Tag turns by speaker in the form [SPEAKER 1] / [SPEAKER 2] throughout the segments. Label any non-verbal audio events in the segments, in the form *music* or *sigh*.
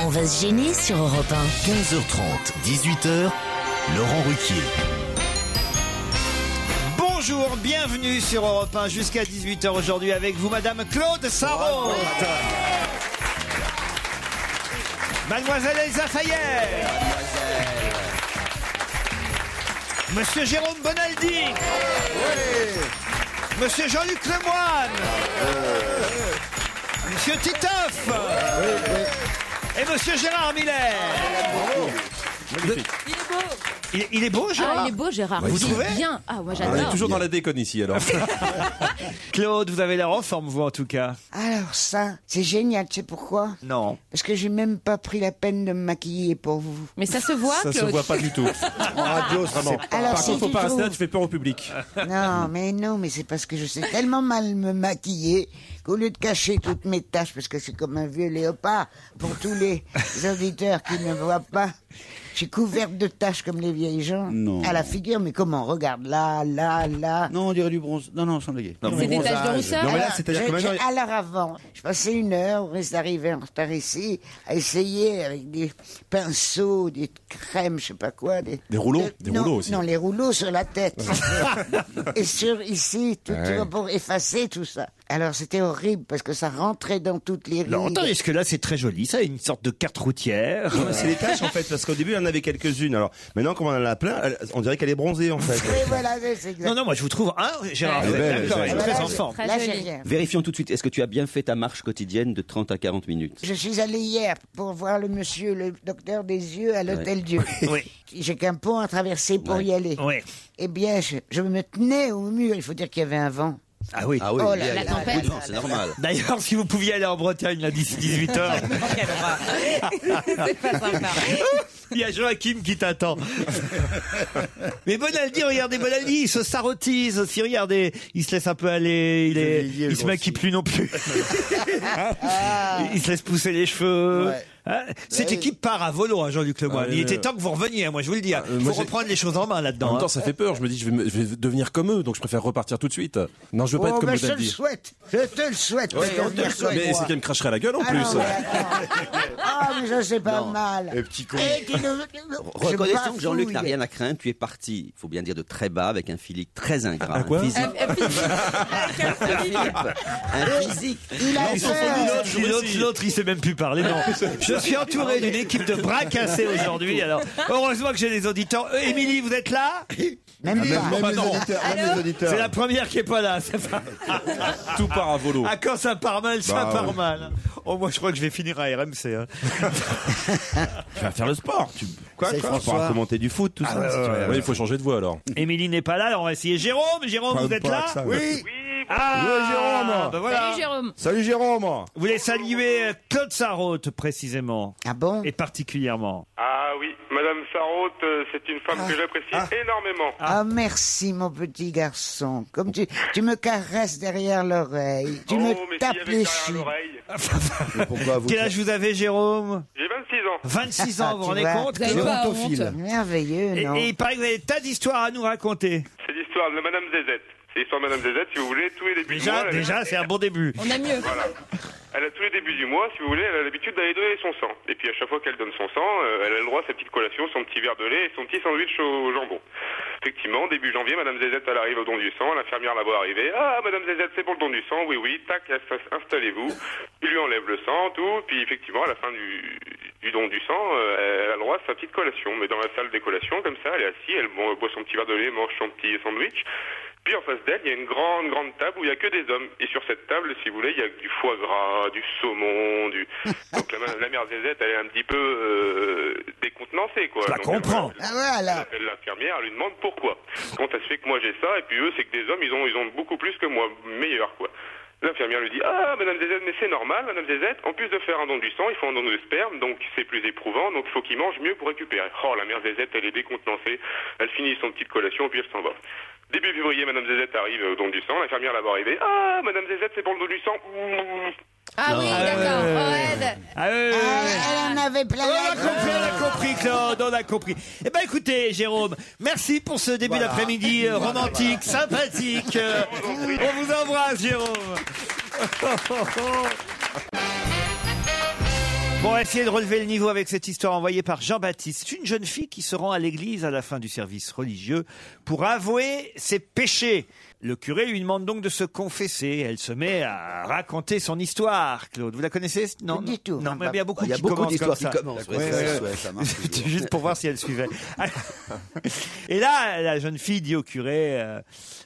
[SPEAKER 1] On va se gêner sur Europe
[SPEAKER 2] 15h30, 18h, Laurent Ruquier.
[SPEAKER 3] Bonjour, bienvenue sur Europe 1 jusqu'à 18h aujourd'hui avec vous, Madame Claude Sarraud. Mademoiselle Elsa Fayer. Monsieur Jérôme Bonaldi. Monsieur Jean-Luc Lemoine. Monsieur Titoff. Et Monsieur Gérard Miller. Il est beau. Il, est beau, Gérard.
[SPEAKER 4] Ah, il est beau, Gérard.
[SPEAKER 3] Vous
[SPEAKER 4] Il est
[SPEAKER 3] trouvez
[SPEAKER 4] bien. Ah, moi,
[SPEAKER 5] On est
[SPEAKER 4] j'adore.
[SPEAKER 5] toujours dans la déconne ici
[SPEAKER 4] *laughs*
[SPEAKER 5] alors.
[SPEAKER 3] *laughs* Claude, vous avez l'air en forme, vous en tout cas.
[SPEAKER 6] Alors ça, c'est génial, tu sais pourquoi
[SPEAKER 3] Non.
[SPEAKER 6] Parce que j'ai même pas pris la peine de me maquiller pour vous.
[SPEAKER 4] Mais ça se voit,
[SPEAKER 5] Ça se
[SPEAKER 4] Claude.
[SPEAKER 5] voit pas du tout. En radio, vraiment.
[SPEAKER 6] Alors,
[SPEAKER 5] Par
[SPEAKER 6] c'est
[SPEAKER 5] contre, faut
[SPEAKER 6] du
[SPEAKER 5] pas rester là,
[SPEAKER 6] tout.
[SPEAKER 5] tu fais peur au public.
[SPEAKER 6] Non, mais non, mais c'est parce que je sais tellement mal me maquiller qu'au lieu de cacher toutes mes taches, parce que c'est comme un vieux léopard, pour tous les auditeurs qui ne voient pas, je suis couverte de taches comme les vieilles gens.
[SPEAKER 7] Non.
[SPEAKER 6] À la figure, mais comment Regarde là, là, là.
[SPEAKER 7] Non, on dirait du bronze. Non, non, sans blaguer.
[SPEAKER 4] C'est des taches de rousseur.
[SPEAKER 5] Non, mais là,
[SPEAKER 6] Alors,
[SPEAKER 5] c'est-à-dire
[SPEAKER 6] je-
[SPEAKER 5] que maintenant,
[SPEAKER 6] je- alors avant, je passais une heure, on est arrivé en retard ici, à essayer avec des pinceaux, des crèmes, je sais pas quoi. Des,
[SPEAKER 5] Des rouleaux, des
[SPEAKER 6] non,
[SPEAKER 5] rouleaux aussi.
[SPEAKER 6] Non, les rouleaux sur la tête. et sur ici, tout, tu vois, pour effacer tout ça. Alors c'était horrible parce que ça rentrait dans toutes les rides.
[SPEAKER 3] Non, attendez, parce que là, c'est très joli. Ça, une sorte de carte routière.
[SPEAKER 8] Non, mais c'est les taches en fait, parce qu'au début il y en avait quelques-unes. Alors maintenant, comme on en a plein, elle- on dirait qu'elle est bronzée en fait.
[SPEAKER 6] Et voilà, c'est c'est exact.
[SPEAKER 3] Non, non, moi, je vous trouve un, Gérard.
[SPEAKER 8] Elle est
[SPEAKER 3] vous
[SPEAKER 8] belle,
[SPEAKER 3] êtes d'accord,
[SPEAKER 8] elle est
[SPEAKER 3] elle est
[SPEAKER 8] belle.
[SPEAKER 3] très en
[SPEAKER 6] Là,
[SPEAKER 3] forme.
[SPEAKER 6] Là,
[SPEAKER 4] Très
[SPEAKER 6] j'ai
[SPEAKER 4] joli.
[SPEAKER 6] rien.
[SPEAKER 9] Vérifions tout de suite, est-ce que tu as bien fait ta marche quotidienne de 30 à 40 minutes
[SPEAKER 6] Je suis allé hier pour voir le monsieur, le docteur des yeux à l'hôtel Dieu.
[SPEAKER 3] Oui.
[SPEAKER 6] J'ai qu'un pont à traverser pour y aller.
[SPEAKER 3] Oui.
[SPEAKER 6] Eh bien, je, je me tenais au mur. Il faut dire qu'il y avait un vent.
[SPEAKER 3] Ah oui.
[SPEAKER 9] Ah oui,
[SPEAKER 6] Oh
[SPEAKER 9] il y
[SPEAKER 6] là
[SPEAKER 9] a-
[SPEAKER 6] là
[SPEAKER 9] il y a
[SPEAKER 6] là
[SPEAKER 9] beaucoup de
[SPEAKER 6] là
[SPEAKER 9] vent, c'est
[SPEAKER 6] là
[SPEAKER 9] normal.
[SPEAKER 3] D'ailleurs, si vous pouviez aller en Bretagne, là, d'ici
[SPEAKER 9] *laughs*
[SPEAKER 3] 18h, *laughs*
[SPEAKER 4] C'est pas sympa.
[SPEAKER 3] il y a Joachim qui t'attend. Mais Bonaldi, regardez, Bonaldi, il se sarotise aussi, regardez. Il se laisse un peu aller, il, est,
[SPEAKER 7] vieillit,
[SPEAKER 3] il
[SPEAKER 7] le
[SPEAKER 3] se maquille plus non plus.
[SPEAKER 8] Ah.
[SPEAKER 3] il se laisse pousser les cheveux.
[SPEAKER 7] Ouais.
[SPEAKER 3] Hein Cette équipe part à volo, hein, Jean-Luc Lemoyne.
[SPEAKER 5] Ah,
[SPEAKER 3] il
[SPEAKER 5] oui,
[SPEAKER 3] était
[SPEAKER 5] oui.
[SPEAKER 3] temps que vous reveniez, hein, moi, je vous le dis. hein.
[SPEAKER 5] euh, moi,
[SPEAKER 3] Faut
[SPEAKER 5] j'ai-
[SPEAKER 3] reprendre les choses en main
[SPEAKER 5] En
[SPEAKER 3] là-dedans.
[SPEAKER 5] même
[SPEAKER 3] hein.
[SPEAKER 5] temps, ça fait peur. Je me dis, je vais, me- je vais devenir comme eux, donc je préfère repartir tout de suite. Non, je veux pas être
[SPEAKER 6] Oh,
[SPEAKER 5] comme
[SPEAKER 6] ben, je te le
[SPEAKER 5] Modaldi.
[SPEAKER 6] souhaite. Je te le souhaite. de devenir comme
[SPEAKER 5] Mais
[SPEAKER 6] moi.
[SPEAKER 5] c'est qu'elle me cracherait la gueule en
[SPEAKER 6] Ah
[SPEAKER 5] plus.
[SPEAKER 6] non, mais attends. Ah, mais ça, c'est pas mal.
[SPEAKER 7] Et petit con.
[SPEAKER 6] Eh, tu ne- je
[SPEAKER 9] Reconnaissons que Jean-Luc n'a
[SPEAKER 6] bafouille.
[SPEAKER 9] rien à craindre, tu es parti, il faut bien dire, de très bas avec un physique très ingrat.
[SPEAKER 5] À- à quoi
[SPEAKER 9] un physique,
[SPEAKER 4] Euh, euh, Philippe. Ah, quel Philippe.
[SPEAKER 9] un physique.
[SPEAKER 6] Il a
[SPEAKER 3] Ils sont
[SPEAKER 6] peur.
[SPEAKER 3] fondus l'autre, puis l'autre, l'autre, il sait même plus parler. Non. Je suis entouré d'une équipe de bras cassés aujourd'hui. Alors, heureusement que j'ai des auditeurs. Euh, Émilie, vous êtes là
[SPEAKER 6] Même Ah, pas.
[SPEAKER 7] Même, les auditeurs, même les auditeurs.
[SPEAKER 3] C'est la première qui est pas là. Ça va.
[SPEAKER 5] Tout part à volo.
[SPEAKER 3] Ah, quand ça part mal, ça
[SPEAKER 7] Bah,
[SPEAKER 3] part
[SPEAKER 7] ouais.
[SPEAKER 3] mal. Oh, moi, je crois que je vais finir à RMC. hein.
[SPEAKER 5] Tu vas faire le sport. tu-
[SPEAKER 8] Quoi,
[SPEAKER 7] C'est
[SPEAKER 8] quoi On
[SPEAKER 7] François.
[SPEAKER 8] pourra commenter du foot, tout ça. si tu veux.
[SPEAKER 5] Ah Ouais, il faut changer de voix alors.
[SPEAKER 3] Émilie n'est pas là. Alors, on va essayer. Jérôme, Jérôme, vous êtes là
[SPEAKER 7] Oui.
[SPEAKER 3] Ah,
[SPEAKER 8] Oui, Jérôme.
[SPEAKER 3] ben voilà.
[SPEAKER 4] Salut, Jérôme.
[SPEAKER 8] Salut Jérôme
[SPEAKER 3] Vous voulez saluer euh, Claude Sarraute, précisément,
[SPEAKER 6] Ah bon
[SPEAKER 3] et particulièrement.
[SPEAKER 10] Ah oui, Madame Sarraute, euh, c'est une
[SPEAKER 3] Ah.
[SPEAKER 10] femme que j'apprécie énormément.
[SPEAKER 6] Ah merci mon petit garçon. Comme tu, tu me caresses derrière l'oreille. Tu me
[SPEAKER 10] oh, mais s'il y
[SPEAKER 6] tapes
[SPEAKER 10] avait
[SPEAKER 6] les
[SPEAKER 10] derrière
[SPEAKER 6] chiens. *laughs*
[SPEAKER 10] l'oreille.
[SPEAKER 7] Mais pourquoi vous
[SPEAKER 3] Quel âge vous avez, Jérôme
[SPEAKER 10] J'ai 26 ans.
[SPEAKER 3] 26 ans, vous vous
[SPEAKER 6] Tu
[SPEAKER 3] rendez
[SPEAKER 6] vois.
[SPEAKER 3] compte
[SPEAKER 4] Vous avez pas honte.
[SPEAKER 6] Merveilleux,
[SPEAKER 3] Et,
[SPEAKER 6] non
[SPEAKER 3] et il paraît que vous avez des tas d'histoires à nous raconter.
[SPEAKER 10] C'est l'histoire de Madame Zézette. C'est l'histoire de Madame Zézette, si vous voulez, tous les débuts du
[SPEAKER 3] Déjà,
[SPEAKER 10] mois. elle a-
[SPEAKER 3] déjà, c'est un bon début. Ah,
[SPEAKER 4] On a mieux.
[SPEAKER 10] Voilà. Elle a tous les débuts du mois, si vous voulez, elle a l'habitude d'aller donner son sang. Et puis à chaque fois qu'elle donne son sang, euh, elle a le droit à sa petite collation, son petit verre de lait et son petit sandwich au jambon. Effectivement, début janvier, Madame Zézette, elle arrive au don du sang, l'infirmière la voit arriver. Ah, Madame Zézette, c'est pour le don du sang, oui, oui, tac, ins- installez-vous. Il lui enlève le sang, tout, puis effectivement, à la fin du, du don du sang, euh, elle a le droit à sa petite collation. Mais dans la salle des collations, comme ça, elle est assise, elle bo- boit son petit verre de lait, mange son petit sandwich. Puis en face d'elle, il y a une grande, grande table où il n'y a que des hommes. Et sur cette table, si vous voulez, il y a du foie gras, du saumon,
[SPEAKER 3] *laughs*
[SPEAKER 10] du... Donc la, ma- la mère Zézette, elle est un petit peu euh, décontenancée, quoi.
[SPEAKER 3] la
[SPEAKER 10] Donc,
[SPEAKER 3] comprends.
[SPEAKER 10] elle- elle appelle l'infirmière, elle lui demande pourquoi. Quand elle se fait que moi j'ai ça, et puis eux, c'est que des hommes, ils ont, ils ont beaucoup plus que moi, meilleur, quoi. L'infirmière lui dit Ah, Madame Zézette, mais c'est normal, Madame Zézette, en plus de faire un don du sang, il faut un don de sperme, donc c'est plus éprouvant, donc il faut qu'il mange mieux pour récupérer. Oh, la mère Zézette, elle est décontenancée, elle finit son petite collation, puis elle s'en va. Début février, Madame Zézette arrive euh, au don du sang, l'infirmière la voit arriver Ah, Madame Zézette, c'est pour le don du sang.
[SPEAKER 4] Ah oui, d'accord. Ouais, d-
[SPEAKER 3] Ah, ouais, ouais, ouais.
[SPEAKER 6] Elle en avait Ah, plein la
[SPEAKER 3] On a compris, Claude, on a compris. Eh ben, écoutez, Jérôme, merci pour ce début
[SPEAKER 11] Voilà.
[SPEAKER 3] d'après-midi euh,
[SPEAKER 11] Voilà,
[SPEAKER 3] romantique,
[SPEAKER 6] *laughs*
[SPEAKER 11] voilà.
[SPEAKER 3] sympathique. euh, on vous embrasse, Jérôme. *laughs* Bon, on va essayer de relever le niveau avec cette histoire envoyée par Jean-Baptiste. C'est une jeune fille qui se rend à l'église à la fin du service religieux pour avouer ses péchés. Le curé lui demande donc de se confesser. Elle se met à raconter son histoire. Claude, vous la connaissez Non, du tout. Non, mais il y a beaucoup
[SPEAKER 7] Il y a
[SPEAKER 3] qui
[SPEAKER 7] beaucoup
[SPEAKER 3] commencent
[SPEAKER 7] d'histoires
[SPEAKER 3] comme
[SPEAKER 7] qui
[SPEAKER 3] ça.
[SPEAKER 7] commencent, ouais,
[SPEAKER 3] Ouais,
[SPEAKER 7] ça,
[SPEAKER 3] ouais,
[SPEAKER 7] ouais,
[SPEAKER 3] ouais.
[SPEAKER 7] ça
[SPEAKER 3] *laughs*
[SPEAKER 7] marche toujours.
[SPEAKER 3] Juste pour voir si elle suivait. *laughs* Et là, la jeune fille dit au curé euh,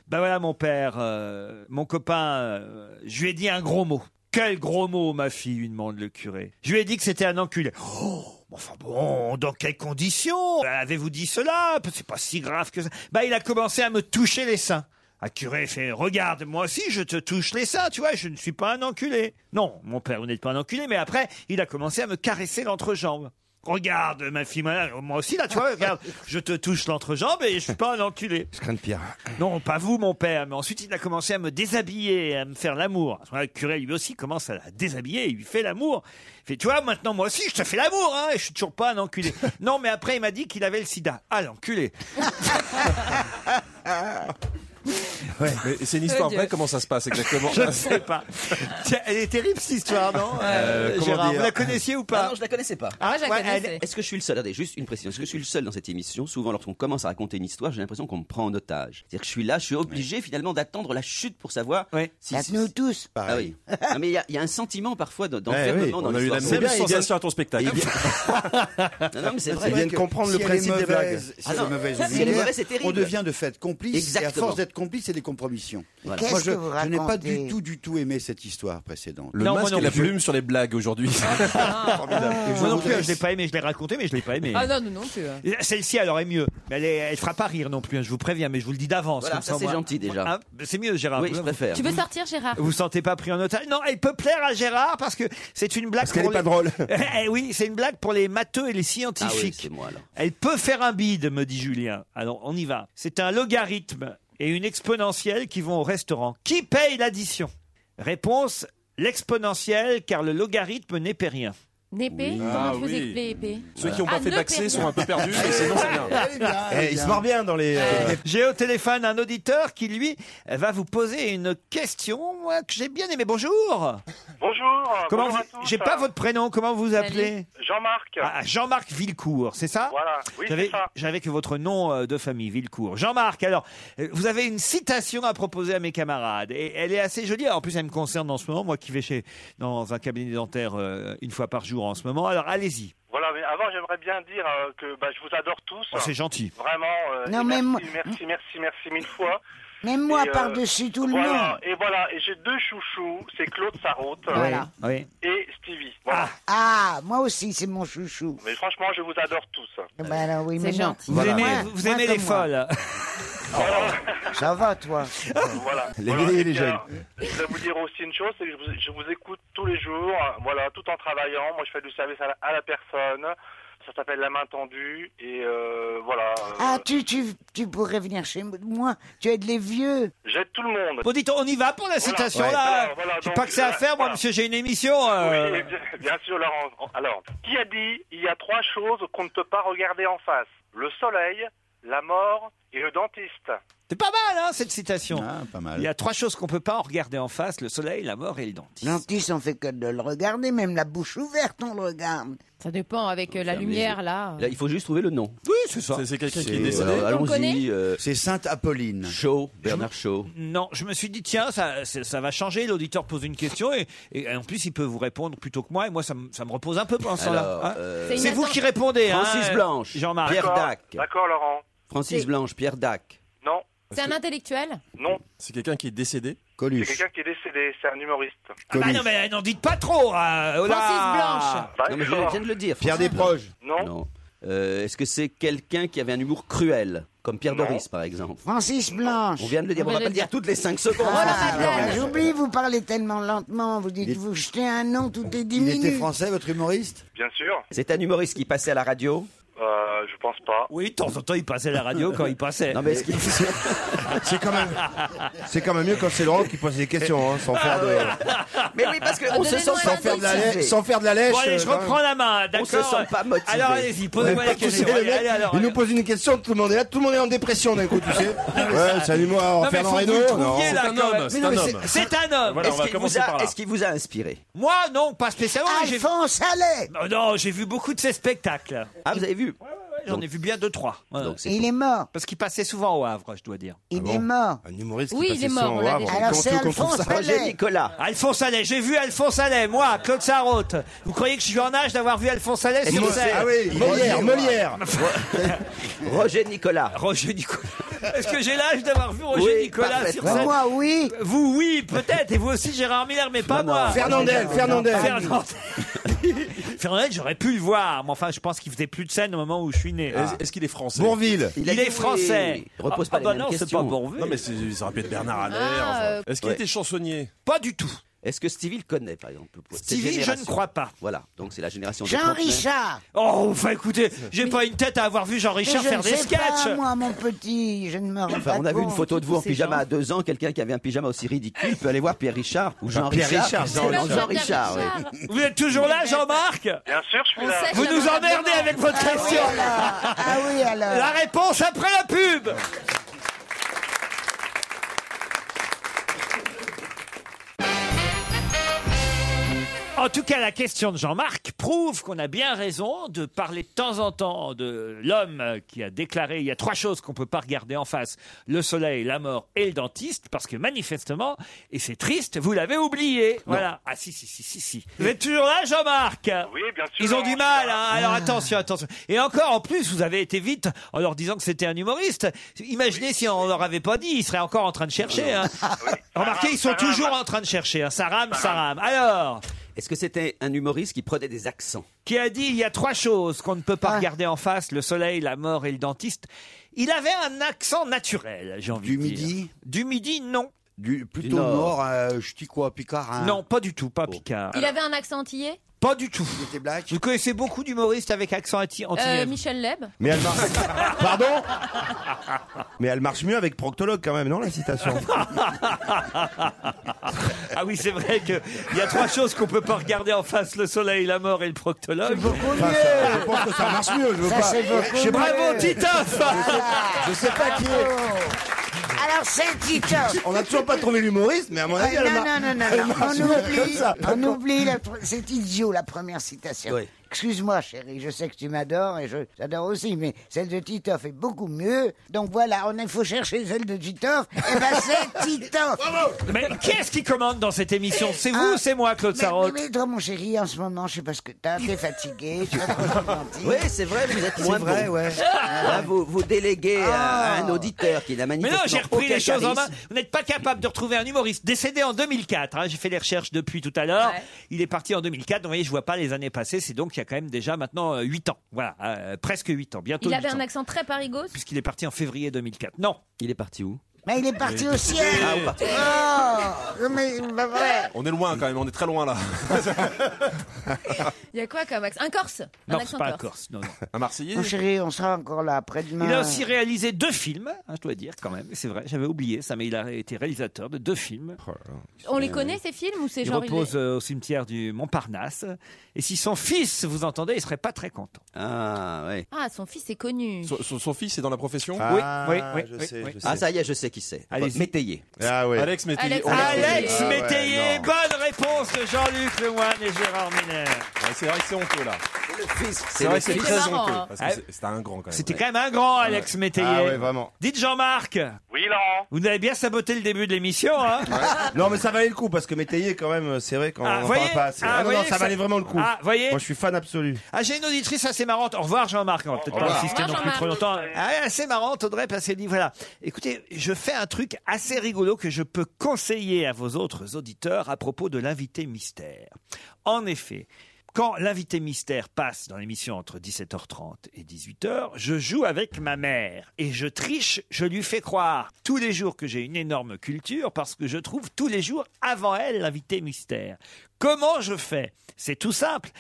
[SPEAKER 3] Ben voilà, mon père, euh, mon copain, euh, je lui ai dit un gros mot. Quel gros mot, ma fille lui demande le curé. Je lui ai dit que c'était un enculé. Oh, mais enfin bon, dans quelles conditions Ben, Avez-vous dit cela Ben, C'est pas si grave que ça. Bah, il a commencé à me toucher les seins. Un curé fait Regarde, moi aussi, je te touche les seins, tu vois, je ne suis pas un enculé. Non, mon père, vous n'êtes pas un enculé, mais après, il a commencé à me caresser l'entrejambe. Regarde, ma fille, ma- moi aussi, là, tu vois, *laughs* regarde, je te touche l'entrejambe et je suis pas un enculé. Je crains de pire. Non, pas vous, mon père, mais ensuite, il a commencé à me déshabiller, à me faire l'amour. À ce moment-là, Le curé, lui aussi, commence à la déshabiller, il lui fait l'amour. Il fait, tu vois, maintenant, moi aussi, je te fais l'amour, hein, et je suis toujours pas un *laughs* enculé. non, mais après, il m'a dit qu'il avait le sida. Ah,
[SPEAKER 5] *laughs*
[SPEAKER 3] l'enculé. *laughs*
[SPEAKER 5] Mais c'est une histoire
[SPEAKER 3] Oh, Dieu.
[SPEAKER 5] vraie, comment ça se passe exactement
[SPEAKER 3] Je ne sais pas. Tiens, elle est terrible cette histoire, non
[SPEAKER 9] Euh,
[SPEAKER 3] Euh,
[SPEAKER 9] comment
[SPEAKER 3] Gérard,
[SPEAKER 9] dire
[SPEAKER 3] vous la connaissiez ou pas
[SPEAKER 9] Ah non, je la connaissais pas.
[SPEAKER 3] Ah, je la Ouais, connaissais. elle-
[SPEAKER 9] Est-ce que je suis le seul Attendez, juste une précision. Est-ce que je suis le seul dans cette émission Souvent, lorsqu'on commence à raconter une histoire, j'ai l'impression qu'on me prend en otage. C'est-à-dire que je suis là, je suis obligé finalement d'attendre la chute pour savoir si.
[SPEAKER 6] nous tous.
[SPEAKER 9] Ah oui. Non, mais il y a- il y, a un sentiment parfois d- d'enfermement dans
[SPEAKER 5] Eh on a eu la
[SPEAKER 9] l'histoire.
[SPEAKER 5] même sensation à ton spectacle.
[SPEAKER 9] Non, non,
[SPEAKER 5] *laughs*
[SPEAKER 9] mais c'est
[SPEAKER 5] C'est
[SPEAKER 9] vrai.
[SPEAKER 5] vrai que si elle est mauvaise-
[SPEAKER 7] Si
[SPEAKER 9] Ah
[SPEAKER 7] elle
[SPEAKER 9] non,
[SPEAKER 7] est mauvaise
[SPEAKER 9] si
[SPEAKER 7] ou
[SPEAKER 9] elle est
[SPEAKER 7] vulgaire,
[SPEAKER 9] mauvaise, c'est terrible.
[SPEAKER 7] on devient de fait complice. Et à
[SPEAKER 9] Exactement.
[SPEAKER 7] force d'être complice, c'est des compromissions.
[SPEAKER 9] Voilà.
[SPEAKER 7] Moi,
[SPEAKER 9] Qu'est-ce
[SPEAKER 7] je,
[SPEAKER 9] que vous
[SPEAKER 7] je n'ai pas
[SPEAKER 9] racontez
[SPEAKER 7] du tout, du tout aimé cette histoire précédente.
[SPEAKER 5] Le masque et la plume sur les
[SPEAKER 3] *laughs*
[SPEAKER 5] blagues aujourd'hui.
[SPEAKER 3] Ah. Moi non plus, hein, je l'ai pas aimé, je l'ai raconté, mais je l'ai pas aimé.
[SPEAKER 4] *laughs* Ah non, nous non plus. hein.
[SPEAKER 3] Celle-ci, elle aurait mieux. Mais elle, est- elle fera pas rire non plus, hein, je vous préviens, mais je vous le dis d'avance.
[SPEAKER 9] Voilà,
[SPEAKER 3] comme
[SPEAKER 9] ça, c'est
[SPEAKER 3] moi-
[SPEAKER 9] gentil, déjà.
[SPEAKER 3] Ah, c'est mieux, Gérard.
[SPEAKER 9] Oui, je préfère.
[SPEAKER 4] Tu veux sortir, Gérard
[SPEAKER 3] Vous vous sentez pas pris en otage Non, elle peut plaire à Gérard parce que c'est une blague. Parce
[SPEAKER 8] qu'elle est pas drôle.
[SPEAKER 3] *laughs* eh oui, c'est une blague pour les matheux et
[SPEAKER 9] Ah
[SPEAKER 3] les scientifiques.
[SPEAKER 9] c'est moi, alors.
[SPEAKER 3] Elle peut faire un bide, me dit Julien. Alors, on y va. C'est un logarithme et une exponentielle qui vont au restaurant. Qui paye l'addition Réponse l'exponentielle, car le logarithme n'est pas rien.
[SPEAKER 4] Népée
[SPEAKER 3] Oui.
[SPEAKER 4] Comment
[SPEAKER 3] Ah
[SPEAKER 4] tu
[SPEAKER 3] oui.
[SPEAKER 4] faisais play épée
[SPEAKER 3] Ceux qui ont pas
[SPEAKER 11] Ah,
[SPEAKER 8] Ah,
[SPEAKER 3] fait
[SPEAKER 4] d'accès
[SPEAKER 3] d'accès sont un peu
[SPEAKER 11] *laughs*
[SPEAKER 3] perdus, Ah, mais
[SPEAKER 4] c'est
[SPEAKER 3] sinon, c'est bien.
[SPEAKER 8] *laughs* Eh, il se mord bien dans les. euh,
[SPEAKER 3] *laughs* J'ai au téléphone un auditeur qui, lui, va vous poser une question moi, que j'ai bien aimée. Bonjour
[SPEAKER 12] Bonjour. euh,
[SPEAKER 3] Comment
[SPEAKER 12] Ah, bonjour
[SPEAKER 3] vous-
[SPEAKER 12] à tous.
[SPEAKER 3] J'ai pas votre prénom, comment vous vous appelez
[SPEAKER 12] Jean-Marc.
[SPEAKER 3] Ah, Jean-Marc Villecourt, c'est ça
[SPEAKER 12] Voilà, oui,
[SPEAKER 3] J'avais-
[SPEAKER 12] c'est ça.
[SPEAKER 3] J'avais que votre nom euh, de famille, Villecourt. Jean-Marc, alors, euh, vous avez une citation à proposer à mes camarades. Et elle est assez jolie. Alors, en plus, elle me concerne en ce moment, moi qui vais chez, dans un cabinet dentaire euh, une fois par jour en ce moment. Alors, allez-y.
[SPEAKER 12] Voilà, mais avant, j'aimerais bien dire euh, que bah, je vous adore tous.
[SPEAKER 3] Oh, c'est gentil.
[SPEAKER 12] Vraiment. euh,
[SPEAKER 6] Non,
[SPEAKER 12] et
[SPEAKER 6] mais
[SPEAKER 12] merci,
[SPEAKER 6] moi-
[SPEAKER 12] merci, merci, merci mille fois.
[SPEAKER 6] Même moi,
[SPEAKER 12] Et, euh,
[SPEAKER 6] par-dessus tout le
[SPEAKER 12] voilà,
[SPEAKER 6] monde.
[SPEAKER 12] Et voilà, et j'ai deux chouchous, c'est Claude Sarraute
[SPEAKER 13] Ah
[SPEAKER 12] euh,
[SPEAKER 6] Voilà.
[SPEAKER 3] Oui.
[SPEAKER 12] et Stevie. Voilà.
[SPEAKER 6] Ah, moi aussi, c'est mon chouchou.
[SPEAKER 12] Mais franchement, je vous adore tous.
[SPEAKER 6] Ah bah alors oui,
[SPEAKER 12] C'est
[SPEAKER 6] mais non.
[SPEAKER 12] gentil. Vous aimez-
[SPEAKER 3] vous aimez les folles.
[SPEAKER 6] Ça va, toi
[SPEAKER 12] Euh, Voilà.
[SPEAKER 6] *laughs* Les
[SPEAKER 12] Voilà,
[SPEAKER 6] vieilles et
[SPEAKER 12] et
[SPEAKER 6] les
[SPEAKER 12] puis,
[SPEAKER 6] jeunes.
[SPEAKER 12] alors, Je voulais vous dire aussi une chose, c'est que je vous, je vous écoute tous les jours, euh, voilà, tout en travaillant. Moi, je fais du service à la, à la personne. Ça s'appelle la main tendue et euh, voilà. euh,
[SPEAKER 6] Ah, tu, tu, tu pourrais venir chez moi. Tu aides les vieux.
[SPEAKER 12] J'aide tout le monde.
[SPEAKER 3] Bon, dites, on y va pour la citation, là
[SPEAKER 12] Voilà, voilà,
[SPEAKER 3] J'ai
[SPEAKER 12] donc,
[SPEAKER 3] pas que ça à
[SPEAKER 12] voilà,
[SPEAKER 3] faire, moi,
[SPEAKER 12] voilà.
[SPEAKER 3] monsieur, j'ai une émission. euh.
[SPEAKER 12] Oui, bien, bien sûr, Laurent. Alors, qui a dit il y a trois choses qu'on ne peut pas regarder en face le soleil, la mort et le dentiste.
[SPEAKER 3] C'est pas mal, hein, cette citation.
[SPEAKER 7] Ah, pas mal.
[SPEAKER 3] Il y a trois choses qu'on peut pas en regarder en face le soleil, la mort et le dentiste.
[SPEAKER 6] Lentis, on fait que de le regarder, même la bouche ouverte, on le regarde.
[SPEAKER 4] Ça dépend avec euh, la lumière, là.
[SPEAKER 9] Là, il faut juste trouver le nom.
[SPEAKER 3] Oui, c'est ça.
[SPEAKER 5] C'est euh, quelqu'un
[SPEAKER 9] qui est décédé.
[SPEAKER 4] On le connaît
[SPEAKER 9] Allons-y.
[SPEAKER 7] C'est Sainte Apolline.
[SPEAKER 9] Shaw, Bernard Shaw.
[SPEAKER 3] Non, je me suis dit, tiens, ça, ça, ça va changer. L'auditeur pose une question et, et en plus, il peut vous répondre plutôt que moi. Et moi, ça, me- ça me repose un peu pendant ce temps-là.
[SPEAKER 9] Alors,
[SPEAKER 3] hein.
[SPEAKER 9] euh,
[SPEAKER 3] C'est vous qui répondez. hein,
[SPEAKER 9] Francis
[SPEAKER 3] euh,
[SPEAKER 9] Blanche.
[SPEAKER 3] Jean-Marc.
[SPEAKER 9] Pierre
[SPEAKER 12] D'accord,
[SPEAKER 9] Dac.
[SPEAKER 12] D'accord, Laurent.
[SPEAKER 9] Francis Blanche, Pierre Dac.
[SPEAKER 12] Non,
[SPEAKER 4] C'est un intellectuel
[SPEAKER 12] Non.
[SPEAKER 5] C'est quelqu'un qui est décédé
[SPEAKER 12] C'est quelqu'un qui est décédé, c'est un humoriste.
[SPEAKER 3] Ah bah non, mais n'en dites pas trop. ah, oh là.
[SPEAKER 12] Bah,
[SPEAKER 9] non, mais je viens de le dire.
[SPEAKER 12] Pierre
[SPEAKER 9] François.
[SPEAKER 12] Desproges. Non.
[SPEAKER 9] Euh, Est-ce que c'est quelqu'un qui avait un humour cruel, comme Pierre Doris, par exemple
[SPEAKER 6] Francis Blanche.
[SPEAKER 9] On vient de le dire, on va pas le dire toutes les 5 secondes.
[SPEAKER 6] Ah,
[SPEAKER 9] Francis Blanche.
[SPEAKER 6] J'oublie, vous parlez tellement lentement. Vous dites, vous jetez un nom toutes les 10
[SPEAKER 9] il était
[SPEAKER 6] minutes.
[SPEAKER 9] français,
[SPEAKER 7] votre humoriste
[SPEAKER 12] Bien sûr.
[SPEAKER 9] C'est un humoriste qui passait à la radio
[SPEAKER 12] euh, Je pense pas.
[SPEAKER 3] Oui, de temps en temps, il passait à la radio
[SPEAKER 8] *laughs*
[SPEAKER 3] quand il passait.
[SPEAKER 9] Non, mais est-ce qu'il-
[SPEAKER 8] C'est quand même, c'est quand même mieux quand c'est Laurent qui pose des questions, hein, sans
[SPEAKER 3] Ah,
[SPEAKER 8] faire de.
[SPEAKER 9] Mais oui, parce que
[SPEAKER 8] on se sent sans faire de la lèche- sans faire de la lèche,
[SPEAKER 3] Bon, allez, je
[SPEAKER 8] euh,
[SPEAKER 3] reprends la main,
[SPEAKER 8] on
[SPEAKER 3] d'accord
[SPEAKER 8] se sent pas motivé.
[SPEAKER 3] Alors, allez-y, posez-moi
[SPEAKER 8] Ouais,
[SPEAKER 3] la
[SPEAKER 8] tu sais,
[SPEAKER 3] question.
[SPEAKER 8] le
[SPEAKER 3] Allez,
[SPEAKER 8] mec,
[SPEAKER 3] allez, alors,
[SPEAKER 8] il nous pose une question, tout le monde est là, tout le monde est en dépression d'un coup, tu sais. Ouais, c'est un humour
[SPEAKER 3] Non,
[SPEAKER 8] à
[SPEAKER 3] mais
[SPEAKER 8] Fernand
[SPEAKER 3] faut que
[SPEAKER 8] Reynaud.
[SPEAKER 3] vous le
[SPEAKER 8] non.
[SPEAKER 3] trouviez, là, quand même. Mais non, mais C'est c'est un homme.
[SPEAKER 8] Voilà, on
[SPEAKER 9] Est-ce
[SPEAKER 8] va
[SPEAKER 9] qu'il vous
[SPEAKER 8] commencer par
[SPEAKER 9] a,
[SPEAKER 8] là.
[SPEAKER 9] est-ce qu'il vous a inspiré
[SPEAKER 3] Moi, non, pas spécialement. mais j'ai-
[SPEAKER 6] Alphonse Allais
[SPEAKER 3] Oh Non, j'ai vu beaucoup de ses spectacles.
[SPEAKER 9] Ah, vous avez vu
[SPEAKER 3] J'en ai vu bien deux, trois. Voilà.
[SPEAKER 6] Il est mort.
[SPEAKER 3] Parce qu'il passait souvent au Havre, je dois dire.
[SPEAKER 9] Ah
[SPEAKER 6] Il est mort.
[SPEAKER 8] Un humoriste
[SPEAKER 6] Oui, il est mort, on l'a déjà dit. Alors, c'est Alphonse Allais.
[SPEAKER 9] Nicolas.
[SPEAKER 3] Alphonse Allais, j'ai vu Alphonse Allais, moi, Claude Sarraute. Vous croyez que je suis en âge d'avoir vu Alphonse Allais
[SPEAKER 9] Est-ce
[SPEAKER 3] sur
[SPEAKER 9] que
[SPEAKER 3] scène
[SPEAKER 9] c'est- Ah oui, Molière, Molière. Roger Nicolas.
[SPEAKER 3] Roger Nicolas. Est-ce que j'ai l'âge d'avoir vu Roger
[SPEAKER 9] Oui,
[SPEAKER 3] Nicolas sur
[SPEAKER 9] parfaitement.
[SPEAKER 3] scène
[SPEAKER 9] Moi,
[SPEAKER 6] oui.
[SPEAKER 3] Vous, oui, peut-être. Et vous aussi, Gérard Miller, mais pas
[SPEAKER 9] Non, non.
[SPEAKER 3] moi.
[SPEAKER 8] Fernandel, Fernandel.
[SPEAKER 3] Fernandel. Fernandel, j'aurais pu le voir, mais enfin, je pense qu'il faisait plus de scène au moment où je suis né.
[SPEAKER 5] Est-ce- est-ce qu'il est français
[SPEAKER 8] Bourville.
[SPEAKER 3] Il, est français.
[SPEAKER 5] Repose
[SPEAKER 3] Ah, ah bah non, c'est pas bon.
[SPEAKER 5] Non, mais c'est- ça aurait pu être Bernard Allaire.
[SPEAKER 3] Ah,
[SPEAKER 5] enfin.
[SPEAKER 3] euh,
[SPEAKER 5] Est-ce qu'il
[SPEAKER 3] ouais.
[SPEAKER 5] était chansonnier
[SPEAKER 3] Pas du tout.
[SPEAKER 9] Est-ce que Stevie le connaît, par exemple pour cette
[SPEAKER 3] Stevie, je ne
[SPEAKER 9] génération
[SPEAKER 3] crois pas.
[SPEAKER 9] Voilà, donc c'est la génération des
[SPEAKER 6] Jean
[SPEAKER 9] trentenaires.
[SPEAKER 6] Richard.
[SPEAKER 3] Oh, enfin, écoutez, j'ai pas une tête à avoir vu Jean-Richard
[SPEAKER 6] Mais je
[SPEAKER 3] faire
[SPEAKER 6] ne
[SPEAKER 3] des
[SPEAKER 6] sais Pas,
[SPEAKER 3] sketchs.
[SPEAKER 6] moi, mon petit, je ne me rends
[SPEAKER 9] Enfin,
[SPEAKER 6] pas
[SPEAKER 9] on a vu
[SPEAKER 6] compte.
[SPEAKER 9] une photo de vous en
[SPEAKER 6] Ces
[SPEAKER 9] pyjama
[SPEAKER 6] gens.
[SPEAKER 9] à deux ans. Quelqu'un qui avait un pyjama aussi ridicule peut aller voir Pierre Richard ou Jean
[SPEAKER 8] Pierre
[SPEAKER 9] Richard.
[SPEAKER 8] Richard, Jean
[SPEAKER 9] Non,
[SPEAKER 8] Richard.
[SPEAKER 9] Richard, oui.
[SPEAKER 3] Vous êtes toujours là, Jean-Marc
[SPEAKER 12] Bien sûr, je suis
[SPEAKER 3] là.
[SPEAKER 12] sèche
[SPEAKER 3] Vous
[SPEAKER 12] la
[SPEAKER 3] nous
[SPEAKER 12] main
[SPEAKER 3] emmerdez
[SPEAKER 12] maintenant.
[SPEAKER 3] avec votre
[SPEAKER 12] Ah oui,
[SPEAKER 3] question.
[SPEAKER 6] Ah
[SPEAKER 12] alors.
[SPEAKER 6] oui, alors.
[SPEAKER 3] *laughs* La réponse après la pub. En tout cas, la question de Jean-Marc prouve qu'on a bien raison de parler de temps en temps de l'homme qui a déclaré il y a trois choses qu'on ne peut pas regarder en face le soleil, la mort et le dentiste, parce que manifestement, et c'est triste, vous l'avez oublié. Voilà. Ah si, si, si, si, si. Vous êtes toujours là, Jean-Marc
[SPEAKER 12] Oui, bien sûr.
[SPEAKER 3] Ils ont du mal, hein. alors attention, attention. Et encore, en plus, vous avez été vite en leur disant que c'était un humoriste. Imaginez si on leur avait pas dit, ils seraient encore en train de chercher. hein.
[SPEAKER 12] Ah
[SPEAKER 3] Remarquez, ils sont toujours en train de chercher. hein. Ça rame, ça rame. Alors
[SPEAKER 9] Est-ce que c'était un humoriste qui prenait des accents
[SPEAKER 3] qui a dit il y a trois choses qu'on ne peut pas regarder en face le soleil, la mort et le dentiste. Il avait un accent naturel, j'ai envie de dire. Du midi Du midi, non.
[SPEAKER 7] Du, plutôt nord, euh, je dis quoi, Picard hein
[SPEAKER 3] Non, pas du tout, pas Picard.
[SPEAKER 11] Il avait un accent antillais
[SPEAKER 3] Pas du tout. Vous connaissez beaucoup d'humoristes avec accent anti antillais.
[SPEAKER 11] Euh, Michel Leb
[SPEAKER 8] Mais elle marche. Pardon Mais elle marche mieux avec proctologue quand même, non la citation.
[SPEAKER 3] ah oui, c'est vrai qu'il y a trois choses qu'on peut pas regarder en face le soleil, la mort et le proctologue.
[SPEAKER 8] Enfin, ça- je pense que ça marche mieux. Je veux
[SPEAKER 6] Ça,
[SPEAKER 8] pas.
[SPEAKER 6] c'est beaucoup
[SPEAKER 8] je sais pas-
[SPEAKER 3] Bravo, Titoff
[SPEAKER 8] Je sais pas qui est.
[SPEAKER 6] Alors, c'est Titoff.
[SPEAKER 8] On n'a toujours pas trouvé l'humoriste, mais à mon
[SPEAKER 6] Ah,
[SPEAKER 8] avis, elle
[SPEAKER 6] non,
[SPEAKER 8] mar-
[SPEAKER 6] non, non, non,
[SPEAKER 8] elle
[SPEAKER 6] non.
[SPEAKER 8] marche
[SPEAKER 6] on
[SPEAKER 8] mieux comme
[SPEAKER 6] oublie,
[SPEAKER 8] ça.
[SPEAKER 6] on oublie la pre- c'est idiot la première citation. Excuse-moi chérie, je sais que tu m'adores et je t'adore aussi, mais celle de Titoff est beaucoup mieux. Donc voilà, on il faut chercher celle de Titoff. Et
[SPEAKER 3] *laughs*
[SPEAKER 6] ben c'est Titoff.
[SPEAKER 3] Mais qui est-ce qui commande dans cette émission C'est vous ou c'est moi, Claude
[SPEAKER 6] Mais,
[SPEAKER 3] Sarraute
[SPEAKER 6] mais, mais toi mon chéri, en ce moment, je sais pas ce que t'as, t'es fatigué, tu vas trop
[SPEAKER 3] *laughs*
[SPEAKER 6] gentil.
[SPEAKER 9] Oui, c'est vrai, vous êtes
[SPEAKER 6] C'est
[SPEAKER 9] moins
[SPEAKER 6] vrai,
[SPEAKER 9] bon.
[SPEAKER 6] ouais. Ah.
[SPEAKER 9] Là, vous, vous déléguez à à un auditeur qui n'a
[SPEAKER 3] Mais
[SPEAKER 9] manifestement
[SPEAKER 3] non, j'ai repris
[SPEAKER 9] aucun
[SPEAKER 3] les choses en main.
[SPEAKER 9] charisme.
[SPEAKER 3] Vous n'êtes pas capable de retrouver un humoriste décédé en 2004. hein. J'ai fait les recherches depuis tout à l'heure. Il est parti en 2004. Donc, vous voyez, je vois pas les années passées. C'est donc il y a quand même déjà maintenant euh, 8 ans. Voilà, euh, presque 8 ans. Bientôt
[SPEAKER 11] Il
[SPEAKER 3] 8
[SPEAKER 11] avait un
[SPEAKER 3] ans.
[SPEAKER 11] accent très parigos.
[SPEAKER 3] Puisqu'il est parti en février 2004. Non.
[SPEAKER 9] Il est parti où
[SPEAKER 6] Mais il est parti au ciel.
[SPEAKER 9] Ah, au parti.
[SPEAKER 6] Oh, mais c'est pas vrai.
[SPEAKER 5] On est loin quand même, on est très loin là.
[SPEAKER 11] Il y a quoi comme accent Un corse Un
[SPEAKER 3] Non,
[SPEAKER 11] accent
[SPEAKER 3] c'est pas un Corse. Non, non.
[SPEAKER 5] Un Marseillais
[SPEAKER 6] Mon chéri, on sera encore là après-demain.
[SPEAKER 3] Il a aussi réalisé deux films, hein, je dois dire quand même. C'est vrai, j'avais oublié ça, mais il a été réalisateur de deux films.
[SPEAKER 11] On les connaît ces films ou c'est
[SPEAKER 3] Il
[SPEAKER 11] genre il est-
[SPEAKER 3] repose euh, au cimetière du Montparnasse. Et si son fils vous entendait, il serait pas très content.
[SPEAKER 9] Ah, ouais.
[SPEAKER 11] Ah, son fils est connu.
[SPEAKER 5] Son, son- son fils est dans la profession
[SPEAKER 3] Ah, Oui, oui, oui, je oui, sais, oui. je
[SPEAKER 9] Ah, ça y est, je sais qui c'est.
[SPEAKER 3] Allez-y.
[SPEAKER 9] Métayer.
[SPEAKER 8] Ah ouais.
[SPEAKER 5] Alex Métayer.
[SPEAKER 11] Alex
[SPEAKER 5] on l'a trouvé.
[SPEAKER 3] Alex
[SPEAKER 8] Ah ouais,
[SPEAKER 3] Métayer,
[SPEAKER 8] non.
[SPEAKER 3] bonne réponse de Jean-Luc Lemoyne et Gérard Miner.
[SPEAKER 5] C'est vrai que c'est honteux là.
[SPEAKER 3] C'est
[SPEAKER 5] C'est vrai que c'est
[SPEAKER 3] le
[SPEAKER 5] très
[SPEAKER 3] fils. C'est
[SPEAKER 5] honteux.
[SPEAKER 3] marrant, hein.
[SPEAKER 5] Parce que c'est- c'était un grand quand même.
[SPEAKER 3] C'était quand même un grand, Alex
[SPEAKER 5] Ouais.
[SPEAKER 3] Métayer.
[SPEAKER 5] Ah ouais, vraiment.
[SPEAKER 3] Dites Jean-Marc.
[SPEAKER 14] Oui, Laurent.
[SPEAKER 3] Vous avez bien saboté le début de l'émission, hein
[SPEAKER 8] Non, mais ça valait le coup parce que Métayer, quand même, c'est vrai qu'on
[SPEAKER 3] Ah,
[SPEAKER 8] n'en
[SPEAKER 3] voyez
[SPEAKER 8] parle pas assez.
[SPEAKER 3] Ah,
[SPEAKER 8] Ah, non,
[SPEAKER 3] voyez
[SPEAKER 8] non,
[SPEAKER 3] que
[SPEAKER 8] ça
[SPEAKER 3] ça-
[SPEAKER 8] valait vraiment le coup.
[SPEAKER 3] Ah, voyez
[SPEAKER 8] Moi, je suis fan absolu.
[SPEAKER 3] Ah, j'ai une auditrice assez marrante. Au revoir, Jean-Marc. On va peut-être pas
[SPEAKER 8] revoir.
[SPEAKER 3] insister
[SPEAKER 8] Au
[SPEAKER 3] non
[SPEAKER 8] revoir,
[SPEAKER 3] plus trop
[SPEAKER 8] Jean-Marc.
[SPEAKER 3] longtemps. Ah, elle est assez marrante, Audrey, parce qu'elle dit voilà, écoutez, je fais un truc assez rigolo que je peux conseiller à vos autres auditeurs à propos de l'invité mystère. En effet, quand l'invité mystère passe dans l'émission entre 17h30 et 18h, je joue avec ma mère et je triche, je lui fais croire tous les jours que j'ai une énorme culture parce que je trouve tous les jours avant elle l'invité mystère. Comment je fais C'est tout simple.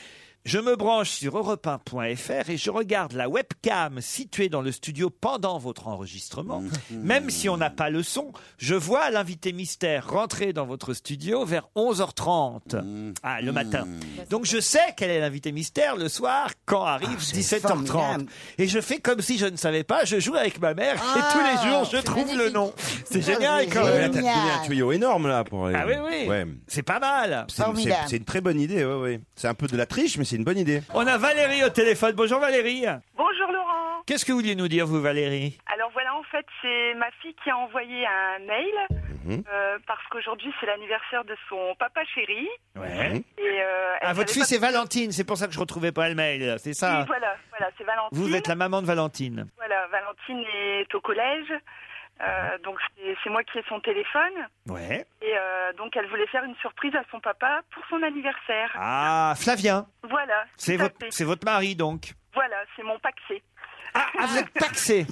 [SPEAKER 3] Je me branche sur europe 1.fr et je regarde la webcam située dans le studio pendant votre enregistrement.
[SPEAKER 6] Mhm.
[SPEAKER 3] Même si on n'a pas le son, je vois l'invité mystère rentrer dans votre studio vers 11h30
[SPEAKER 6] Mhm.
[SPEAKER 3] ah, le matin. Donc je sais quel est l'invité mystère le soir quand arrive 17h30.
[SPEAKER 6] Ah, formidable.
[SPEAKER 3] Et je fais comme si je ne savais pas, je joue avec ma mère
[SPEAKER 6] Ah,
[SPEAKER 3] et tous les jours je
[SPEAKER 6] c'est
[SPEAKER 3] trouve le nom. C'est
[SPEAKER 6] Ah,
[SPEAKER 3] génial
[SPEAKER 6] c'est
[SPEAKER 3] quand même.
[SPEAKER 8] T'as trouvé un tuyau énorme là pour.
[SPEAKER 3] Ah oui, oui. C'est pas mal.
[SPEAKER 8] C'est c'est- c'est une très bonne idée, ouais, ouais. C'est un peu de la triche, mais c'est une bonne idée.
[SPEAKER 3] On a Valérie au téléphone. Bonjour Valérie.
[SPEAKER 15] Bonjour Laurent.
[SPEAKER 3] Qu'est-ce que vous vouliez nous dire, vous, Valérie
[SPEAKER 15] Alors voilà, en fait, c'est ma fille qui a envoyé un mail euh, parce qu'aujourd'hui c'est l'anniversaire de son papa chéri.
[SPEAKER 3] Ouais.
[SPEAKER 15] Et euh, elle
[SPEAKER 3] Ah, votre
[SPEAKER 15] savait
[SPEAKER 3] fille,
[SPEAKER 15] pas-
[SPEAKER 3] c'est Valentine. C'est pour ça que je retrouvais pas le mail. C'est ça hein.
[SPEAKER 15] Oui, voilà, voilà, c'est Valentine.
[SPEAKER 3] Vous êtes la maman de Valentine.
[SPEAKER 15] Voilà, Valentine est au collège. Euh, donc c'est- c'est moi qui ai son téléphone.
[SPEAKER 3] Ouais.
[SPEAKER 15] Et euh, donc elle voulait faire une surprise à son papa pour son anniversaire.
[SPEAKER 3] Ah, Flavien.
[SPEAKER 15] Voilà.
[SPEAKER 3] C'est
[SPEAKER 15] tout à
[SPEAKER 3] votre,
[SPEAKER 15] fait.
[SPEAKER 3] c'est votre mari, donc.
[SPEAKER 15] Voilà, c'est mon paxé.
[SPEAKER 3] Ah, ah, vous êtes *laughs* paxé.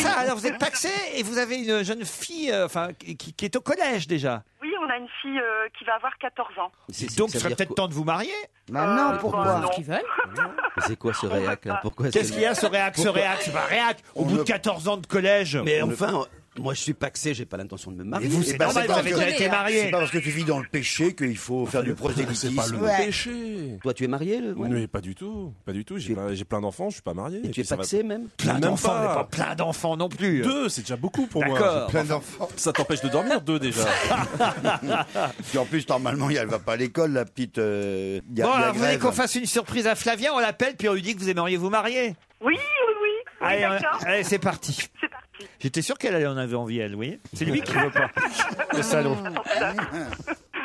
[SPEAKER 3] Ça, alors
[SPEAKER 15] *laughs*
[SPEAKER 3] vous êtes paxé et vous avez une jeune fille, euh, enfin, qui, qui est au collège déjà.
[SPEAKER 15] Oui, on a une fille euh, qui va avoir 14 ans.
[SPEAKER 3] Donc, il serait peut-être temps de vous marier.
[SPEAKER 15] non, Euh, pourquoi bah, non.
[SPEAKER 3] *laughs*
[SPEAKER 9] C'est quoi ce réac là Pourquoi
[SPEAKER 3] Qu'est-ce qu'il y a, ce réac, ce réac C'est pas réac. Au bout de 14 ans de collège.
[SPEAKER 9] Mais
[SPEAKER 3] on ne-
[SPEAKER 9] enfin, moi je suis paxé, j'ai pas l'intention de me marier. ben,
[SPEAKER 3] Mais vous, c'est normal, vous avez déjà été marié. Ah,
[SPEAKER 16] C'est pas parce que tu vis dans le péché qu'il faut faire du prosélytisme.
[SPEAKER 5] C'est pas le
[SPEAKER 16] Ouais.
[SPEAKER 5] péché.
[SPEAKER 9] Toi, tu es marié le- ouais.
[SPEAKER 5] Mais pas du tout. Pas du tout. J'ai plein, j'ai plein d'enfants, je suis pas marié. Et
[SPEAKER 9] tu es
[SPEAKER 5] puis ça va-
[SPEAKER 9] paxé, même
[SPEAKER 3] Plein d'enfants, mais pas
[SPEAKER 5] pas.
[SPEAKER 3] plein d'enfants non plus.
[SPEAKER 5] Deux, c'est déjà beaucoup pour moi.
[SPEAKER 3] D'accord.
[SPEAKER 5] J'ai d'enfants. Ça t'empêche de dormir, deux déjà.
[SPEAKER 16] *laughs* Puis en plus, normalement, elle va pas à l'école, la petite. euh, il y a-
[SPEAKER 3] Bon,
[SPEAKER 16] il y a
[SPEAKER 3] Oh, alors, vous voulez
[SPEAKER 16] grève.
[SPEAKER 3] qu'on fasse une surprise à Flavien On l'appelle, puis on lui dit que vous aimeriez vous marier.
[SPEAKER 15] Oui, oui, oui. Oui,
[SPEAKER 3] Allez, on-
[SPEAKER 15] d'accord.
[SPEAKER 3] allez, c'est parti. C'est parti. J'étais sûr qu'elle en avait envie, elle, oui. C'est lui qui veut *laughs*
[SPEAKER 15] *laughs*
[SPEAKER 3] pas. Le salaud.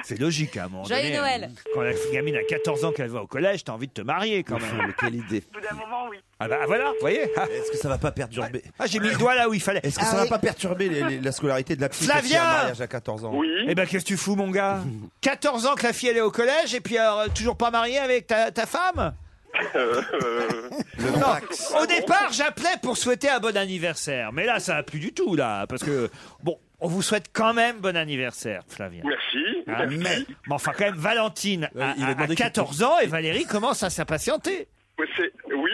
[SPEAKER 3] C'est logique, hein, à un moment
[SPEAKER 17] Joyeux
[SPEAKER 3] donné,
[SPEAKER 17] Noël.
[SPEAKER 3] euh, Quand la gamine a 14 ans qu'elle va au collège, t'as envie de te marier quand même.
[SPEAKER 9] Enfin, mais quelle idée.
[SPEAKER 15] Au bout d'un moment, oui.
[SPEAKER 3] Ah bah voilà, vous voyez. Est-ce que ça va pas perturber Ah, j'ai mis le doigt là où il fallait. Ah
[SPEAKER 8] Est-ce que ça va pas perturber les- les- la scolarité de la petite
[SPEAKER 3] Flavien
[SPEAKER 8] aussi, un mariage à 14 ans
[SPEAKER 3] Eh ben, qu'est-ce que tu fous,
[SPEAKER 8] *laughs*
[SPEAKER 3] mon gars 14 ans que la fille, elle est au collège, et puis alors, euh, toujours pas mariée avec ta, ta femme
[SPEAKER 11] Euh,
[SPEAKER 3] Non. Au départ, j'appelais pour souhaiter un bon anniversaire. Mais là, ça va plus du tout, là. Parce que, bon, on vous souhaite quand même bon anniversaire, Flavien.
[SPEAKER 11] Merci.
[SPEAKER 3] Hein,
[SPEAKER 11] merci.
[SPEAKER 3] mais, mais enfin, quand même, Valentine a,
[SPEAKER 5] il a
[SPEAKER 3] a- a
[SPEAKER 5] demandé
[SPEAKER 3] 14 ans et Valérie commence à s'impatienter.
[SPEAKER 11] Mais c'est- Oui.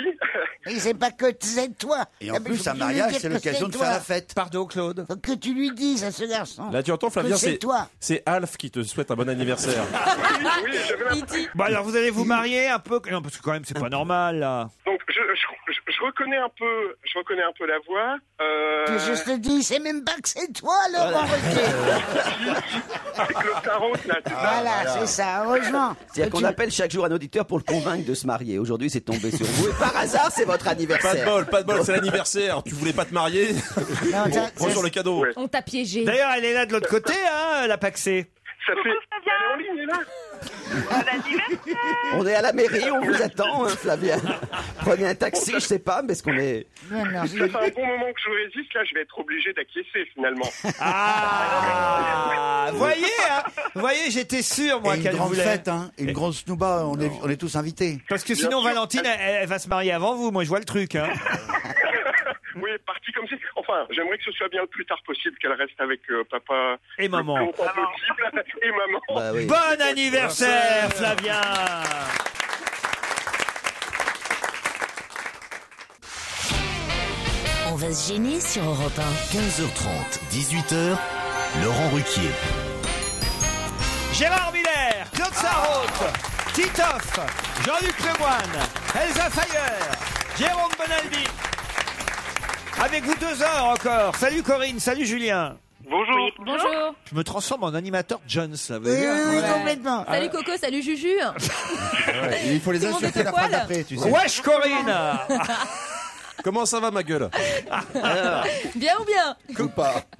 [SPEAKER 6] Et c'est pas que c'est toi.
[SPEAKER 3] Et en
[SPEAKER 6] Ah, mais
[SPEAKER 3] plus,
[SPEAKER 6] faut que
[SPEAKER 3] un
[SPEAKER 6] tu lui
[SPEAKER 3] mariage,
[SPEAKER 6] dises
[SPEAKER 3] c'est
[SPEAKER 6] que
[SPEAKER 3] l'occasion de
[SPEAKER 6] toi.
[SPEAKER 3] faire la fête. Pardon, Claude.
[SPEAKER 6] Faut que tu lui dises à ce garçon.
[SPEAKER 5] Là, tu entends, Flavien,
[SPEAKER 6] que
[SPEAKER 5] c'est
[SPEAKER 6] c'est toi.
[SPEAKER 5] c'est Alf qui te souhaite un bon anniversaire.
[SPEAKER 3] Euh, Bon, alors, vous allez vous marier un peu Non, parce que quand même, c'est pas normal, là.
[SPEAKER 11] Donc je, je- je- je reconnais un peu, je reconnais un peu la voix. Euh,
[SPEAKER 6] Que je te dis, c'est même pas que c'est toi, Laurent Ruquier.
[SPEAKER 11] avec le tarot là. c'est
[SPEAKER 9] Ah,
[SPEAKER 11] ça
[SPEAKER 6] Voilà, c'est ça, heureusement.
[SPEAKER 9] C'est-à-dire qu'on appelle chaque jour un auditeur pour le convaincre de se marier. Aujourd'hui, c'est tombé sur vous. Et par hasard, c'est votre anniversaire.
[SPEAKER 5] Pas de bol, pas de bol, c'est l'anniversaire. Tu voulais pas te marier *laughs* Bon,
[SPEAKER 3] ça-
[SPEAKER 5] Prends
[SPEAKER 3] ça-
[SPEAKER 5] sur le cadeau.
[SPEAKER 17] On t'a piégé.
[SPEAKER 3] D'ailleurs, elle est là de l'autre côté, hein, la Paxée.
[SPEAKER 11] Ça Ah, bah, fait.
[SPEAKER 15] Elle est en ligne, là.
[SPEAKER 9] On est à la mairie, on vous attend, hein, Flavien. Prenez un taxi, je sais pas, mais est-ce qu'on est.
[SPEAKER 11] Ça fait un bon moment que je résiste, là je vais être obligé d'acquiescer finalement.
[SPEAKER 3] Ah
[SPEAKER 11] *laughs*
[SPEAKER 3] Vous voyez, hein Vous voyez, j'étais sûr, moi,
[SPEAKER 16] Et une
[SPEAKER 3] qu'elle
[SPEAKER 16] grande
[SPEAKER 3] voulait.
[SPEAKER 16] fête, hein, une grosse snouba, on est, on est tous invités.
[SPEAKER 3] Parce que sinon, Valentine, elle, elle va se marier avant vous. Moi, je vois le truc. Hein.
[SPEAKER 11] oui, parti comme si. Enfin, j'aimerais que ce soit bien le plus tard possible qu'elle reste avec euh, papa.
[SPEAKER 3] Et maman.
[SPEAKER 11] Le plus longtemps possible. Et maman.
[SPEAKER 9] Bah
[SPEAKER 3] Bon anniversaire, Flavien
[SPEAKER 18] On va se gêner sur Europe
[SPEAKER 1] 15h30, 18h, Laurent Ruquier.
[SPEAKER 3] Gérard Miller, Claude Sarraute, Titoff, Jean-Luc Lemoine, Elsa Fayer, Jérôme Bonaldi. Avec vous deux heures encore. Salut Corinne, salut Julien.
[SPEAKER 10] Bonjour.
[SPEAKER 11] Bonjour.
[SPEAKER 3] Je me transforme en animateur Jones, ça veut
[SPEAKER 11] Oui,
[SPEAKER 3] dire.
[SPEAKER 11] oui, oui, complètement.
[SPEAKER 3] Ah ouais.
[SPEAKER 11] Salut Coco,
[SPEAKER 6] *laughs*
[SPEAKER 11] salut Juju.
[SPEAKER 8] Ah
[SPEAKER 3] Il faut les
[SPEAKER 11] Tout le monde
[SPEAKER 3] insulter
[SPEAKER 11] est au
[SPEAKER 3] la
[SPEAKER 11] poil.
[SPEAKER 3] phrase d'après, tu sais. Wesh, Corinne
[SPEAKER 5] Comment ça va, ma gueule
[SPEAKER 11] Bien ou bien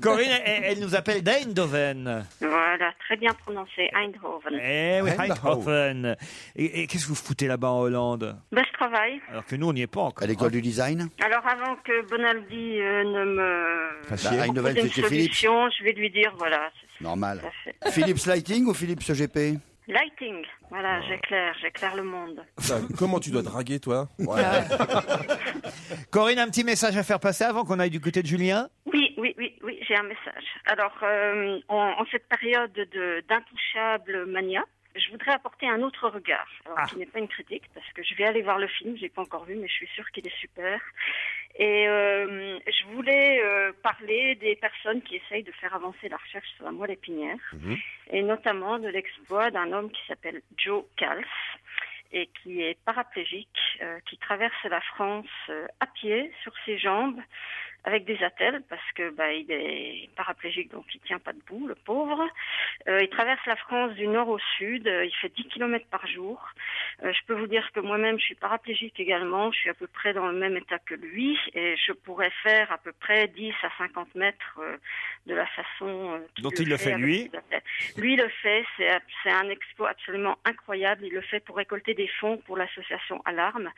[SPEAKER 3] Corinne, elle, elle nous appelle d'Eindhoven.
[SPEAKER 17] Voilà, très bien prononcé, Eindhoven.
[SPEAKER 3] Eh oui, Eindhoven. Et, et qu'est-ce que vous foutez là-bas en Hollande
[SPEAKER 17] Ben, je travaille.
[SPEAKER 3] Alors que nous, on n'y est pas encore. À l'école du design
[SPEAKER 17] Alors, avant que Bonaldi euh, ne me
[SPEAKER 7] Fâché. Bah, Eindhoven,
[SPEAKER 17] propose une
[SPEAKER 7] c'était Philippe.
[SPEAKER 17] solution, je vais lui dire, voilà,
[SPEAKER 7] Normal.
[SPEAKER 16] *laughs*
[SPEAKER 7] Philips Lighting ou Philips EGP
[SPEAKER 17] lighting. Voilà, j'éclaire, j'éclaire le monde.
[SPEAKER 5] Putain, Comment tu dois draguer, toi
[SPEAKER 3] *laughs* Corinne, un petit message à faire passer avant qu'on aille du côté de Julien
[SPEAKER 17] Oui, oui, oui, oui, j'ai un message. Alors, euh, en, en cette période de- d'intouchable mania, je voudrais apporter un autre regard, alors, qui n'est pas une critique, parce que je vais aller voir le film, je l'ai pas encore vu, mais je suis sûre qu'il est super. Et euh, je voulais euh, parler des personnes qui essayent de faire avancer la recherche sur la moelle épinière,
[SPEAKER 8] Oh,
[SPEAKER 17] et notamment de l'exploit d'un homme qui s'appelle Joe Kals, et qui est paraplégique, euh, qui traverse la France euh, à pied, sur ses jambes, avec des attelles, parce que bah, il est paraplégique, donc il tient pas debout, le pauvre. Euh, il traverse la France du nord au sud, euh, il fait 10 km par jour. Euh, je peux vous dire que moi-même, je suis paraplégique également, je suis à peu près dans le même état que lui, et je pourrais faire à peu près 10 à 50 mètres euh, de la façon euh, qu'il
[SPEAKER 3] Dont il le fait,
[SPEAKER 17] avec
[SPEAKER 3] lui.
[SPEAKER 17] ses attelles. Lui le fait, c'est ab- c'est un exploit absolument incroyable. Il le fait pour récolter des fonds pour l'association Alarme,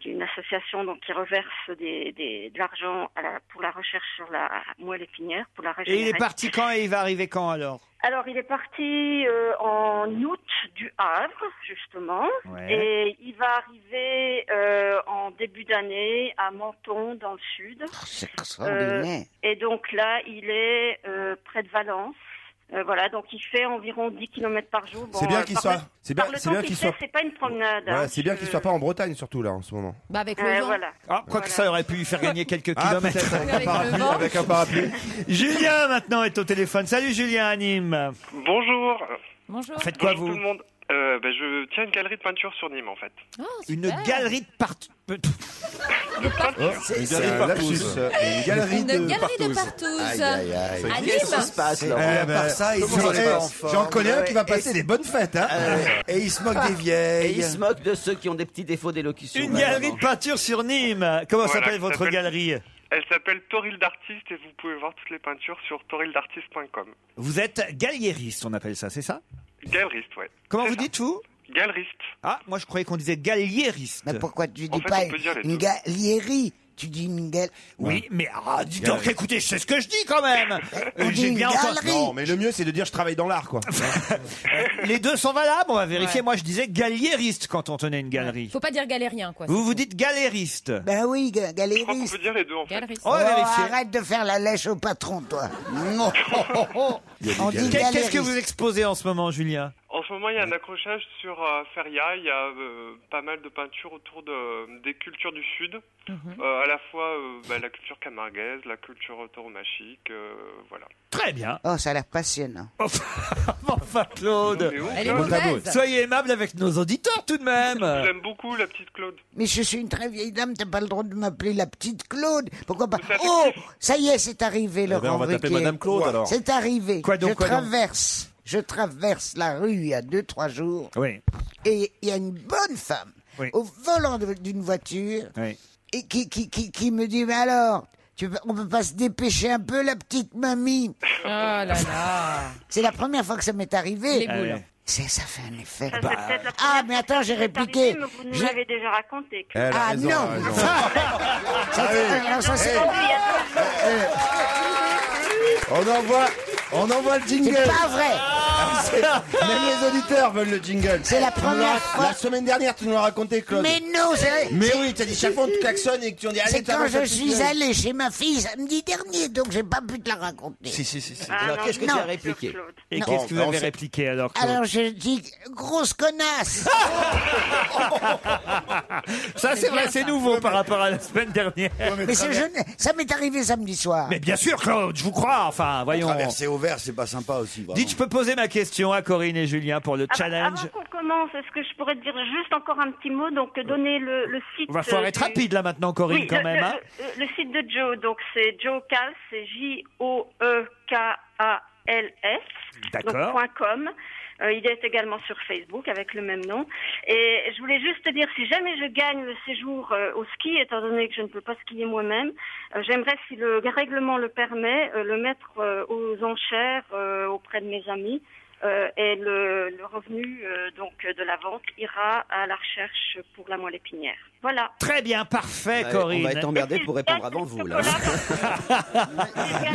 [SPEAKER 17] qui est une association donc, qui reverse des, des- de l'argent à la- pour la recherche sur la moelle épinière, pour la
[SPEAKER 3] Et il
[SPEAKER 17] régénérer.
[SPEAKER 3] est parti quand et il va arriver quand alors
[SPEAKER 17] Alors, il est parti euh, en août du Havre, justement,
[SPEAKER 3] Ouais.
[SPEAKER 17] et il va arriver euh, en début d'année à Menton, dans le sud.
[SPEAKER 8] Oh,
[SPEAKER 6] C'est extraordinaire.
[SPEAKER 17] Euh, et donc là, il est euh, près de Valence. Euh, voilà, donc il fait environ 10 km par jour.
[SPEAKER 8] C'est bien
[SPEAKER 17] euh,
[SPEAKER 8] qu'il
[SPEAKER 17] par
[SPEAKER 8] soit-
[SPEAKER 17] le-
[SPEAKER 8] c'est bien-
[SPEAKER 17] par le
[SPEAKER 8] c'est
[SPEAKER 17] temps
[SPEAKER 8] bien
[SPEAKER 17] qu'il
[SPEAKER 8] qu'il
[SPEAKER 17] fait,
[SPEAKER 8] soit-
[SPEAKER 17] C'est pas une promenade. hein.
[SPEAKER 8] Voilà, c'est bien qu'il soit pas en Bretagne surtout là en ce moment.
[SPEAKER 17] Bah, avec
[SPEAKER 4] le vent.
[SPEAKER 17] Voilà.
[SPEAKER 3] Ah, quoi que ça aurait pu lui faire gagner quelques
[SPEAKER 8] Ah,
[SPEAKER 3] kilomètres.
[SPEAKER 8] peut-être avec un Avec le parapluie, vent. avec un parapluie.
[SPEAKER 3] Julien, maintenant, est au téléphone. Salut, Julien, à Nîmes.
[SPEAKER 11] Oh,
[SPEAKER 10] Bonjour.
[SPEAKER 4] Bonjour.
[SPEAKER 3] Faites quoi,
[SPEAKER 10] Bonjour
[SPEAKER 3] vous
[SPEAKER 10] tout le monde. Euh, ben, je tiens une galerie de peinture sur Nîmes en fait.
[SPEAKER 3] Une galerie de partout.
[SPEAKER 8] C'est- une galerie de partouze. Une galerie
[SPEAKER 11] Une
[SPEAKER 8] de
[SPEAKER 11] galerie
[SPEAKER 8] partouze.
[SPEAKER 11] de partouze.
[SPEAKER 8] Aïe, aïe, aïe.
[SPEAKER 11] À Nîmes.
[SPEAKER 8] Qu'est-ce qui se passe, Laurent Eh ben, comment ça se passe
[SPEAKER 9] J'en connais un qui va passer
[SPEAKER 7] des bonnes fêtes. Hein
[SPEAKER 8] Ah
[SPEAKER 7] et il se moque des vieilles.
[SPEAKER 9] Et il se moque de ceux qui ont des petits défauts d'élocution.
[SPEAKER 3] Une galerie de peinture sur Nîmes. Comment
[SPEAKER 10] Voilà,
[SPEAKER 3] s'appelle
[SPEAKER 10] ça
[SPEAKER 3] votre
[SPEAKER 10] s'appelle-
[SPEAKER 3] galerie
[SPEAKER 10] Elle s'appelle Toril d'artiste et vous pouvez voir toutes les peintures sur torildartiste.com.
[SPEAKER 3] Vous êtes galliériste, on appelle ça, c'est ça
[SPEAKER 10] Galeriste, ouais.
[SPEAKER 3] Comment vous dites, vous
[SPEAKER 10] Galeriste.
[SPEAKER 3] Ah, moi, je croyais qu'on disait galliériste. Mais
[SPEAKER 6] pourquoi tu dis pas une galierie, tu dis une gal...
[SPEAKER 3] Oui, mais ah, dis
[SPEAKER 8] Gallerie.
[SPEAKER 3] donc, écoutez, je sais ce que je dis quand
[SPEAKER 6] *laughs*
[SPEAKER 3] même.
[SPEAKER 8] Euh,
[SPEAKER 3] Euh, J'ai bien entendu.
[SPEAKER 8] Non, mais le mieux c'est de dire je travaille dans
[SPEAKER 3] *laughs*
[SPEAKER 8] l'art quoi.
[SPEAKER 3] Les deux sont valables, on va vérifier. Moi, je disais galliériste quand on tenait une galerie.
[SPEAKER 11] Faut pas dire galérien, quoi.
[SPEAKER 3] Vous vous dites galériste.
[SPEAKER 6] Ben oui, ga- galériste.
[SPEAKER 10] On peut dire les deux en fait.
[SPEAKER 6] Oh,
[SPEAKER 3] vérifier.
[SPEAKER 6] arrête de faire la lèche au patron,
[SPEAKER 3] *laughs*
[SPEAKER 6] toi. Oh,
[SPEAKER 3] Qu'est-
[SPEAKER 6] On dit
[SPEAKER 3] Qu'est-ce que
[SPEAKER 6] galériste.
[SPEAKER 3] vous exposez en ce moment, Julien
[SPEAKER 10] En ce moment, il y a un accrochage sur euh, Feria. Il y a euh, pas mal de peintures autour de, des cultures du Sud. Euh, à la fois euh, bah, la culture camarguaise, la culture tauromachique, euh, voilà.
[SPEAKER 3] Très bien. Oh,
[SPEAKER 6] Oh, ça a l'air passionnant.
[SPEAKER 3] Enfin, Claude.
[SPEAKER 10] Non, mais où, Elle est Claude mauvaise.
[SPEAKER 3] Soyez aimable avec nos auditeurs tout de même.
[SPEAKER 10] J'aime beaucoup la petite Claude.
[SPEAKER 6] Mais je suis une très vieille dame, t'as pas le droit de m'appeler la petite Claude. Pourquoi pas Oh, ça y est, c'est arrivé, Laurent
[SPEAKER 5] ben, on va
[SPEAKER 6] Ruquier.
[SPEAKER 5] t'appeler Madame Claude,
[SPEAKER 6] Ouais.
[SPEAKER 5] alors.
[SPEAKER 6] C'est arrivé.
[SPEAKER 5] Quoi donc,
[SPEAKER 6] je
[SPEAKER 5] quoi donc
[SPEAKER 6] traverse, je traverse la rue il y a deux, trois jours.
[SPEAKER 3] Oui.
[SPEAKER 6] Et il y a une bonne femme
[SPEAKER 3] Oui.
[SPEAKER 6] au volant de- d'une voiture
[SPEAKER 3] Oui.
[SPEAKER 6] et qui, qui, qui, qui me dit, mais alors, tu, peux- on peut pas se dépêcher un peu, la petite mamie
[SPEAKER 4] *laughs* Oh là là.
[SPEAKER 6] C'est la première fois que ça m'est arrivé.
[SPEAKER 4] Les boules. Ah ouais.
[SPEAKER 6] C'est ça fait un effet.
[SPEAKER 17] Ça, c'est peut-être la
[SPEAKER 6] ah mais attends, j'ai répliqué.
[SPEAKER 17] Mais vous nous
[SPEAKER 6] Je-
[SPEAKER 17] l'avez déjà raconté. que-
[SPEAKER 6] Elle a Ah, raison, non. elle a raison.
[SPEAKER 17] Ah
[SPEAKER 6] Ça, c'est- alors, ça, c'est-
[SPEAKER 7] On envoie, on envoie le jingle. Ah,
[SPEAKER 6] C'est pas vrai.
[SPEAKER 7] C'est- Même les auditeurs veulent le jingle.
[SPEAKER 6] C'est la
[SPEAKER 7] Tu nous l'as-
[SPEAKER 6] première fois-
[SPEAKER 7] La semaine dernière, tu nous l'as raconté, Claude.
[SPEAKER 6] Mais non, c'est-
[SPEAKER 7] Mais
[SPEAKER 6] c'est-
[SPEAKER 7] oui, t'as dit chaque fois on te klaxonne et que tu en dis. allez,
[SPEAKER 6] C'est quand
[SPEAKER 7] t'avances
[SPEAKER 6] je
[SPEAKER 7] la petite
[SPEAKER 6] suis
[SPEAKER 7] gueule.
[SPEAKER 6] allé chez ma fille samedi dernier, donc j'ai pas pu te la raconter.
[SPEAKER 7] Si, si, si, si.
[SPEAKER 6] Ah,
[SPEAKER 9] Alors,
[SPEAKER 6] non,
[SPEAKER 9] qu'est-ce que
[SPEAKER 6] non.
[SPEAKER 9] tu as répliqué
[SPEAKER 3] Et
[SPEAKER 6] Non.
[SPEAKER 3] qu'est-ce que vous
[SPEAKER 6] Bon,
[SPEAKER 3] avez
[SPEAKER 6] on sait-
[SPEAKER 3] répliqué alors, Claude
[SPEAKER 6] Alors je dis grosse connasse.
[SPEAKER 3] Ça, c'est
[SPEAKER 6] C'est
[SPEAKER 3] vrai,
[SPEAKER 6] bien,
[SPEAKER 3] c'est
[SPEAKER 6] ça.
[SPEAKER 3] nouveau par rapport à la semaine dernière.
[SPEAKER 6] mais ce jeu n'est- ça m'est arrivé samedi soir.
[SPEAKER 3] Mais bien sûr, Claude, je vous crois. Enfin, voyons.
[SPEAKER 7] Traverser au vert, c'est pas sympa aussi. vraiment.
[SPEAKER 3] Dites, je peux poser ma question à Corinne et Julien pour le
[SPEAKER 17] Ah,
[SPEAKER 3] challenge.
[SPEAKER 17] Avant qu'on commence, est-ce que je pourrais te dire juste encore un petit mot Donc, euh, donner le, le site.
[SPEAKER 3] On va falloir
[SPEAKER 17] euh,
[SPEAKER 3] être
[SPEAKER 17] du-
[SPEAKER 3] rapide là maintenant, Corinne,
[SPEAKER 17] Oui,
[SPEAKER 3] quand
[SPEAKER 17] Euh, le-
[SPEAKER 3] même.
[SPEAKER 17] Le,
[SPEAKER 3] hein.
[SPEAKER 17] E le- le site de Joe, donc c'est Joe Kals, c'est J-O-E-K. A-L-S.
[SPEAKER 3] D'accord.
[SPEAKER 17] donc .com. Euh, il est également sur Facebook avec le même nom. Et je voulais juste te dire, si jamais je gagne le séjour euh, au ski, étant donné que je ne peux pas skier moi-même, euh, j'aimerais, si le règlement le permet, euh, le mettre euh, aux enchères euh, auprès de mes amis. Euh, et le, le revenu euh, donc euh, de la vente ira à la recherche pour la moelle épinière. Voilà.
[SPEAKER 3] Très bien, parfait,
[SPEAKER 9] Ouais,
[SPEAKER 3] Corinne.
[SPEAKER 9] On va être emmerdé pour répondre avant vous, là.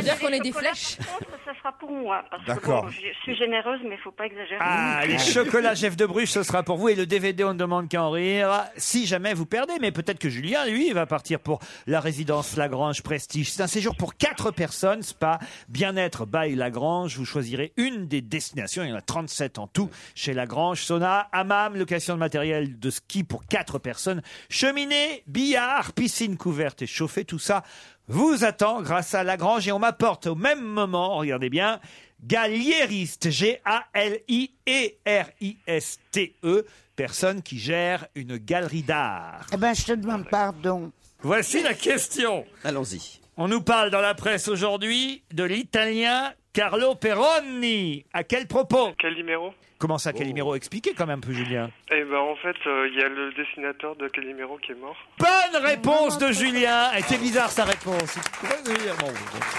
[SPEAKER 11] dire qu'on est des flèches.
[SPEAKER 17] Ça sera pour moi. Parce que
[SPEAKER 3] D'accord.
[SPEAKER 17] bon, je suis généreuse, mais il faut pas exagérer.
[SPEAKER 3] Ah, les
[SPEAKER 17] *laughs*
[SPEAKER 3] chocolats Jeff de Bruges, ce sera pour vous. Et le DVD, on ne demande qu'à en rire. Si jamais vous perdez, mais peut-être que Julien, lui, il va partir pour la résidence Lagrange Prestige. C'est un séjour pour quatre personnes, spa, bien-être, bail Lagrange. Vous choisirez une des destinations. Il y en a 37 en tout chez Lagrange. Sauna, hammam, location de matériel de ski pour quatre personnes. Cheminée, billard, piscine couverte et chauffée. Tout ça vous attend grâce à Lagrange. Et on m'apporte au même moment, regardez bien, Galliériste, E G-A-L-I-E-R-I-S-T-E, E. personne qui gère une galerie d'art.
[SPEAKER 6] Eh ben, je te demande pardon.
[SPEAKER 3] Voici la question.
[SPEAKER 9] Allons-y.
[SPEAKER 3] On nous parle dans la presse aujourd'hui de l'italien Carlo Peroni. À quel propos
[SPEAKER 19] Calimero
[SPEAKER 3] Comment ça, Calimero Expliquez quand même un peu, Julien.
[SPEAKER 19] Eh ben en fait, euh, il y a le dessinateur de Calimero qui est mort.
[SPEAKER 3] Bonne réponse de Julien. Elle était bizarre sa réponse.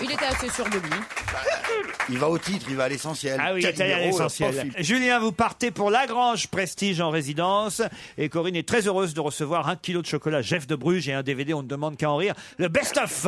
[SPEAKER 11] Il était assez sûr de lui.
[SPEAKER 4] Bah.
[SPEAKER 7] Il va au titre, il va à l'essentiel.
[SPEAKER 3] Ah oui,
[SPEAKER 7] Quatre
[SPEAKER 3] c'est
[SPEAKER 7] numéros,
[SPEAKER 3] l'essentiel.
[SPEAKER 7] la profil.
[SPEAKER 3] Julien, vous partez pour Lagrange Prestige en résidence. Et Corinne est très heureuse de recevoir un kilo de chocolat Jeff de Bruges et un DVD, on ne demande qu'à en rire, le best-of.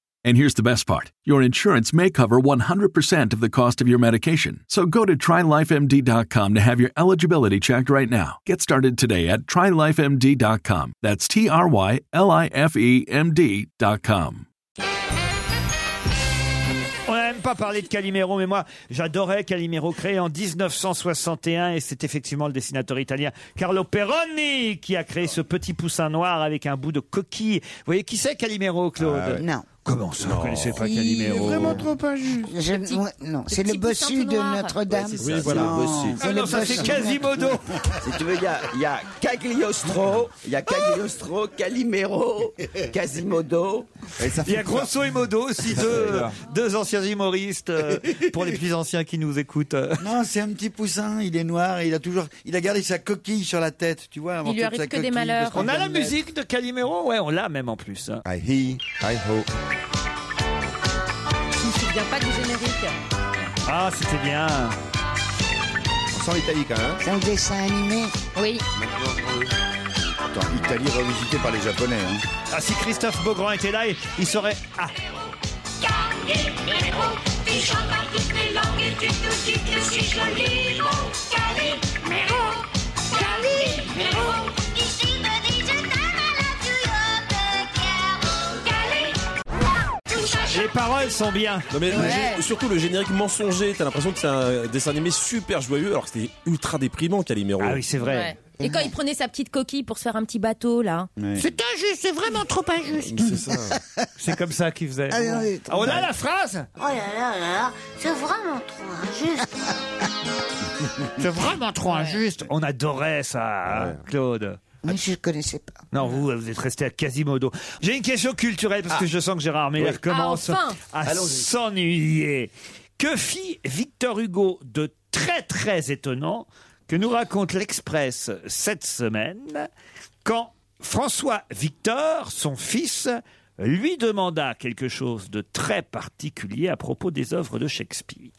[SPEAKER 20] And here's the best part your insurance may cover 100% of the cost of your medication. So go to trylifemd.com to have your eligibility checked right now. Get started today at trylifemd.com. That's T R Y L I F E M D.com.
[SPEAKER 3] On n'a même pas parlé de Calimero, mais moi, j'adorais Calimero, créé en 1961, et c'est effectivement le dessinateur italien Carlo Peroni qui a créé ce petit poussin noir avec un bout de coquille. Vous voyez qui c'est Calimero, Claude
[SPEAKER 6] Ah ouais. Non.
[SPEAKER 3] Comment ça, vous
[SPEAKER 6] Non.
[SPEAKER 3] connaissez pas
[SPEAKER 6] Il est
[SPEAKER 3] Calimero
[SPEAKER 6] vraiment trop injuste. Je- ouais, non, c'est le bossu de Notre-Dame. Non, c'est
[SPEAKER 3] Ah
[SPEAKER 6] le bossu de Notre-
[SPEAKER 9] si tu veux, il y a, il y a Cagliostro, il y a Cagliostro, Calimero, Quasimodo.
[SPEAKER 3] Il y a Grosso et Modo aussi, deux, deux anciens humoristes, euh, pour les plus anciens qui nous écoutent. euh.
[SPEAKER 16] Non, c'est un petit poussin, il est noir, et il a toujours, il a gardé sa coquille sur la tête, tu vois. avant
[SPEAKER 3] lui
[SPEAKER 16] toute
[SPEAKER 3] arrive
[SPEAKER 16] sa
[SPEAKER 3] que des
[SPEAKER 16] coquille,
[SPEAKER 3] malheurs.
[SPEAKER 16] parce qu'on
[SPEAKER 3] On a la
[SPEAKER 16] vient de
[SPEAKER 3] musique de Calimero, ouais, on l'a même en plus. I he, I ho.
[SPEAKER 4] Je me souviens pas du générique.
[SPEAKER 3] Ah, c'était bien.
[SPEAKER 8] On sent l'Italie quand même. hein.
[SPEAKER 6] C'est un dessin animé.
[SPEAKER 4] Oui.
[SPEAKER 7] Attends, Italie revisitée par les Japonais. Hein.
[SPEAKER 3] Ah, si Christophe Beaugrand était là, il- il saurait. Ah, Les paroles paroles sont bien.
[SPEAKER 5] Non mais le
[SPEAKER 3] Ouais.
[SPEAKER 5] gé- surtout le générique mensonger, t'as l'impression que c'est un dessin animé super joyeux alors que c'était ultra déprimant Calimero. Ah
[SPEAKER 3] oui c'est
[SPEAKER 4] Ouais. Et quand il prenait sa petite coquille pour se faire un petit bateau, là.
[SPEAKER 5] Ouais.
[SPEAKER 4] C'est injuste, c'est vraiment trop injuste.
[SPEAKER 5] C'est ça.
[SPEAKER 3] C'est comme ça qu'il faisait.
[SPEAKER 4] Ah oui, oui,
[SPEAKER 3] Ah, on a la phrase
[SPEAKER 1] Oh là là là là, c'est vraiment trop injuste.
[SPEAKER 3] C'est vraiment trop injuste. On adorait ça, hein, Claude.
[SPEAKER 6] Mais je connaissais pas.
[SPEAKER 3] Non, vous, vous êtes resté à Quasimodo. J'ai une question culturelle parce que
[SPEAKER 6] Ah.
[SPEAKER 3] je sens que Gérard Miller
[SPEAKER 6] Oui.
[SPEAKER 3] commence
[SPEAKER 6] Ah, enfin
[SPEAKER 3] à
[SPEAKER 6] Allons-y.
[SPEAKER 3] s'ennuyer. Que fit Victor Hugo de très très étonnant que nous raconte l'Express cette semaine quand François Victor, son fils, lui demanda quelque chose de très particulier à propos des œuvres de Shakespeare.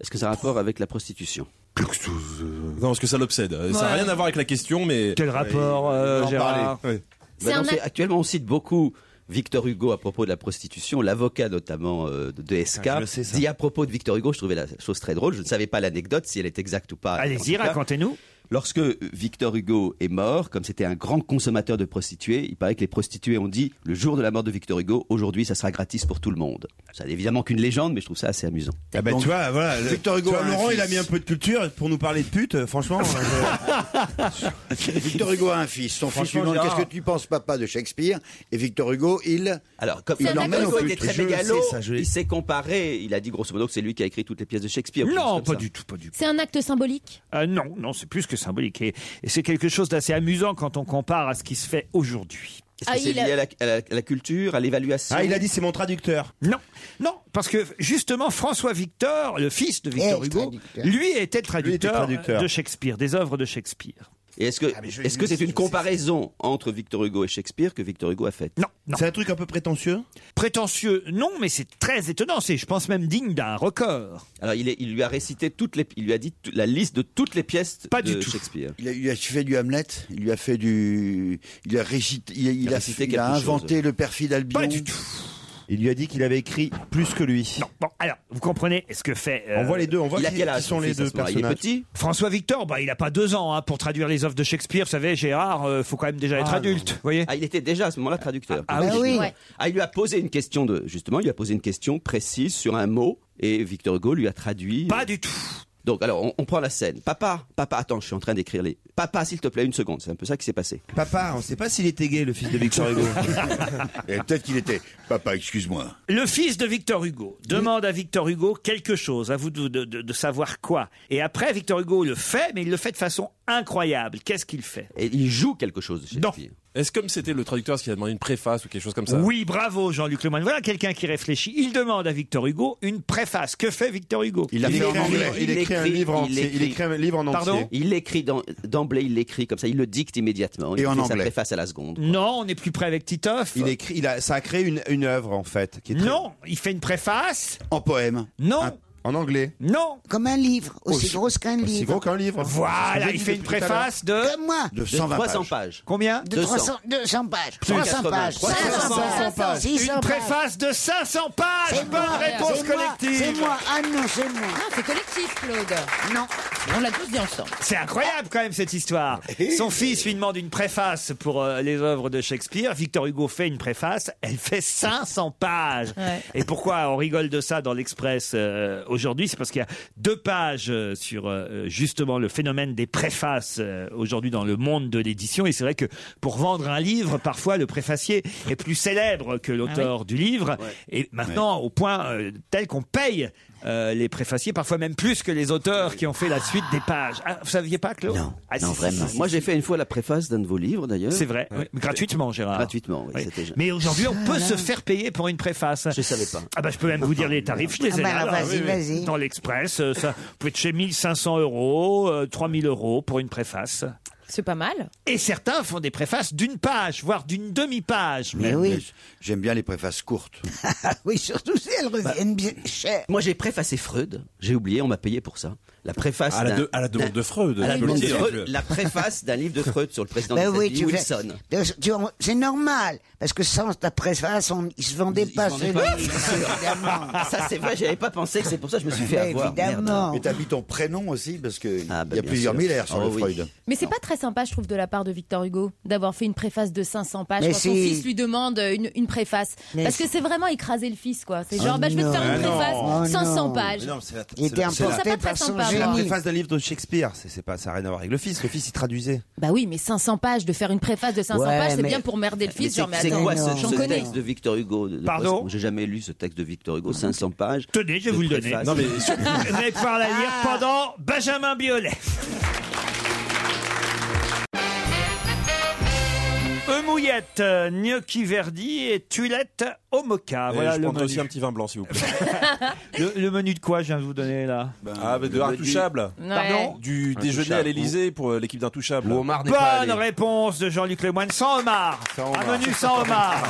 [SPEAKER 9] Est-ce que ça a rapport avec la prostitution
[SPEAKER 5] euh, Non parce que ça l'obsède. Euh, Ça n'a
[SPEAKER 9] Ouais.
[SPEAKER 5] rien à voir avec la question mais.
[SPEAKER 3] Quel rapport, euh,
[SPEAKER 5] on va en
[SPEAKER 9] Gérard
[SPEAKER 5] parler. Ouais.
[SPEAKER 4] C'est
[SPEAKER 9] Bah non,
[SPEAKER 4] un
[SPEAKER 9] c'est-
[SPEAKER 4] a-
[SPEAKER 9] actuellement, on cite beaucoup Victor Hugo à propos de la prostitution, l'avocat notamment euh, de- de SK,
[SPEAKER 3] Ah,
[SPEAKER 9] dit à propos de Victor Hugo, je trouvais la chose très drôle, je ne savais pas l'anecdote, si elle est exacte ou pas.
[SPEAKER 3] Allez-y,
[SPEAKER 9] En tout cas,
[SPEAKER 3] racontez-nous.
[SPEAKER 9] Lorsque Victor Hugo est mort, comme c'était un grand consommateur de prostituées, il paraît que les prostituées ont dit le jour de la mort de Victor Hugo, aujourd'hui ça sera gratis pour tout le monde. Ça n'est évidemment qu'une légende, mais je trouve ça assez amusant.
[SPEAKER 8] Ah bah, tu vois, voilà, le-
[SPEAKER 9] Victor Hugo
[SPEAKER 8] tu
[SPEAKER 7] hein,
[SPEAKER 8] vois,
[SPEAKER 9] a un
[SPEAKER 8] Laurent,
[SPEAKER 9] fils.
[SPEAKER 8] il a mis un peu de culture pour nous parler de pute, euh, franchement. euh,
[SPEAKER 7] Victor Hugo a un fils. Son fils lui
[SPEAKER 8] Franchement,
[SPEAKER 7] demande
[SPEAKER 8] Gérard.
[SPEAKER 7] qu'est-ce que tu penses, papa, de Shakespeare Et Victor Hugo, il.
[SPEAKER 9] Alors, comme
[SPEAKER 7] il emmène au
[SPEAKER 9] était
[SPEAKER 7] culte.
[SPEAKER 9] très
[SPEAKER 7] Je le
[SPEAKER 9] mégalo,
[SPEAKER 7] sais, ça, je l'ai-
[SPEAKER 9] il s'est comparé, il a dit grosso modo que c'est lui qui a écrit toutes les pièces de Shakespeare.
[SPEAKER 3] Non, pas du tout, pas du
[SPEAKER 4] C'est un acte symbolique.
[SPEAKER 3] Euh, non, non, c'est plus que symbolique. Et, et c'est quelque chose d'assez amusant quand on compare à ce qui se fait aujourd'hui.
[SPEAKER 9] Est-ce que Ah, c'est il a- lié à la- culture, à l'évaluation
[SPEAKER 8] Ah, il a dit c'est mon traducteur.
[SPEAKER 3] Non, non, parce que justement François Victor, le fils de Victor
[SPEAKER 8] Eh,
[SPEAKER 3] Hugo,
[SPEAKER 8] traducteur.
[SPEAKER 3] lui était le traducteur, euh,
[SPEAKER 9] traducteur.
[SPEAKER 3] de Shakespeare, des œuvres de Shakespeare.
[SPEAKER 9] Et est-ce que
[SPEAKER 3] Ah, je-
[SPEAKER 9] est-ce que c'est une comparaison entre Victor Hugo et Shakespeare que Victor Hugo a faite
[SPEAKER 3] Non, C'est un truc un peu prétentieux Prétentieux, non, mais c'est très étonnant. C'est, je pense, même digne d'un record.
[SPEAKER 9] Alors il, est- il lui a récité toutes les, il lui a dit tout- la liste de toutes les pièces
[SPEAKER 3] Pas
[SPEAKER 9] de
[SPEAKER 3] du tout.
[SPEAKER 9] Shakespeare.
[SPEAKER 7] Il a, il a fait du Hamlet, il lui a fait du. Il a récité. Il, a- il
[SPEAKER 9] Il a
[SPEAKER 7] a,
[SPEAKER 9] récité
[SPEAKER 7] il a
[SPEAKER 9] quelque chose.
[SPEAKER 7] inventé le perfide Albion. Pas du *laughs*
[SPEAKER 3] tout.
[SPEAKER 8] Il lui a dit qu'il avait écrit plus que lui.
[SPEAKER 3] Non, bon, alors, vous comprenez ce que fait. euh,
[SPEAKER 8] On voit les deux, on voit
[SPEAKER 3] il a
[SPEAKER 8] qui-
[SPEAKER 3] quel
[SPEAKER 8] qui
[SPEAKER 3] âge,
[SPEAKER 8] sont
[SPEAKER 3] son
[SPEAKER 8] les
[SPEAKER 3] fils,
[SPEAKER 8] deux
[SPEAKER 3] à ce moment-là Il est
[SPEAKER 8] personnages.
[SPEAKER 3] petit François Victor, bah, il a pas deux ans hein, pour traduire les œuvres de Shakespeare. Vous savez, Gérard, euh, faut quand même déjà être adulte. Vous voyez
[SPEAKER 9] Ah, il était déjà à ce moment-là traducteur.
[SPEAKER 3] Ah, ah oui. Bah oui. Ouais.
[SPEAKER 9] Ah, il lui a posé une question de justement, il lui a posé une question précise sur un mot et Victor Hugo lui a traduit. euh,
[SPEAKER 3] Pas du tout.
[SPEAKER 9] Donc alors on, on prend la scène. Papa, papa, attends, je suis en train d'écrire les. Papa, s'il te plaît, une seconde. C'est un peu ça qui s'est passé.
[SPEAKER 8] Papa, on sait pas s'il était gay, le fils de
[SPEAKER 3] *laughs*
[SPEAKER 8] Victor
[SPEAKER 9] *laughs*
[SPEAKER 8] Hugo.
[SPEAKER 7] Et peut-être qu'il était. Papa, excuse-moi.
[SPEAKER 3] Le fils de Victor Hugo demande à Victor Hugo quelque chose, à vous de, de- de- de savoir quoi. Et après, Victor Hugo le fait, mais il le fait de façon incroyable. Qu'est-ce qu'il fait
[SPEAKER 9] Il joue quelque chose.
[SPEAKER 3] Non.
[SPEAKER 5] Est-ce comme c'était le traducteur ce qu'il a demandé une préface ou quelque chose comme ça
[SPEAKER 3] Oui, bravo Jean-Luc Lemoyne. Voilà quelqu'un qui réfléchit. Il demande à Victor Hugo une préface. Que fait Victor Hugo
[SPEAKER 8] Il l'a Il fait en écrit un anglais. livre- il écrit un livre en entier. Il écrit un livre en
[SPEAKER 9] Pardon
[SPEAKER 8] entier.
[SPEAKER 9] Il l'écrit d'en- d'emblée, il l'écrit comme ça, il le dicte immédiatement. Il
[SPEAKER 8] Et en
[SPEAKER 9] fait
[SPEAKER 8] anglais.
[SPEAKER 9] Sa préface à la seconde.
[SPEAKER 3] Non, on est plus près avec Titoff.
[SPEAKER 8] Il écrit, il a, ça a créé une, une œuvre en fait. Qui est très-
[SPEAKER 3] Non, il fait une préface.
[SPEAKER 8] En
[SPEAKER 7] poème.
[SPEAKER 3] Non.
[SPEAKER 8] en anglais.
[SPEAKER 3] Non.
[SPEAKER 6] Comme un livre, aussi,
[SPEAKER 8] Aussi-
[SPEAKER 6] gros qu'un livre.
[SPEAKER 8] aussi gros qu'un livre. Voilà,
[SPEAKER 6] C'est ce que
[SPEAKER 8] il
[SPEAKER 6] j'ai
[SPEAKER 8] fait
[SPEAKER 6] dit
[SPEAKER 8] une
[SPEAKER 6] depuis tout à
[SPEAKER 8] préface
[SPEAKER 3] l'heure. de-
[SPEAKER 6] Comme moi.
[SPEAKER 8] De
[SPEAKER 3] 120
[SPEAKER 9] pages.
[SPEAKER 3] Combien
[SPEAKER 6] De 300, 200 pages.
[SPEAKER 3] Plus
[SPEAKER 6] 300
[SPEAKER 3] 80.
[SPEAKER 6] pages.
[SPEAKER 3] 300
[SPEAKER 6] 500 pages.
[SPEAKER 3] Une préface de 500 pages. Bonne réponse collective.
[SPEAKER 6] C'est moi. Ah non, c'est moi.
[SPEAKER 11] Non, c'est collectif, Claude.
[SPEAKER 6] Non.
[SPEAKER 11] On l'a tous dit ensemble.
[SPEAKER 3] C'est incroyable quand même cette histoire. Son fils lui demande une préface pour euh, les œuvres de Shakespeare. Victor Hugo fait une préface. Elle fait 500 pages.
[SPEAKER 15] Ouais.
[SPEAKER 3] Et pourquoi on rigole de ça dans l'Express euh, aujourd'hui C'est parce qu'il y a deux pages euh, sur euh, justement le phénomène des préfaces euh, aujourd'hui dans le monde de l'édition. Et c'est vrai que pour vendre un livre, parfois le préfacier est plus célèbre que l'auteur du livre. Et maintenant, au point euh, tel qu'on paye euh, les préfaciers, parfois même plus que les auteurs qui ont fait la suite des pages. Ah, vous saviez pas, Claude Ah, Non,
[SPEAKER 5] Ah,
[SPEAKER 9] non, vraiment. Moi, j'ai fait une fois la préface d'un de vos livres, d'ailleurs.
[SPEAKER 3] C'est vrai, oui. gratuitement, Gérard.
[SPEAKER 9] Gratuitement, oui. c'était génial.
[SPEAKER 3] Mais aujourd'hui,
[SPEAKER 9] *laughs*
[SPEAKER 3] on peut se faire payer pour une préface. Je
[SPEAKER 9] savais pas.
[SPEAKER 3] Ah bah, je peux même vous dire les tarifs, je les
[SPEAKER 9] Ah
[SPEAKER 3] ai
[SPEAKER 9] bah,
[SPEAKER 3] là,
[SPEAKER 9] alors,
[SPEAKER 3] là.
[SPEAKER 9] vas-y,
[SPEAKER 3] Oui, oui.
[SPEAKER 9] vas-y.
[SPEAKER 3] Dans l'Express, euh, ça peut être chez 1500 euros, euh, 3000 euros pour une préface.
[SPEAKER 11] C'est pas mal.
[SPEAKER 3] Et certains font des préfaces d'une page, voire d'une demi-page.
[SPEAKER 7] Mais oui. J'aime bien les préfaces courtes.
[SPEAKER 6] oui, surtout si elles reviennent
[SPEAKER 5] Bah,
[SPEAKER 6] bien chères.
[SPEAKER 9] Moi, j'ai préfacé Freud. J'ai oublié, on m'a payé pour ça. La préface
[SPEAKER 5] À la
[SPEAKER 9] d'un-
[SPEAKER 5] de- à la demande
[SPEAKER 9] d'un-
[SPEAKER 5] de Freud,
[SPEAKER 9] à la,
[SPEAKER 5] je peux le
[SPEAKER 9] demande de
[SPEAKER 5] dire. Bah
[SPEAKER 9] Freud, la préface d'un livre de Freud sur le président
[SPEAKER 6] Ben
[SPEAKER 9] des
[SPEAKER 6] oui,
[SPEAKER 9] États-Unis,
[SPEAKER 6] tu fais-
[SPEAKER 9] Wilson.
[SPEAKER 6] tu- tu- C'est normal, parce que sans ta préface, on, ils se vendaient pas. ce
[SPEAKER 9] *laughs*
[SPEAKER 6] livre.
[SPEAKER 9] Ah, ça c'est vrai, j'avais pas pensé que c'est pour ça que je me suis fait
[SPEAKER 7] Ah,
[SPEAKER 6] Ben,
[SPEAKER 7] Mais
[SPEAKER 9] avoir.
[SPEAKER 7] évidemment.
[SPEAKER 9] Merde.
[SPEAKER 7] Et t'as mis ton prénom aussi, parce qu'il
[SPEAKER 9] Ah, bah,
[SPEAKER 7] y a
[SPEAKER 9] bien
[SPEAKER 7] plusieurs
[SPEAKER 9] sûr.
[SPEAKER 7] millénaires sur
[SPEAKER 9] Oh
[SPEAKER 7] le
[SPEAKER 9] oui.
[SPEAKER 7] Freud.
[SPEAKER 11] Mais c'est pas très
[SPEAKER 4] sympa, je trouve, de la part de Victor Hugo, d'avoir fait une préface de 500 pages
[SPEAKER 6] Mais
[SPEAKER 4] quand son
[SPEAKER 6] si.
[SPEAKER 4] fils lui demande une, une préface.
[SPEAKER 6] Mais
[SPEAKER 4] Parce que
[SPEAKER 6] si.
[SPEAKER 4] c'est vraiment écraser le fils, quoi. C'est
[SPEAKER 6] Oh
[SPEAKER 4] genre, bah, je vais te faire
[SPEAKER 6] non.
[SPEAKER 4] une
[SPEAKER 6] Ah non.
[SPEAKER 4] préface,
[SPEAKER 6] Oh non.
[SPEAKER 4] 500 pages.
[SPEAKER 8] Non, mais c'est la-
[SPEAKER 6] Il
[SPEAKER 8] c'est
[SPEAKER 6] était
[SPEAKER 8] la- c'est la-
[SPEAKER 6] emporté
[SPEAKER 4] Ça, pas
[SPEAKER 6] par
[SPEAKER 4] très
[SPEAKER 6] son
[SPEAKER 4] sympa,
[SPEAKER 8] C'est la
[SPEAKER 6] génie.
[SPEAKER 8] préface d'un livre de Shakespeare. C'est c'est pas, ça n'a rien à voir avec le fils. Le fils, il traduisait.
[SPEAKER 4] Bah oui, mais 500 pages, de faire une préface de 500
[SPEAKER 8] Ouais,
[SPEAKER 4] pages, c'est
[SPEAKER 8] mais-
[SPEAKER 4] bien pour merder le
[SPEAKER 9] Mais
[SPEAKER 4] fils.
[SPEAKER 9] c'est-
[SPEAKER 4] Genre, Oh, mais
[SPEAKER 9] c'est
[SPEAKER 4] attends,
[SPEAKER 9] quoi ce,
[SPEAKER 4] j'en
[SPEAKER 9] ce
[SPEAKER 4] connais.
[SPEAKER 9] texte de Victor Hugo de- de-
[SPEAKER 3] Pardon
[SPEAKER 9] J'ai jamais lu ce texte de Victor Hugo, 500 pages.
[SPEAKER 3] Tenez, je vais vous le donner.
[SPEAKER 9] *laughs* Non, mais...
[SPEAKER 3] Ah, *laughs* Vous allez pouvoir la lire pendant Benjamin Biolay. Mouillette, euh, gnocchi verdi et tuilette au mocha.
[SPEAKER 5] Et
[SPEAKER 3] Voilà
[SPEAKER 5] je
[SPEAKER 3] le
[SPEAKER 5] prends
[SPEAKER 3] menu.
[SPEAKER 5] aussi un petit vin blanc, s'il vous plaît.
[SPEAKER 3] *laughs* le, le menu de quoi je viens de vous donner là
[SPEAKER 5] ah, mais de Intouchable.
[SPEAKER 3] Pardon
[SPEAKER 5] Du déjeuner à l'Elysée pour euh, l'équipe d'Intouchable.
[SPEAKER 3] Bonne réponse de Jean-Luc Lemoyne, sans homard.
[SPEAKER 5] homard.
[SPEAKER 3] Un menu sans homard.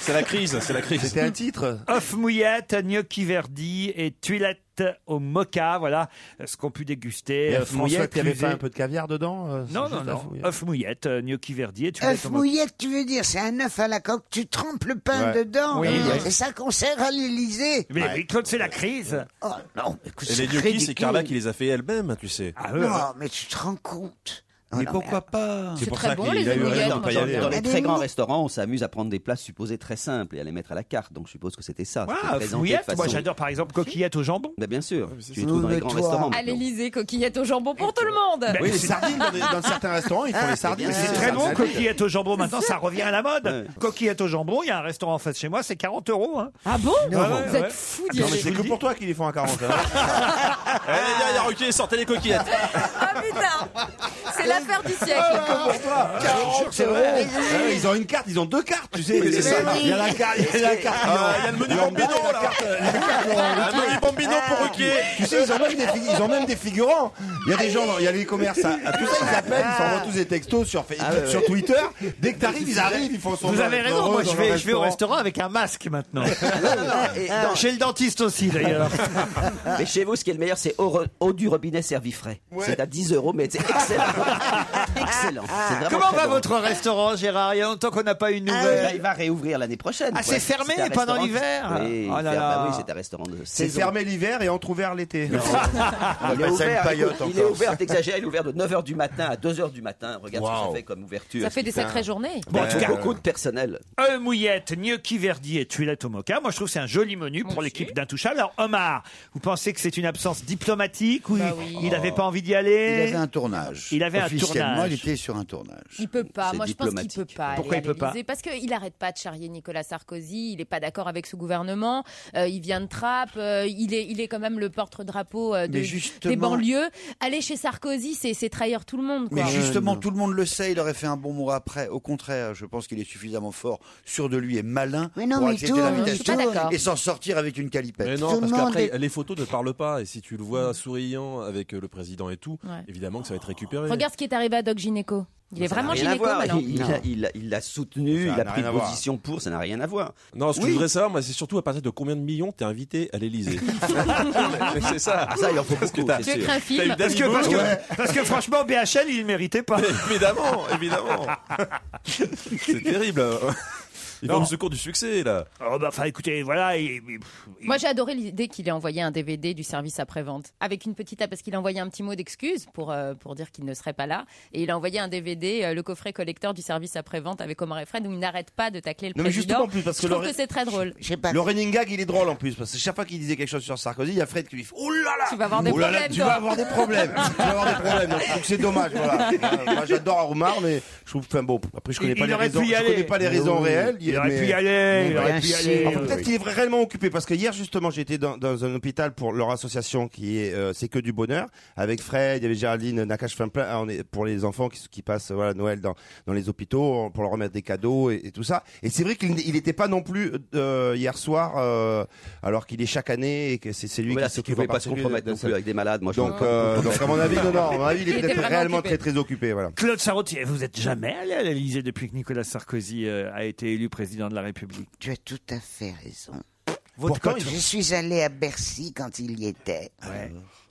[SPEAKER 5] C'est la crise, c'est la crise.
[SPEAKER 3] C'était un
[SPEAKER 5] titre.
[SPEAKER 3] Off mouillette, gnocchi verdi et tuilette au mocha. Voilà ce qu'on peut déguster.
[SPEAKER 8] Et
[SPEAKER 3] Euh,
[SPEAKER 8] œuf
[SPEAKER 3] François
[SPEAKER 8] mouillette, il y avait
[SPEAKER 3] Cluzet.
[SPEAKER 8] pas un peu de caviar dedans euh,
[SPEAKER 3] Non,
[SPEAKER 8] c'est
[SPEAKER 3] non,
[SPEAKER 8] juste œuf
[SPEAKER 3] non.
[SPEAKER 8] mouillette.
[SPEAKER 3] Œuf mouillette, euh, gnocchi verdi et tuilette
[SPEAKER 6] Œuf
[SPEAKER 3] au mocha.
[SPEAKER 6] mouillette, tu veux dire, c'est un œuf à la coque, tu trempes le pain
[SPEAKER 3] Ouais.
[SPEAKER 6] dedans.
[SPEAKER 3] Oui,
[SPEAKER 6] Mmh.
[SPEAKER 3] oui.
[SPEAKER 6] C'est ça qu'on sert à l'Élysée.
[SPEAKER 3] Mais oui, Claude, c'est la crise.
[SPEAKER 6] Oh non,
[SPEAKER 5] Et les gnocchis, c'est Carla qui les a fait elle-même, tu sais.
[SPEAKER 9] Ah
[SPEAKER 3] Ah
[SPEAKER 6] Non, mais tu te rends compte.
[SPEAKER 5] Mais pourquoi
[SPEAKER 6] pas
[SPEAKER 5] C'est pour ça qu'il a eu
[SPEAKER 9] Dans,
[SPEAKER 5] raison de pas y
[SPEAKER 9] dans-
[SPEAKER 5] aller.
[SPEAKER 9] dans les
[SPEAKER 6] Mais
[SPEAKER 9] très
[SPEAKER 6] non.
[SPEAKER 9] grands restaurants, on s'amuse à prendre des plats supposés très simples et à les mettre à la carte. Donc je suppose que c'était ça. c'était
[SPEAKER 3] Ah,
[SPEAKER 9] présenté de
[SPEAKER 3] fouillette,
[SPEAKER 9] façon-
[SPEAKER 3] moi j'adore par exemple coquillette au jambon.
[SPEAKER 9] Bah, bien
[SPEAKER 5] Ah,
[SPEAKER 9] sûr, tu
[SPEAKER 3] ça.
[SPEAKER 9] les trouves
[SPEAKER 3] Oui,
[SPEAKER 9] dans les
[SPEAKER 3] mais
[SPEAKER 9] grands
[SPEAKER 3] toi-
[SPEAKER 9] restaurants.
[SPEAKER 4] À
[SPEAKER 9] maintenant.
[SPEAKER 4] l'Élysée, coquillettes au jambon pour tout le monde.
[SPEAKER 9] Oui, les sardines
[SPEAKER 8] dans des- dans certains restaurants, ils font
[SPEAKER 4] Ah,
[SPEAKER 8] les sardines.
[SPEAKER 3] Mais C'est
[SPEAKER 8] C'est
[SPEAKER 3] très
[SPEAKER 8] ça,
[SPEAKER 3] bon,
[SPEAKER 8] c'est
[SPEAKER 3] coquillette au jambon. Maintenant, ça revient à la mode. Coquillette au jambon, il y a un restaurant en face de chez moi, c'est 40 euros. hein.
[SPEAKER 4] Ah bon
[SPEAKER 5] Non, vous êtes
[SPEAKER 3] fou
[SPEAKER 5] d'y aller.
[SPEAKER 8] C'est que pour toi qu'ils les font à hein. 40.
[SPEAKER 5] *laughs* Eh, les gars, il y a Ruquier, sortez les coquillettes.
[SPEAKER 3] Ah,
[SPEAKER 9] Ah
[SPEAKER 4] C'est l'affaire du siècle.
[SPEAKER 8] Ah,
[SPEAKER 1] Ah,
[SPEAKER 8] Ouais, Ils ont une carte, ils ont deux cartes, tu sais.
[SPEAKER 5] Mais c'est ça.
[SPEAKER 8] Il y a la carte, il y a la carte.
[SPEAKER 5] Ah, il y a le menu Bambino, là.
[SPEAKER 8] là.
[SPEAKER 5] Un menu Bambino pour Ruquier.
[SPEAKER 8] Ah. Tu sais, ils ont même des, fi- ils ont même des figurants. Il y a des gens, dans- il y a les commerces, à, à tout ça, ils appellent, ils s'envoient tous des textos sur, Fa-
[SPEAKER 3] Ah, ouais,
[SPEAKER 8] sur
[SPEAKER 3] ouais.
[SPEAKER 8] Twitter. Dès que t'arrives, ils arrivent, ils font son
[SPEAKER 3] Vous avez raison, moi je vais, je vais au restaurant avec un masque maintenant.
[SPEAKER 9] dans-
[SPEAKER 3] Chez le dentiste aussi d'ailleurs.
[SPEAKER 9] *laughs* Mais chez vous, ce qui est le meilleur, c'est eau, re- eau du robinet servi frais. C'est à 10 euros, mais c'est excellent. excellent. C'est vraiment
[SPEAKER 3] Ah. Comment
[SPEAKER 9] Ah, très
[SPEAKER 3] va
[SPEAKER 9] bon.
[SPEAKER 3] votre restaurant, Gérard Il y a longtemps qu'on n'a pas eu de nouvelles.
[SPEAKER 9] Bah, il va réouvrir l'année prochaine.
[SPEAKER 3] Ah,
[SPEAKER 9] quoi.
[SPEAKER 3] c'est fermé
[SPEAKER 9] un
[SPEAKER 3] pendant
[SPEAKER 9] restaurant-
[SPEAKER 3] l'hiver
[SPEAKER 9] Oui,
[SPEAKER 3] Oh là
[SPEAKER 9] ferme-
[SPEAKER 3] là.
[SPEAKER 9] bah oui, c'est un restaurant de
[SPEAKER 8] C'est
[SPEAKER 9] saison.
[SPEAKER 8] fermé l'hiver et entre-ouvert *laughs* l'été.
[SPEAKER 9] Il est
[SPEAKER 8] appelle ça une
[SPEAKER 9] ouvert,
[SPEAKER 8] paillote
[SPEAKER 9] écoute, il est
[SPEAKER 8] encore.
[SPEAKER 9] ouvert, t'exagères, il est ouvert de 9h du matin à 2h du matin. Regarde ce que
[SPEAKER 8] Wow.
[SPEAKER 9] ça fait comme ouverture.
[SPEAKER 4] Ça fait des
[SPEAKER 9] Putain.
[SPEAKER 4] sacrées journées.
[SPEAKER 9] Bon, en tout cas,
[SPEAKER 3] Ouais.
[SPEAKER 9] beaucoup de personnel.
[SPEAKER 3] œufs Euh, mouillette, gnocchi verdi et tuilette au mocha. Moi, je trouve que c'est un joli menu pour l'équipe d'Intouchables. Alors, Omar, vous pensez que c'est une absence diplomatique ou
[SPEAKER 9] Bah
[SPEAKER 3] il- il
[SPEAKER 9] Oh.
[SPEAKER 3] n'avait pas envie d'y aller
[SPEAKER 16] Il avait un tournage.
[SPEAKER 3] Il avait un
[SPEAKER 16] Officiellement,
[SPEAKER 3] tournage.
[SPEAKER 16] il était sur un tournage.
[SPEAKER 4] Il peut pas.
[SPEAKER 16] C'est
[SPEAKER 4] Moi, je pense qu'il peut
[SPEAKER 16] diplomatique.
[SPEAKER 4] pas. aller
[SPEAKER 16] Pourquoi
[SPEAKER 4] à
[SPEAKER 16] il peut pas
[SPEAKER 4] l'Élysée, Parce qu'il arrête pas de charrier Nicolas Sarkozy. Il est pas d'accord avec ce gouvernement. euh, il vient de Trappes. euh, il est, il est quand même le porte-drapeau euh, de-
[SPEAKER 16] Mais justement-
[SPEAKER 4] des banlieues. Aller chez Sarkozy, c'est, c'est trahir tout le monde. Quoi.
[SPEAKER 16] Mais
[SPEAKER 5] Euh,
[SPEAKER 16] justement, tout le monde le sait, il aurait fait un bon mot après. Au contraire, je pense qu'il est suffisamment fort, sûr de lui et malin
[SPEAKER 6] non,
[SPEAKER 16] pour
[SPEAKER 6] mais
[SPEAKER 16] accepter
[SPEAKER 6] tout,
[SPEAKER 16] l'invitation
[SPEAKER 6] je suis pas d'accord.
[SPEAKER 16] et s'en sortir avec une calipette.
[SPEAKER 5] Mais non, parce qu'après, les photos ne parlent pas. Et si tu le vois souriant avec euh, le président et tout,
[SPEAKER 4] Ouais.
[SPEAKER 5] évidemment que ça va être récupéré.
[SPEAKER 4] Regarde ce qui est arrivé à Doc Gynéco. Il est
[SPEAKER 9] Ça n'a
[SPEAKER 4] vraiment
[SPEAKER 9] rien à
[SPEAKER 4] gynéco
[SPEAKER 9] voir.
[SPEAKER 4] maintenant.
[SPEAKER 9] Il, il a- il a- il l'a soutenu, il
[SPEAKER 5] Ça
[SPEAKER 9] a
[SPEAKER 5] n'a
[SPEAKER 9] pris
[SPEAKER 5] rien à
[SPEAKER 9] position pour, ça n'a rien à voir.
[SPEAKER 5] Non, ce que
[SPEAKER 9] Oui.
[SPEAKER 5] je voudrais savoir, moi, c'est surtout à partir de combien de millions t'es invité à *laughs* l'Elysée. Mais c'est ça.
[SPEAKER 9] ça, il en faut
[SPEAKER 5] Parce que
[SPEAKER 9] beaucoup,
[SPEAKER 5] t'as-
[SPEAKER 9] c'est sûr. Tu écris
[SPEAKER 4] un film.
[SPEAKER 5] t'as eu
[SPEAKER 3] Parce que,
[SPEAKER 5] Danny
[SPEAKER 3] parce, que,
[SPEAKER 5] Boone. Ouais.
[SPEAKER 3] parce que franchement, BHL, il ne méritait pas. *laughs*
[SPEAKER 5] Évidemment, évidemment. *laughs* C'est terrible. Il
[SPEAKER 3] Non.
[SPEAKER 5] va au secours du succès, là.
[SPEAKER 3] Oh, bah, enfin, écoutez, voilà. il- il-
[SPEAKER 4] Moi, j'ai adoré l'idée qu'il ait envoyé un DVD du service après-vente. Avec une petite. Parce qu'il a envoyé un petit mot d'excuse pour, euh, pour dire qu'il ne serait pas là. Et il a envoyé un DVD, euh, le coffret collector du service après-vente avec Omar et Fred, où il n'arrête pas de tacler le
[SPEAKER 8] Non, mais
[SPEAKER 4] président.
[SPEAKER 8] justement, en plus, parce
[SPEAKER 4] Je
[SPEAKER 8] que
[SPEAKER 4] trouve
[SPEAKER 8] le-
[SPEAKER 4] que c'est très drôle.
[SPEAKER 8] Le running gag, il est drôle en plus, parce que chaque fois qu'il disait quelque chose sur Sarkozy, il y a Fred qui lui fait Oh là là
[SPEAKER 4] Tu vas avoir des
[SPEAKER 8] Oh là là,
[SPEAKER 4] problèmes,
[SPEAKER 8] Tu
[SPEAKER 4] toi.
[SPEAKER 8] vas avoir des
[SPEAKER 4] *laughs*
[SPEAKER 8] problèmes Tu vas avoir des problèmes Donc c'est dommage, voilà. Euh, Moi j'adore Arumar, mais je trouve. Enfin bon, après je connais
[SPEAKER 3] Il
[SPEAKER 8] pas les
[SPEAKER 3] aurait
[SPEAKER 8] raisons.
[SPEAKER 3] pu y
[SPEAKER 8] Je
[SPEAKER 3] aller.
[SPEAKER 8] connais pas les raisons
[SPEAKER 3] Oui.
[SPEAKER 8] réelles.
[SPEAKER 3] Il aurait
[SPEAKER 8] mais-
[SPEAKER 3] pu y aller,
[SPEAKER 8] mais
[SPEAKER 3] il aurait
[SPEAKER 8] bien
[SPEAKER 3] pu y
[SPEAKER 8] sûr.
[SPEAKER 3] aller.
[SPEAKER 8] Enfin,
[SPEAKER 3] Oui.
[SPEAKER 8] Peut-être qu'il est réellement occupé, parce que hier justement, j'étais dans, dans un hôpital pour leur association qui est euh, C'est que du bonheur, avec Fred, il y avait Géraldine Nakache, enfin plein, ah, on est- pour les enfants qui, qui passent voilà, Noël dans, dans les hôpitaux, pour leur remettre des cadeaux et, et tout ça. Et c'est vrai qu'il n- il n'était pas non plus euh, hier soir, euh, alors qu'il est chaque année et que c'est c'est lui
[SPEAKER 9] Voilà,
[SPEAKER 8] qui
[SPEAKER 9] c'est qu'il
[SPEAKER 8] s'occupe
[SPEAKER 9] pouvait
[SPEAKER 8] en
[SPEAKER 9] pas se
[SPEAKER 8] particulier
[SPEAKER 9] compromettre
[SPEAKER 8] de-
[SPEAKER 9] non
[SPEAKER 8] de
[SPEAKER 9] plus
[SPEAKER 8] ça.
[SPEAKER 9] avec des malades. Moi, je
[SPEAKER 8] donc,
[SPEAKER 9] me
[SPEAKER 8] euh,
[SPEAKER 9] comprends.
[SPEAKER 8] donc à
[SPEAKER 9] *laughs*
[SPEAKER 8] mon avis, non, non, à mon avis, il
[SPEAKER 9] Il
[SPEAKER 8] est
[SPEAKER 9] était
[SPEAKER 8] peut-être
[SPEAKER 9] vraiment
[SPEAKER 8] réellement
[SPEAKER 9] occupé.
[SPEAKER 8] très très occupé, voilà.
[SPEAKER 3] Claude Sarrautier, vous êtes jamais allé à l'Élysée depuis que Nicolas Sarkozy euh, a été élu président de la République.
[SPEAKER 6] Tu as tout à fait raison.
[SPEAKER 3] Votre
[SPEAKER 6] Pourtant,
[SPEAKER 3] cote-
[SPEAKER 6] je suis allé à Bercy quand il y était.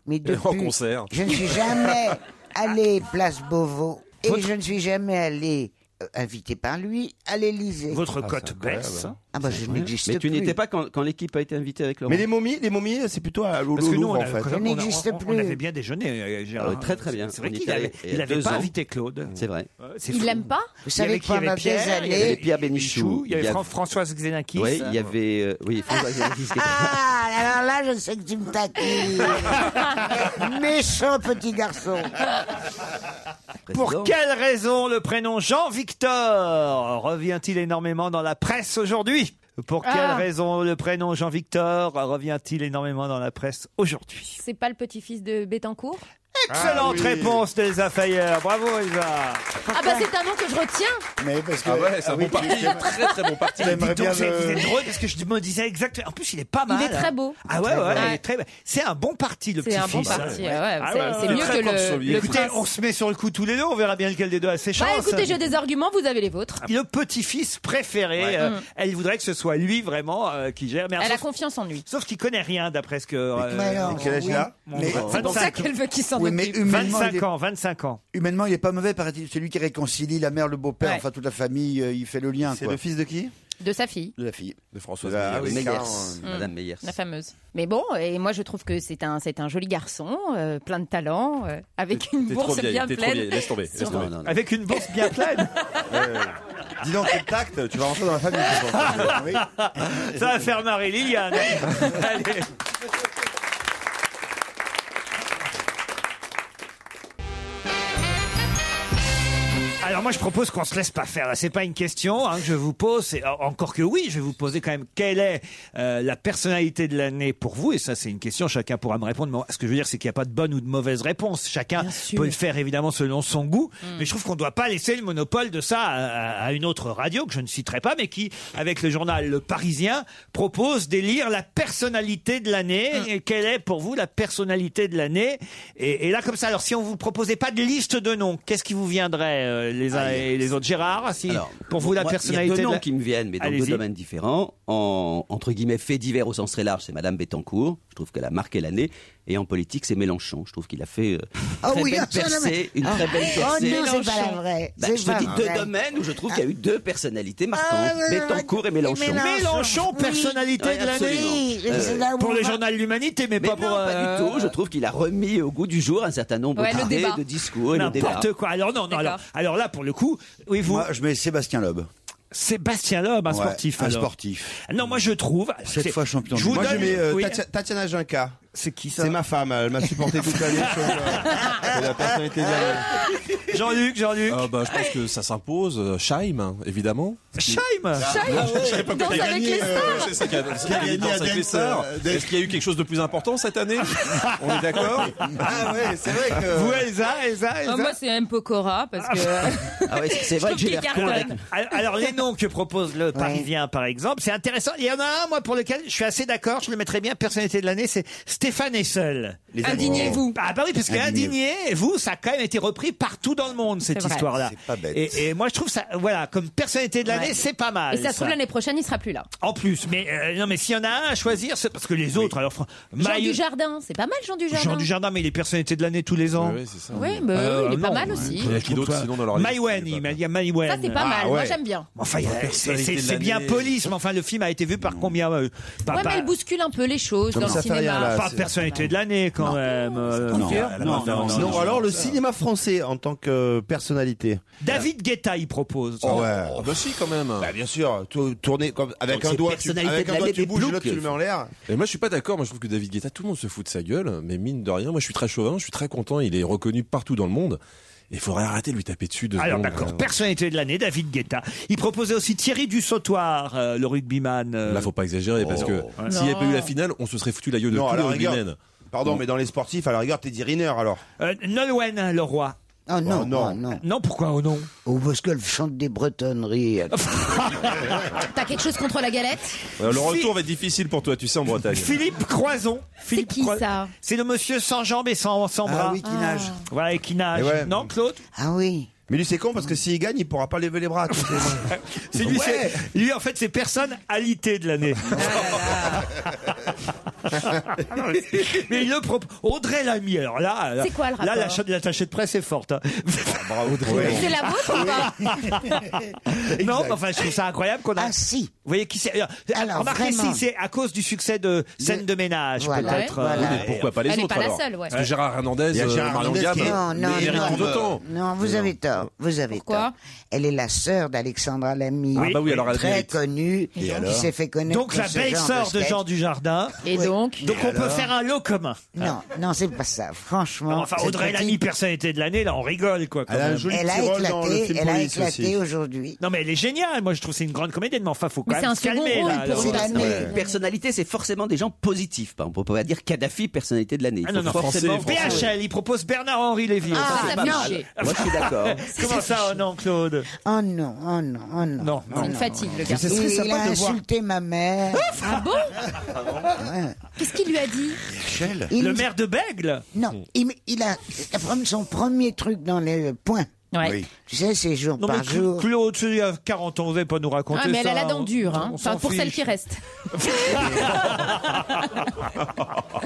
[SPEAKER 6] Mais
[SPEAKER 5] Et en
[SPEAKER 6] depuis,
[SPEAKER 5] concert.
[SPEAKER 6] je ne suis jamais allé place Beauvau et je ne suis jamais allé euh, invité par lui à l'Élysée.
[SPEAKER 3] Votre Ah, cote c'est incroyable. baisse.
[SPEAKER 6] Ah bah je
[SPEAKER 9] Ouais.
[SPEAKER 6] n'existe
[SPEAKER 9] Mais
[SPEAKER 6] plus.
[SPEAKER 9] tu n'étais pas quand, quand l'équipe a été invitée avec Laurent.
[SPEAKER 8] Mais les momies, les momies,
[SPEAKER 3] euh,
[SPEAKER 8] c'est plutôt à au
[SPEAKER 9] Parce que nous,
[SPEAKER 8] Louvre
[SPEAKER 9] on
[SPEAKER 8] en
[SPEAKER 9] a-
[SPEAKER 8] fait.
[SPEAKER 9] quand même, on a- N'existe on- on plus.
[SPEAKER 3] avait bien déjeuné, euh, Gérard.
[SPEAKER 9] très très bien.
[SPEAKER 3] C'est vrai
[SPEAKER 9] On y
[SPEAKER 3] qu'il
[SPEAKER 9] était
[SPEAKER 3] avait-
[SPEAKER 9] allé il
[SPEAKER 3] il
[SPEAKER 9] y a
[SPEAKER 3] avait
[SPEAKER 9] deux
[SPEAKER 3] pas
[SPEAKER 9] ans.
[SPEAKER 3] invité Claude.
[SPEAKER 9] Euh, C'est vrai.
[SPEAKER 3] C'est
[SPEAKER 4] Il
[SPEAKER 3] fou.
[SPEAKER 4] l'aime pas
[SPEAKER 3] Vous savez qui avait Pierre, il y avait Pierre Bénichou, il y avait Fran- Françoise Xenakis.
[SPEAKER 9] Oui, il y avait euh, oui, Françoise Xenakis qui était- *laughs*
[SPEAKER 6] Ah, alors là, je sais que tu me
[SPEAKER 3] *laughs*
[SPEAKER 6] taquines. Méchant petit garçon.
[SPEAKER 3] Pour quelle raison le prénom Jean-Victor revient-il énormément dans la presse aujourd'hui Pour quelle
[SPEAKER 4] Ah.
[SPEAKER 3] raison le prénom Jean-Victor revient-il énormément dans la presse aujourd'hui
[SPEAKER 4] C'est pas le petit-fils de Bettencourt
[SPEAKER 3] Excellente
[SPEAKER 4] Ah oui.
[SPEAKER 3] réponse des affailleurs. Bravo Elsa.
[SPEAKER 4] Ah bah c'est un nom que je retiens
[SPEAKER 3] Mais parce
[SPEAKER 5] que- Ah ouais, c'est un ah bon oui, parti. j'aime- Très, très bon parti.
[SPEAKER 3] J'aimerais
[SPEAKER 5] J'aimerais
[SPEAKER 3] bien.
[SPEAKER 5] bien le-
[SPEAKER 3] C'est drôle parce que je me disais exactement. En plus, il est pas
[SPEAKER 4] Il
[SPEAKER 3] mal.
[SPEAKER 4] est très beau.
[SPEAKER 3] Ah ouais,
[SPEAKER 4] Très
[SPEAKER 3] ouais,
[SPEAKER 4] beau.
[SPEAKER 3] il est très. C'est un bon parti le hein.
[SPEAKER 4] C'est
[SPEAKER 3] petit-fils.
[SPEAKER 4] un bon parti, ouais, ouais. C'est- c'est mieux que le- le
[SPEAKER 3] Ah Écoutez,
[SPEAKER 4] prince.
[SPEAKER 3] on se met sur le coup tous les deux. On verra bien lequel des deux a ses chances.
[SPEAKER 4] Bah écoutez, j'ai des arguments, vous avez les
[SPEAKER 8] Ah.
[SPEAKER 4] vôtres.
[SPEAKER 3] Le petit-fils préféré,
[SPEAKER 4] Ouais.
[SPEAKER 3] euh,
[SPEAKER 4] Mm.
[SPEAKER 3] elle voudrait que ce soit lui vraiment euh, qui gère. Mais
[SPEAKER 4] Elle a
[SPEAKER 3] sauf,
[SPEAKER 4] confiance en lui.
[SPEAKER 3] sauf qu'il connaît rien d'après ce que.
[SPEAKER 16] Mais alors,
[SPEAKER 3] et quel âge il a
[SPEAKER 16] oui,
[SPEAKER 3] Mon
[SPEAKER 16] mais-
[SPEAKER 3] grand.
[SPEAKER 16] C'est pour ça
[SPEAKER 3] 25.
[SPEAKER 16] qu'elle
[SPEAKER 4] veut qu'il s'en
[SPEAKER 16] Oui, mais
[SPEAKER 3] occupe.
[SPEAKER 16] humainement,
[SPEAKER 3] 25
[SPEAKER 16] il est-
[SPEAKER 3] ans, 25 ans.
[SPEAKER 16] Humainement, il n'est pas mauvais, paraît-il. C'est lui qui réconcilie la mère, le beau-père, enfin toute la famille, euh, il fait le lien.
[SPEAKER 8] C'est le fils de qui
[SPEAKER 4] De sa fille.
[SPEAKER 16] De la fille. Bah, De
[SPEAKER 8] Françoise
[SPEAKER 16] la...
[SPEAKER 8] Meyers.
[SPEAKER 16] Meyers. Mmh.
[SPEAKER 8] Meyers.
[SPEAKER 4] Mm. La fameuse. Mais bon, et moi je trouve que c'est un, c'est un joli garçon, euh, plein de talent, euh, avec une
[SPEAKER 5] T'es
[SPEAKER 4] bourse
[SPEAKER 5] trop vieille,
[SPEAKER 4] bien
[SPEAKER 5] t'es trop
[SPEAKER 4] pleine.
[SPEAKER 5] vieille, laisse tomber, laisse
[SPEAKER 4] Sur-
[SPEAKER 5] tomber. Non, non, non.
[SPEAKER 3] Avec une bourse bien pleine.
[SPEAKER 8] Dis donc, quel tact, tu vas rentrer dans la famille. je pense. Oui.
[SPEAKER 3] *laughs* Ça va faire marrer Liliane. Allez. Alors moi je propose qu'on se laisse pas faire. là. C'est pas une question hein, que je vous pose. C'est- en- Encore que oui, je vais vous poser quand même quelle est euh, la personnalité de l'année pour vous. Et ça c'est une question. Chacun pourra me répondre. Mais ce que je veux dire c'est qu'il n'y a pas de bonne ou de mauvaise réponse. Chacun peut le faire évidemment selon son goût. Mais je trouve qu'on ne doit pas laisser le monopole de ça à, à- à une autre radio que je ne citerai pas, mais qui avec le journal Le Parisien propose d'élire la personnalité de l'année.
[SPEAKER 9] Hum.
[SPEAKER 3] Et Quelle est pour vous la personnalité de l'année et, et là comme ça. Alors si on vous proposait pas de liste de noms, qu'est-ce qui vous viendrait euh, les uns
[SPEAKER 9] Ah,
[SPEAKER 3] et les autres Gérard, si
[SPEAKER 9] Alors,
[SPEAKER 3] pour vous la
[SPEAKER 9] moi,
[SPEAKER 3] personnalité
[SPEAKER 9] Il y a deux
[SPEAKER 3] de
[SPEAKER 9] noms
[SPEAKER 3] la-
[SPEAKER 9] qui me viennent, mais dans deux
[SPEAKER 3] Allez-y.
[SPEAKER 9] domaines différents. En, entre guillemets, fait divers au sens très large, c'est Madame Bettencourt. Je trouve qu'elle a marqué l'année. Et en politique, c'est Mélenchon. Je trouve qu'il a fait euh,
[SPEAKER 6] Ah
[SPEAKER 9] très
[SPEAKER 6] oui,
[SPEAKER 9] belle
[SPEAKER 6] ah, ça, non,
[SPEAKER 9] percée,
[SPEAKER 6] mais-
[SPEAKER 9] une très belle
[SPEAKER 6] Oh
[SPEAKER 9] percée.
[SPEAKER 6] non, c'est pas la vraie.
[SPEAKER 9] Bah,
[SPEAKER 6] C'est
[SPEAKER 9] je
[SPEAKER 6] pas
[SPEAKER 9] te dis deux
[SPEAKER 6] vrai.
[SPEAKER 9] domaines où je trouve qu'il y a eu deux personnalités marquantes,
[SPEAKER 6] Ah, ouais, ouais,
[SPEAKER 9] Bettencourt et Mélenchon.
[SPEAKER 3] Mélenchon,
[SPEAKER 6] Oui.
[SPEAKER 3] personnalité
[SPEAKER 9] Oui,
[SPEAKER 3] de l'année.
[SPEAKER 9] absolument. Oui, c'est là où
[SPEAKER 3] pour
[SPEAKER 9] on
[SPEAKER 3] le
[SPEAKER 9] va.
[SPEAKER 3] journal L'Humanité, mais, pas pour. euh,
[SPEAKER 9] Pas du tout, je trouve qu'il a remis au goût du jour un certain nombre
[SPEAKER 3] Ouais, le
[SPEAKER 9] d'idées,
[SPEAKER 3] débat.
[SPEAKER 9] de discours et de débats.
[SPEAKER 3] N'importe quoi. Alors non, non. Alors, alors là, pour le coup, oui vous.
[SPEAKER 16] Moi, je mets Sébastien Loeb.
[SPEAKER 3] Sébastien Loeb, un
[SPEAKER 16] Ouais,
[SPEAKER 3] sportif.
[SPEAKER 16] un
[SPEAKER 3] alors.
[SPEAKER 16] sportif.
[SPEAKER 3] Non, moi je trouve.
[SPEAKER 16] Sept
[SPEAKER 3] c'est-
[SPEAKER 16] fois champion
[SPEAKER 3] Je
[SPEAKER 16] du
[SPEAKER 3] vous
[SPEAKER 16] monde.
[SPEAKER 8] Moi,
[SPEAKER 3] donne-
[SPEAKER 8] je mets euh,
[SPEAKER 3] oui.
[SPEAKER 8] Tatia- Tatiana Junka.
[SPEAKER 3] C'est qui
[SPEAKER 8] ça C'est ma femme, elle m'a supporté toute
[SPEAKER 3] *laughs*
[SPEAKER 8] l'année. je trouve, euh, C'est la personnalité de l'année.
[SPEAKER 3] Jean-Luc, Jean-Luc.
[SPEAKER 5] bah, je pense que ça s'impose. euh, Scheim, hein, évidemment.
[SPEAKER 3] Scheim
[SPEAKER 5] Ah, Je savais pas qu'on avait gagné, euh, c'est ça qui a- c'est qui a gagné Danse avec les stars. Est-ce qu'il y a eu quelque chose de plus important cette année On est d'accord
[SPEAKER 8] *laughs* Ah ouais, c'est vrai que.
[SPEAKER 3] Vous, Elsa, Elsa,
[SPEAKER 4] Ah,
[SPEAKER 3] Elsa.
[SPEAKER 4] moi c'est M. Pokora, parce que... euh,
[SPEAKER 9] Ah ouais, c'est- c'est vrai
[SPEAKER 4] Je
[SPEAKER 9] que j'ai
[SPEAKER 4] trouve
[SPEAKER 9] l'air
[SPEAKER 4] qu'il
[SPEAKER 9] con
[SPEAKER 4] cartonne.
[SPEAKER 9] avec-
[SPEAKER 3] Alors, alors, les noms que propose le Parisien, par exemple, c'est intéressant. Il y en a un, moi, pour lequel je suis assez d'accord, je le mettrais bien, personnalité de l'année, c'est Stéphane Hessel.
[SPEAKER 4] Les Indignez-vous.
[SPEAKER 3] Ah bah oui, parce que
[SPEAKER 4] Indignez-vous.
[SPEAKER 3] indigné, vous, ça a quand même été repris partout dans le monde, cette
[SPEAKER 4] C'est vrai.
[SPEAKER 3] histoire-là.
[SPEAKER 4] C'est pas bête.
[SPEAKER 3] Et, et moi, je trouve ça, voilà, comme personnalité de l'année,
[SPEAKER 4] Ouais.
[SPEAKER 3] c'est pas mal.
[SPEAKER 4] Et ça se trouve l'année prochaine, il sera plus là.
[SPEAKER 3] En plus, mais euh, non, mais s'il y en a un à choisir, c'est parce que les autres, alors, fran-
[SPEAKER 4] Jean
[SPEAKER 3] Maillot-
[SPEAKER 4] Dujardin, c'est pas mal Jean Dujardin.
[SPEAKER 3] Jean Dujardin, mais il est personnalité de l'année tous les ans. Oui,
[SPEAKER 5] c'est ça. Euh,
[SPEAKER 4] Oui, mais il est pas mal aussi. Il y a qui
[SPEAKER 5] d'autre sinon dans leur liste
[SPEAKER 3] Maïwen, il m'a- il y a Maïwen.
[SPEAKER 4] Ça, c'est pas mal. Moi, j'aime bien.
[SPEAKER 3] Ah, Enfin, il y a- c'est- c'est
[SPEAKER 5] Personnalité de
[SPEAKER 3] c'est bien
[SPEAKER 5] l'année.
[SPEAKER 3] police, mais enfin, le film a été vu par combien euh, par-
[SPEAKER 4] ouais,
[SPEAKER 3] par-
[SPEAKER 4] mais il bouscule un peu les choses
[SPEAKER 3] Comme
[SPEAKER 4] dans le
[SPEAKER 3] ça,
[SPEAKER 4] cinéma.
[SPEAKER 5] hein,
[SPEAKER 3] Ferrière, là, Pas c'est- personnalité de l'année quand même. euh,
[SPEAKER 8] Non, non, non, non, non, alors le cinéma français en tant que euh, personnalité.
[SPEAKER 3] David Guetta, il propose.
[SPEAKER 8] Oh, ouais.
[SPEAKER 5] bah si, quand même.
[SPEAKER 8] Bah, bien sûr, tou- tourner comme avec
[SPEAKER 5] Donc,
[SPEAKER 8] un
[SPEAKER 5] c'est
[SPEAKER 8] doigt, tu,
[SPEAKER 5] personnalité
[SPEAKER 8] avec
[SPEAKER 5] de
[SPEAKER 8] un doigt
[SPEAKER 5] l'année
[SPEAKER 8] tu
[SPEAKER 5] des
[SPEAKER 8] bouges,
[SPEAKER 5] ploucs.
[SPEAKER 8] l'autre tu le mets en l'air.
[SPEAKER 5] Et moi, je suis pas d'accord. Moi, je trouve que David Guetta, tout le monde se fout de sa gueule, mais mine de rien, moi, je suis très chauvin, je suis très content. Il est reconnu partout dans le monde. Il faudrait arrêter de lui taper dessus. Deux
[SPEAKER 3] Alors
[SPEAKER 5] secondes.
[SPEAKER 3] d'accord,
[SPEAKER 5] Euh,
[SPEAKER 3] personnalité de l'année, David Guetta. Il proposait aussi Thierry du Sautoir, euh, le rugbyman. euh.
[SPEAKER 5] Là, faut pas exagérer parce que
[SPEAKER 3] Ouais.
[SPEAKER 5] s'il n'y avait pas eu
[SPEAKER 3] Non.
[SPEAKER 5] la finale, on se serait foutu la gueule de
[SPEAKER 8] Non,
[SPEAKER 5] tous
[SPEAKER 8] à
[SPEAKER 5] les
[SPEAKER 8] la rigueur.
[SPEAKER 5] rugbymen.
[SPEAKER 8] Pardon,
[SPEAKER 5] Donc,
[SPEAKER 8] mais dans les sportifs, à la rigueur, Teddy Riner alors.
[SPEAKER 3] Euh, Nolwenn, le roi.
[SPEAKER 6] Oh non, non,
[SPEAKER 8] Oh non.
[SPEAKER 6] non.
[SPEAKER 3] Non, pourquoi oh non
[SPEAKER 6] Oh, parce qu'elle chante des bretonneries.
[SPEAKER 3] *laughs*
[SPEAKER 4] T'as quelque chose contre la galette
[SPEAKER 5] euh, Le retour va être difficile pour toi, tu sais, en Bretagne.
[SPEAKER 3] Philippe Croison. C'est
[SPEAKER 4] qui, ça
[SPEAKER 3] C'est le monsieur sans jambes et sans, sans bras.
[SPEAKER 8] oui, qui Ah. nage.
[SPEAKER 3] Voilà, et qui nage.
[SPEAKER 8] Et ouais.
[SPEAKER 3] Non, Claude
[SPEAKER 6] Ah oui. Mm.
[SPEAKER 8] Mais lui, c'est con parce que s'il gagne, il pourra pas lever les bras. tu sais.
[SPEAKER 3] C'est lui,
[SPEAKER 8] Ouais.
[SPEAKER 6] Ah
[SPEAKER 3] c'est- lui, en fait, c'est personne alité de l'année.
[SPEAKER 4] Ah
[SPEAKER 3] mais il le propose. Audrey Lamy, alors là, là,
[SPEAKER 4] C'est quoi le
[SPEAKER 3] là, la
[SPEAKER 4] rapport
[SPEAKER 3] chaîne de l'attaché de presse est forte. hein.
[SPEAKER 6] Ah,
[SPEAKER 4] C'est la vôtre ou pas
[SPEAKER 3] *laughs* Non, mais enfin, je trouve ça incroyable qu'on a. Ah si. Vous voyez qui c'est Alors,
[SPEAKER 6] Alors,
[SPEAKER 3] remarquez
[SPEAKER 6] vraiment.
[SPEAKER 3] si c'est à cause du succès de scène de ménage,
[SPEAKER 6] Voilà.
[SPEAKER 3] peut-être.
[SPEAKER 6] Ouais.
[SPEAKER 3] euh,
[SPEAKER 6] Voilà.
[SPEAKER 5] Mais pourquoi pas les
[SPEAKER 6] Elle est
[SPEAKER 5] autres
[SPEAKER 6] pas la
[SPEAKER 5] alors
[SPEAKER 6] seule, ouais.
[SPEAKER 5] Parce que Gérard Hernandez,
[SPEAKER 6] Il y a
[SPEAKER 5] euh,
[SPEAKER 6] Gérard
[SPEAKER 5] Marion
[SPEAKER 6] Hernandez
[SPEAKER 5] Gamme,
[SPEAKER 6] qui- Non, non,
[SPEAKER 5] ils méritent
[SPEAKER 6] non.
[SPEAKER 5] autant.
[SPEAKER 6] Non, vous avez tort. Vous avez tort. Elle est la sœur d'Alexandra Lamy.
[SPEAKER 5] Ah bah oui, alors elle
[SPEAKER 6] très
[SPEAKER 5] mérite.
[SPEAKER 6] connue,
[SPEAKER 5] Et
[SPEAKER 6] qui
[SPEAKER 5] alors
[SPEAKER 6] s'est fait connaître.
[SPEAKER 3] Donc
[SPEAKER 6] pour
[SPEAKER 3] la
[SPEAKER 6] ce
[SPEAKER 3] belle
[SPEAKER 6] genre
[SPEAKER 3] sœur de
[SPEAKER 6] sketch.
[SPEAKER 3] Jean Dujardin.
[SPEAKER 4] Et donc
[SPEAKER 3] Donc
[SPEAKER 6] Et
[SPEAKER 3] on peut
[SPEAKER 6] alors
[SPEAKER 3] faire un lot commun. Ah.
[SPEAKER 6] Non, non, c'est pas ça. Franchement.
[SPEAKER 3] Enfin,
[SPEAKER 6] cette
[SPEAKER 3] Audrey
[SPEAKER 6] petite-
[SPEAKER 3] Lamy, personnalité de l'année, là, on rigole, quoi. quand
[SPEAKER 6] Elle a un
[SPEAKER 3] même.
[SPEAKER 6] joli Elle a petit rôle dans le éclaté, film elle a Police éclaté aussi. aujourd'hui.
[SPEAKER 3] Non, mais elle est géniale. Moi, je trouve que c'est une grande comédienne, mais enfin, faut quand
[SPEAKER 9] Mais
[SPEAKER 3] même
[SPEAKER 9] c'est
[SPEAKER 3] se
[SPEAKER 9] un second
[SPEAKER 3] calmer,
[SPEAKER 9] rôle
[SPEAKER 3] là.
[SPEAKER 9] pour
[SPEAKER 3] Laurent.
[SPEAKER 9] une année. Ouais. Personnalité, c'est forcément des gens positifs. On peut pas dire Kadhafi, personnalité de l'année.
[SPEAKER 3] Ah non, non, forcément. BHL, il propose Bernard-Henri Lévy.
[SPEAKER 9] Ah,
[SPEAKER 3] Ça,
[SPEAKER 9] ça
[SPEAKER 3] c'est
[SPEAKER 9] fait
[SPEAKER 3] mal.
[SPEAKER 9] chier. Moi, je suis d'accord.
[SPEAKER 3] *laughs* Comment ça, oh non, Claude
[SPEAKER 6] Oh non, oh non, oh non. non,
[SPEAKER 3] Non,
[SPEAKER 6] non, non.
[SPEAKER 3] C'est
[SPEAKER 6] Il, il a insulté ma mère.
[SPEAKER 4] Ah bon
[SPEAKER 12] Ah
[SPEAKER 4] Qu'est-ce qu'il lui a dit
[SPEAKER 6] Il-
[SPEAKER 3] Le maire de Bègle
[SPEAKER 6] Non, il, il a après son premier truc dans les points.
[SPEAKER 3] *laughs*
[SPEAKER 6] Tu sais, c'est jour
[SPEAKER 3] Non, mais
[SPEAKER 6] par
[SPEAKER 3] Cla-
[SPEAKER 6] jour.
[SPEAKER 3] Claude, il y a 40 ans, vous n'allez pas nous raconter
[SPEAKER 4] Ah, mais elle a
[SPEAKER 3] ça,
[SPEAKER 4] la dent
[SPEAKER 3] on-
[SPEAKER 4] dure, hein.
[SPEAKER 3] on
[SPEAKER 4] Enfin,
[SPEAKER 3] s'en
[SPEAKER 4] pour celle
[SPEAKER 3] fiche.
[SPEAKER 4] qui reste.
[SPEAKER 6] Ça,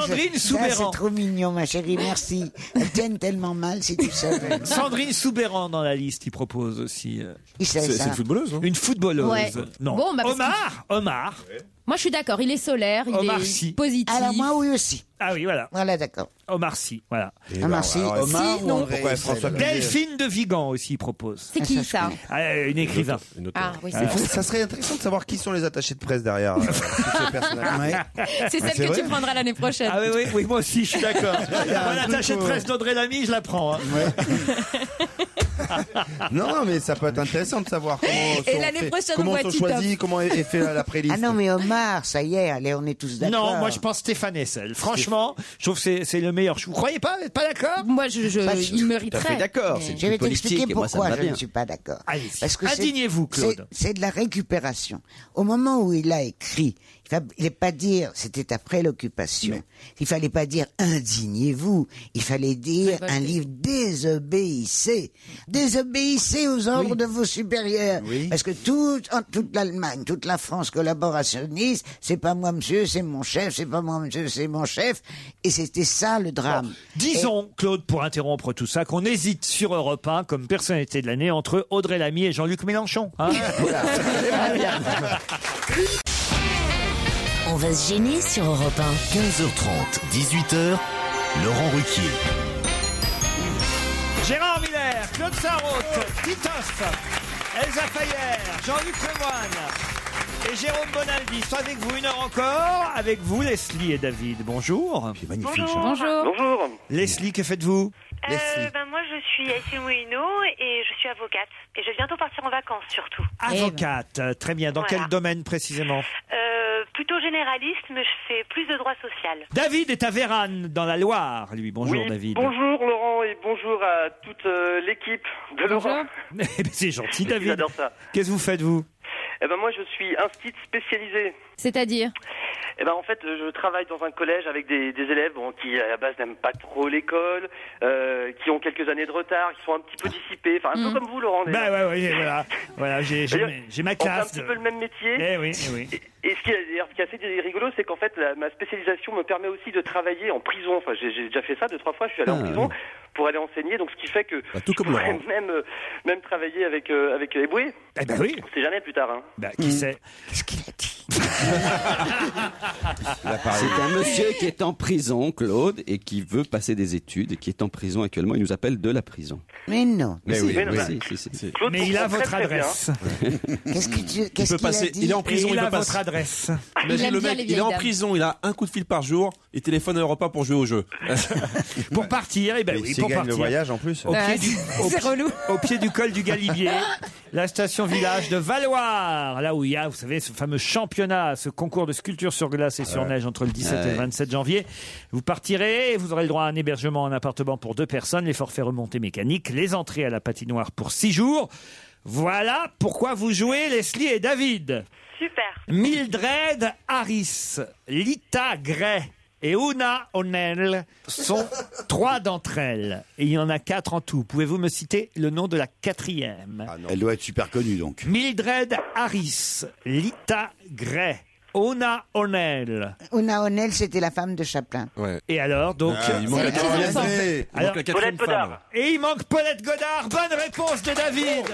[SPEAKER 6] je-
[SPEAKER 3] Sandrine
[SPEAKER 6] ça,
[SPEAKER 3] Soubéran.
[SPEAKER 6] C'est trop mignon, ma chérie, merci. Elles tiennent tellement mal si tu savais.
[SPEAKER 3] *laughs* Sandrine Soubéran dans la liste, il propose aussi. euh,
[SPEAKER 6] Il sait C'est- ça. c'est une
[SPEAKER 5] footballeuse,
[SPEAKER 3] Une footballeuse.
[SPEAKER 4] Ouais.
[SPEAKER 3] Non.
[SPEAKER 4] Bon, bah, parce
[SPEAKER 3] Omar, Omar.
[SPEAKER 4] Moi, je suis d'accord. Il est solaire, il
[SPEAKER 3] Omar
[SPEAKER 4] est
[SPEAKER 3] Sy.
[SPEAKER 4] positif.
[SPEAKER 3] Alors, moi,
[SPEAKER 4] *laughs*
[SPEAKER 6] oui aussi.
[SPEAKER 3] Ah oui, voilà.
[SPEAKER 6] Voilà, d'accord.
[SPEAKER 3] Omar Sy, voilà.
[SPEAKER 6] Omar ben, Sy, alors, Omar
[SPEAKER 3] non.
[SPEAKER 6] ou André Pourquoi Hessel François Cluzet
[SPEAKER 3] Delphine de Vigan aussi il propose.
[SPEAKER 4] C'est qui ça
[SPEAKER 3] Ah, Une écrivain.
[SPEAKER 4] Ah oui,
[SPEAKER 8] Il faut- ça serait intéressant de savoir qui sont les attachés de
[SPEAKER 6] *laughs*
[SPEAKER 8] presse derrière. euh,
[SPEAKER 4] C'est celle que tu prendras l'année prochaine.
[SPEAKER 3] Ah oui, oui, oui, moi aussi, je suis d'accord.
[SPEAKER 8] Il y a un
[SPEAKER 3] Moi, l'attaché de
[SPEAKER 8] truc,
[SPEAKER 3] presse d'André Lamy, je la prends. hein.
[SPEAKER 8] Non, non, mais ça peut être intéressant de savoir comment
[SPEAKER 6] Et
[SPEAKER 8] sont,
[SPEAKER 6] l'année
[SPEAKER 8] fait-
[SPEAKER 6] prochaine, on
[SPEAKER 8] comment
[SPEAKER 6] voit
[SPEAKER 8] sont
[SPEAKER 6] Titov.
[SPEAKER 8] choisis, comment est est fait la, la préliste.
[SPEAKER 6] Ah non, mais Omar, ça y est, allez, on est tous d'accord.
[SPEAKER 3] Non, moi je pense Stéphane Essel. Franchement, je trouve que c'est- c'est le meilleur. Vous croyez pas Vous n'êtes pas d'accord
[SPEAKER 4] Moi, je,
[SPEAKER 6] Pas sûr. Je vais t'expliquer pourquoi je ne suis pas d'accord.
[SPEAKER 3] Allez-y.
[SPEAKER 6] Parce que c'est-
[SPEAKER 3] Indignez-vous, Claude.
[SPEAKER 6] c'est- C'est de la récupération. Au moment où il a écrit, il fa- il n'est pas dire c'était après l'occupation. Il fallait pas dire indignez-vous. Il fallait dire un livre désobéissez, désobéissez aux ordres de vos supérieurs. Parce que tout, en- toute l'Allemagne, toute la France collaborationniste, c'est pas moi monsieur, c'est mon chef, c'est pas moi monsieur, c'est mon chef. Et c'était ça le drame.
[SPEAKER 3] Disons, Claude, pour interrompre tout ça, qu'on hésite sur Europe 1 comme personnalité de l'année entre Audrey Lamy et Jean-Luc Mélenchon. hein.
[SPEAKER 2] On va se gêner sur Europe 1. 15h30, 18h, Laurent Ruquier.
[SPEAKER 3] Gérard Miller, Claude Sarraute, Titoff, Elsa Fayer, Jean-Luc Lemoine et Jérôme Bonaldi sont avec vous une heure encore. Avec vous, Leslie et David. Bonjour. C'est magnifique.
[SPEAKER 15] Bonjour. hein. Bonjour.
[SPEAKER 3] Leslie, que faites-vous
[SPEAKER 15] Euh, ben moi, je suis Aïssé Mouino et je suis avocate. Et je vais bientôt partir en vacances, surtout.
[SPEAKER 3] Avocate. Très bien. Dans
[SPEAKER 15] Voilà.
[SPEAKER 3] quel domaine précisément
[SPEAKER 15] Euh, plutôt généraliste, mais je fais plus de droit social.
[SPEAKER 3] David est à Vérane, dans la Loire, lui. Bonjour,
[SPEAKER 13] Oui,
[SPEAKER 3] David.
[SPEAKER 13] Bonjour Laurent et bonjour à toute euh, l'équipe de Laurent. *laughs*
[SPEAKER 3] Eh ben, C'est gentil, David.
[SPEAKER 13] J'adore ça.
[SPEAKER 3] Qu'est-ce que vous faites, vous
[SPEAKER 13] Eh ben moi je suis instit spécialisé.
[SPEAKER 4] C'est-à-dire
[SPEAKER 13] Eh ben en fait je travaille dans un collège avec des, des élèves bon, qui à la base n'aiment pas trop l'école, euh, qui ont quelques années de retard, qui sont un petit peu dissipés, enfin un peu comme vous Laurent.
[SPEAKER 3] Bah
[SPEAKER 13] d'ailleurs.
[SPEAKER 3] ouais, ouais, voilà. Voilà, j'ai j'ai
[SPEAKER 13] D'ailleurs,
[SPEAKER 3] mes- j'ai ma
[SPEAKER 13] on fait
[SPEAKER 3] classe.
[SPEAKER 13] un petit peu le même métier.
[SPEAKER 3] Eh oui, eh oui.
[SPEAKER 13] Et ce qui est, d'ailleurs, ce qui est assez rigolo, c'est qu'en fait, la- ma spécialisation me permet aussi de travailler en prison. Enfin, j'ai j'ai déjà fait ça deux, trois fois. Je suis allé en
[SPEAKER 5] Ah,
[SPEAKER 13] prison pour aller enseigner. Donc, ce qui fait que je
[SPEAKER 5] tout comme
[SPEAKER 13] pourrais
[SPEAKER 5] Laurent.
[SPEAKER 13] même, euh, même travailler avec, euh, avec Eboué.
[SPEAKER 3] Eh ben oui.
[SPEAKER 13] On sait jamais plus tard. Hein.
[SPEAKER 3] Bah, qui sait
[SPEAKER 9] C'est un monsieur qui est en prison, Claude, et qui veut passer des études, et qui est en prison actuellement. Il nous appelle de la prison.
[SPEAKER 6] Mais non.
[SPEAKER 9] Mais oui,
[SPEAKER 13] non,
[SPEAKER 9] oui,
[SPEAKER 13] bah,
[SPEAKER 9] si, si, si.
[SPEAKER 13] Claude
[SPEAKER 3] Mais il a
[SPEAKER 13] comprend
[SPEAKER 3] votre
[SPEAKER 13] très, très bien.
[SPEAKER 3] adresse.
[SPEAKER 6] Qu'est-ce que tu.
[SPEAKER 5] Il
[SPEAKER 6] Qu'est-ce
[SPEAKER 5] peut
[SPEAKER 6] qu'il a
[SPEAKER 5] passer.
[SPEAKER 6] dit
[SPEAKER 5] Il est en prison.
[SPEAKER 3] Et il
[SPEAKER 5] peut
[SPEAKER 3] a
[SPEAKER 5] passer.
[SPEAKER 3] votre adresse.
[SPEAKER 5] Imagine
[SPEAKER 3] Il aime
[SPEAKER 5] le
[SPEAKER 3] bien
[SPEAKER 5] mec,
[SPEAKER 3] les
[SPEAKER 5] il est
[SPEAKER 3] vieilles
[SPEAKER 5] en
[SPEAKER 3] dames.
[SPEAKER 5] prison, il a un coup de fil par jour, il téléphone à Europa pour jouer au jeu.
[SPEAKER 3] *laughs* pour partir, et ben
[SPEAKER 5] Et
[SPEAKER 3] oui,
[SPEAKER 5] s'il
[SPEAKER 3] pour
[SPEAKER 5] gagne
[SPEAKER 3] partir.
[SPEAKER 5] le voyage, en plus.
[SPEAKER 3] Au
[SPEAKER 5] Ah, *laughs*
[SPEAKER 3] pied, du, au- au pied du col du Galibier, la station village de Valoir, là où il y a, vous savez, ce fameux championnat, ce concours de sculpture sur glace et sur
[SPEAKER 9] Ouais.
[SPEAKER 3] neige entre le 17 et le
[SPEAKER 9] Ouais.
[SPEAKER 3] 27 janvier. Vous partirez, et vous aurez le droit à un hébergement en appartement pour deux personnes, les forfaits remontées mécaniques, les entrées à la patinoire pour six jours. Voilà pourquoi vous jouez Leslie et David.
[SPEAKER 15] Super.
[SPEAKER 3] Mildred Harris, Lita Gray et Una O'Neill
[SPEAKER 9] *laughs*
[SPEAKER 3] sont trois d'entre elles. Et il y en a quatre en tout. Pouvez-vous me citer le nom de la quatrième
[SPEAKER 8] Ah,
[SPEAKER 7] Elle doit être super connue donc.
[SPEAKER 3] Mildred Harris, Lita Gray, Ona O'Neill.
[SPEAKER 6] Una O'Neill, c'était la femme de Chaplin.
[SPEAKER 3] Et alors, donc.
[SPEAKER 6] Ah, il manque la quatrième
[SPEAKER 3] Alors-
[SPEAKER 6] femme. Il manque
[SPEAKER 3] Alors-
[SPEAKER 6] la quatrième Paulette femme. Godard.
[SPEAKER 3] Et il manque Paulette Godard. Bonne réponse de David.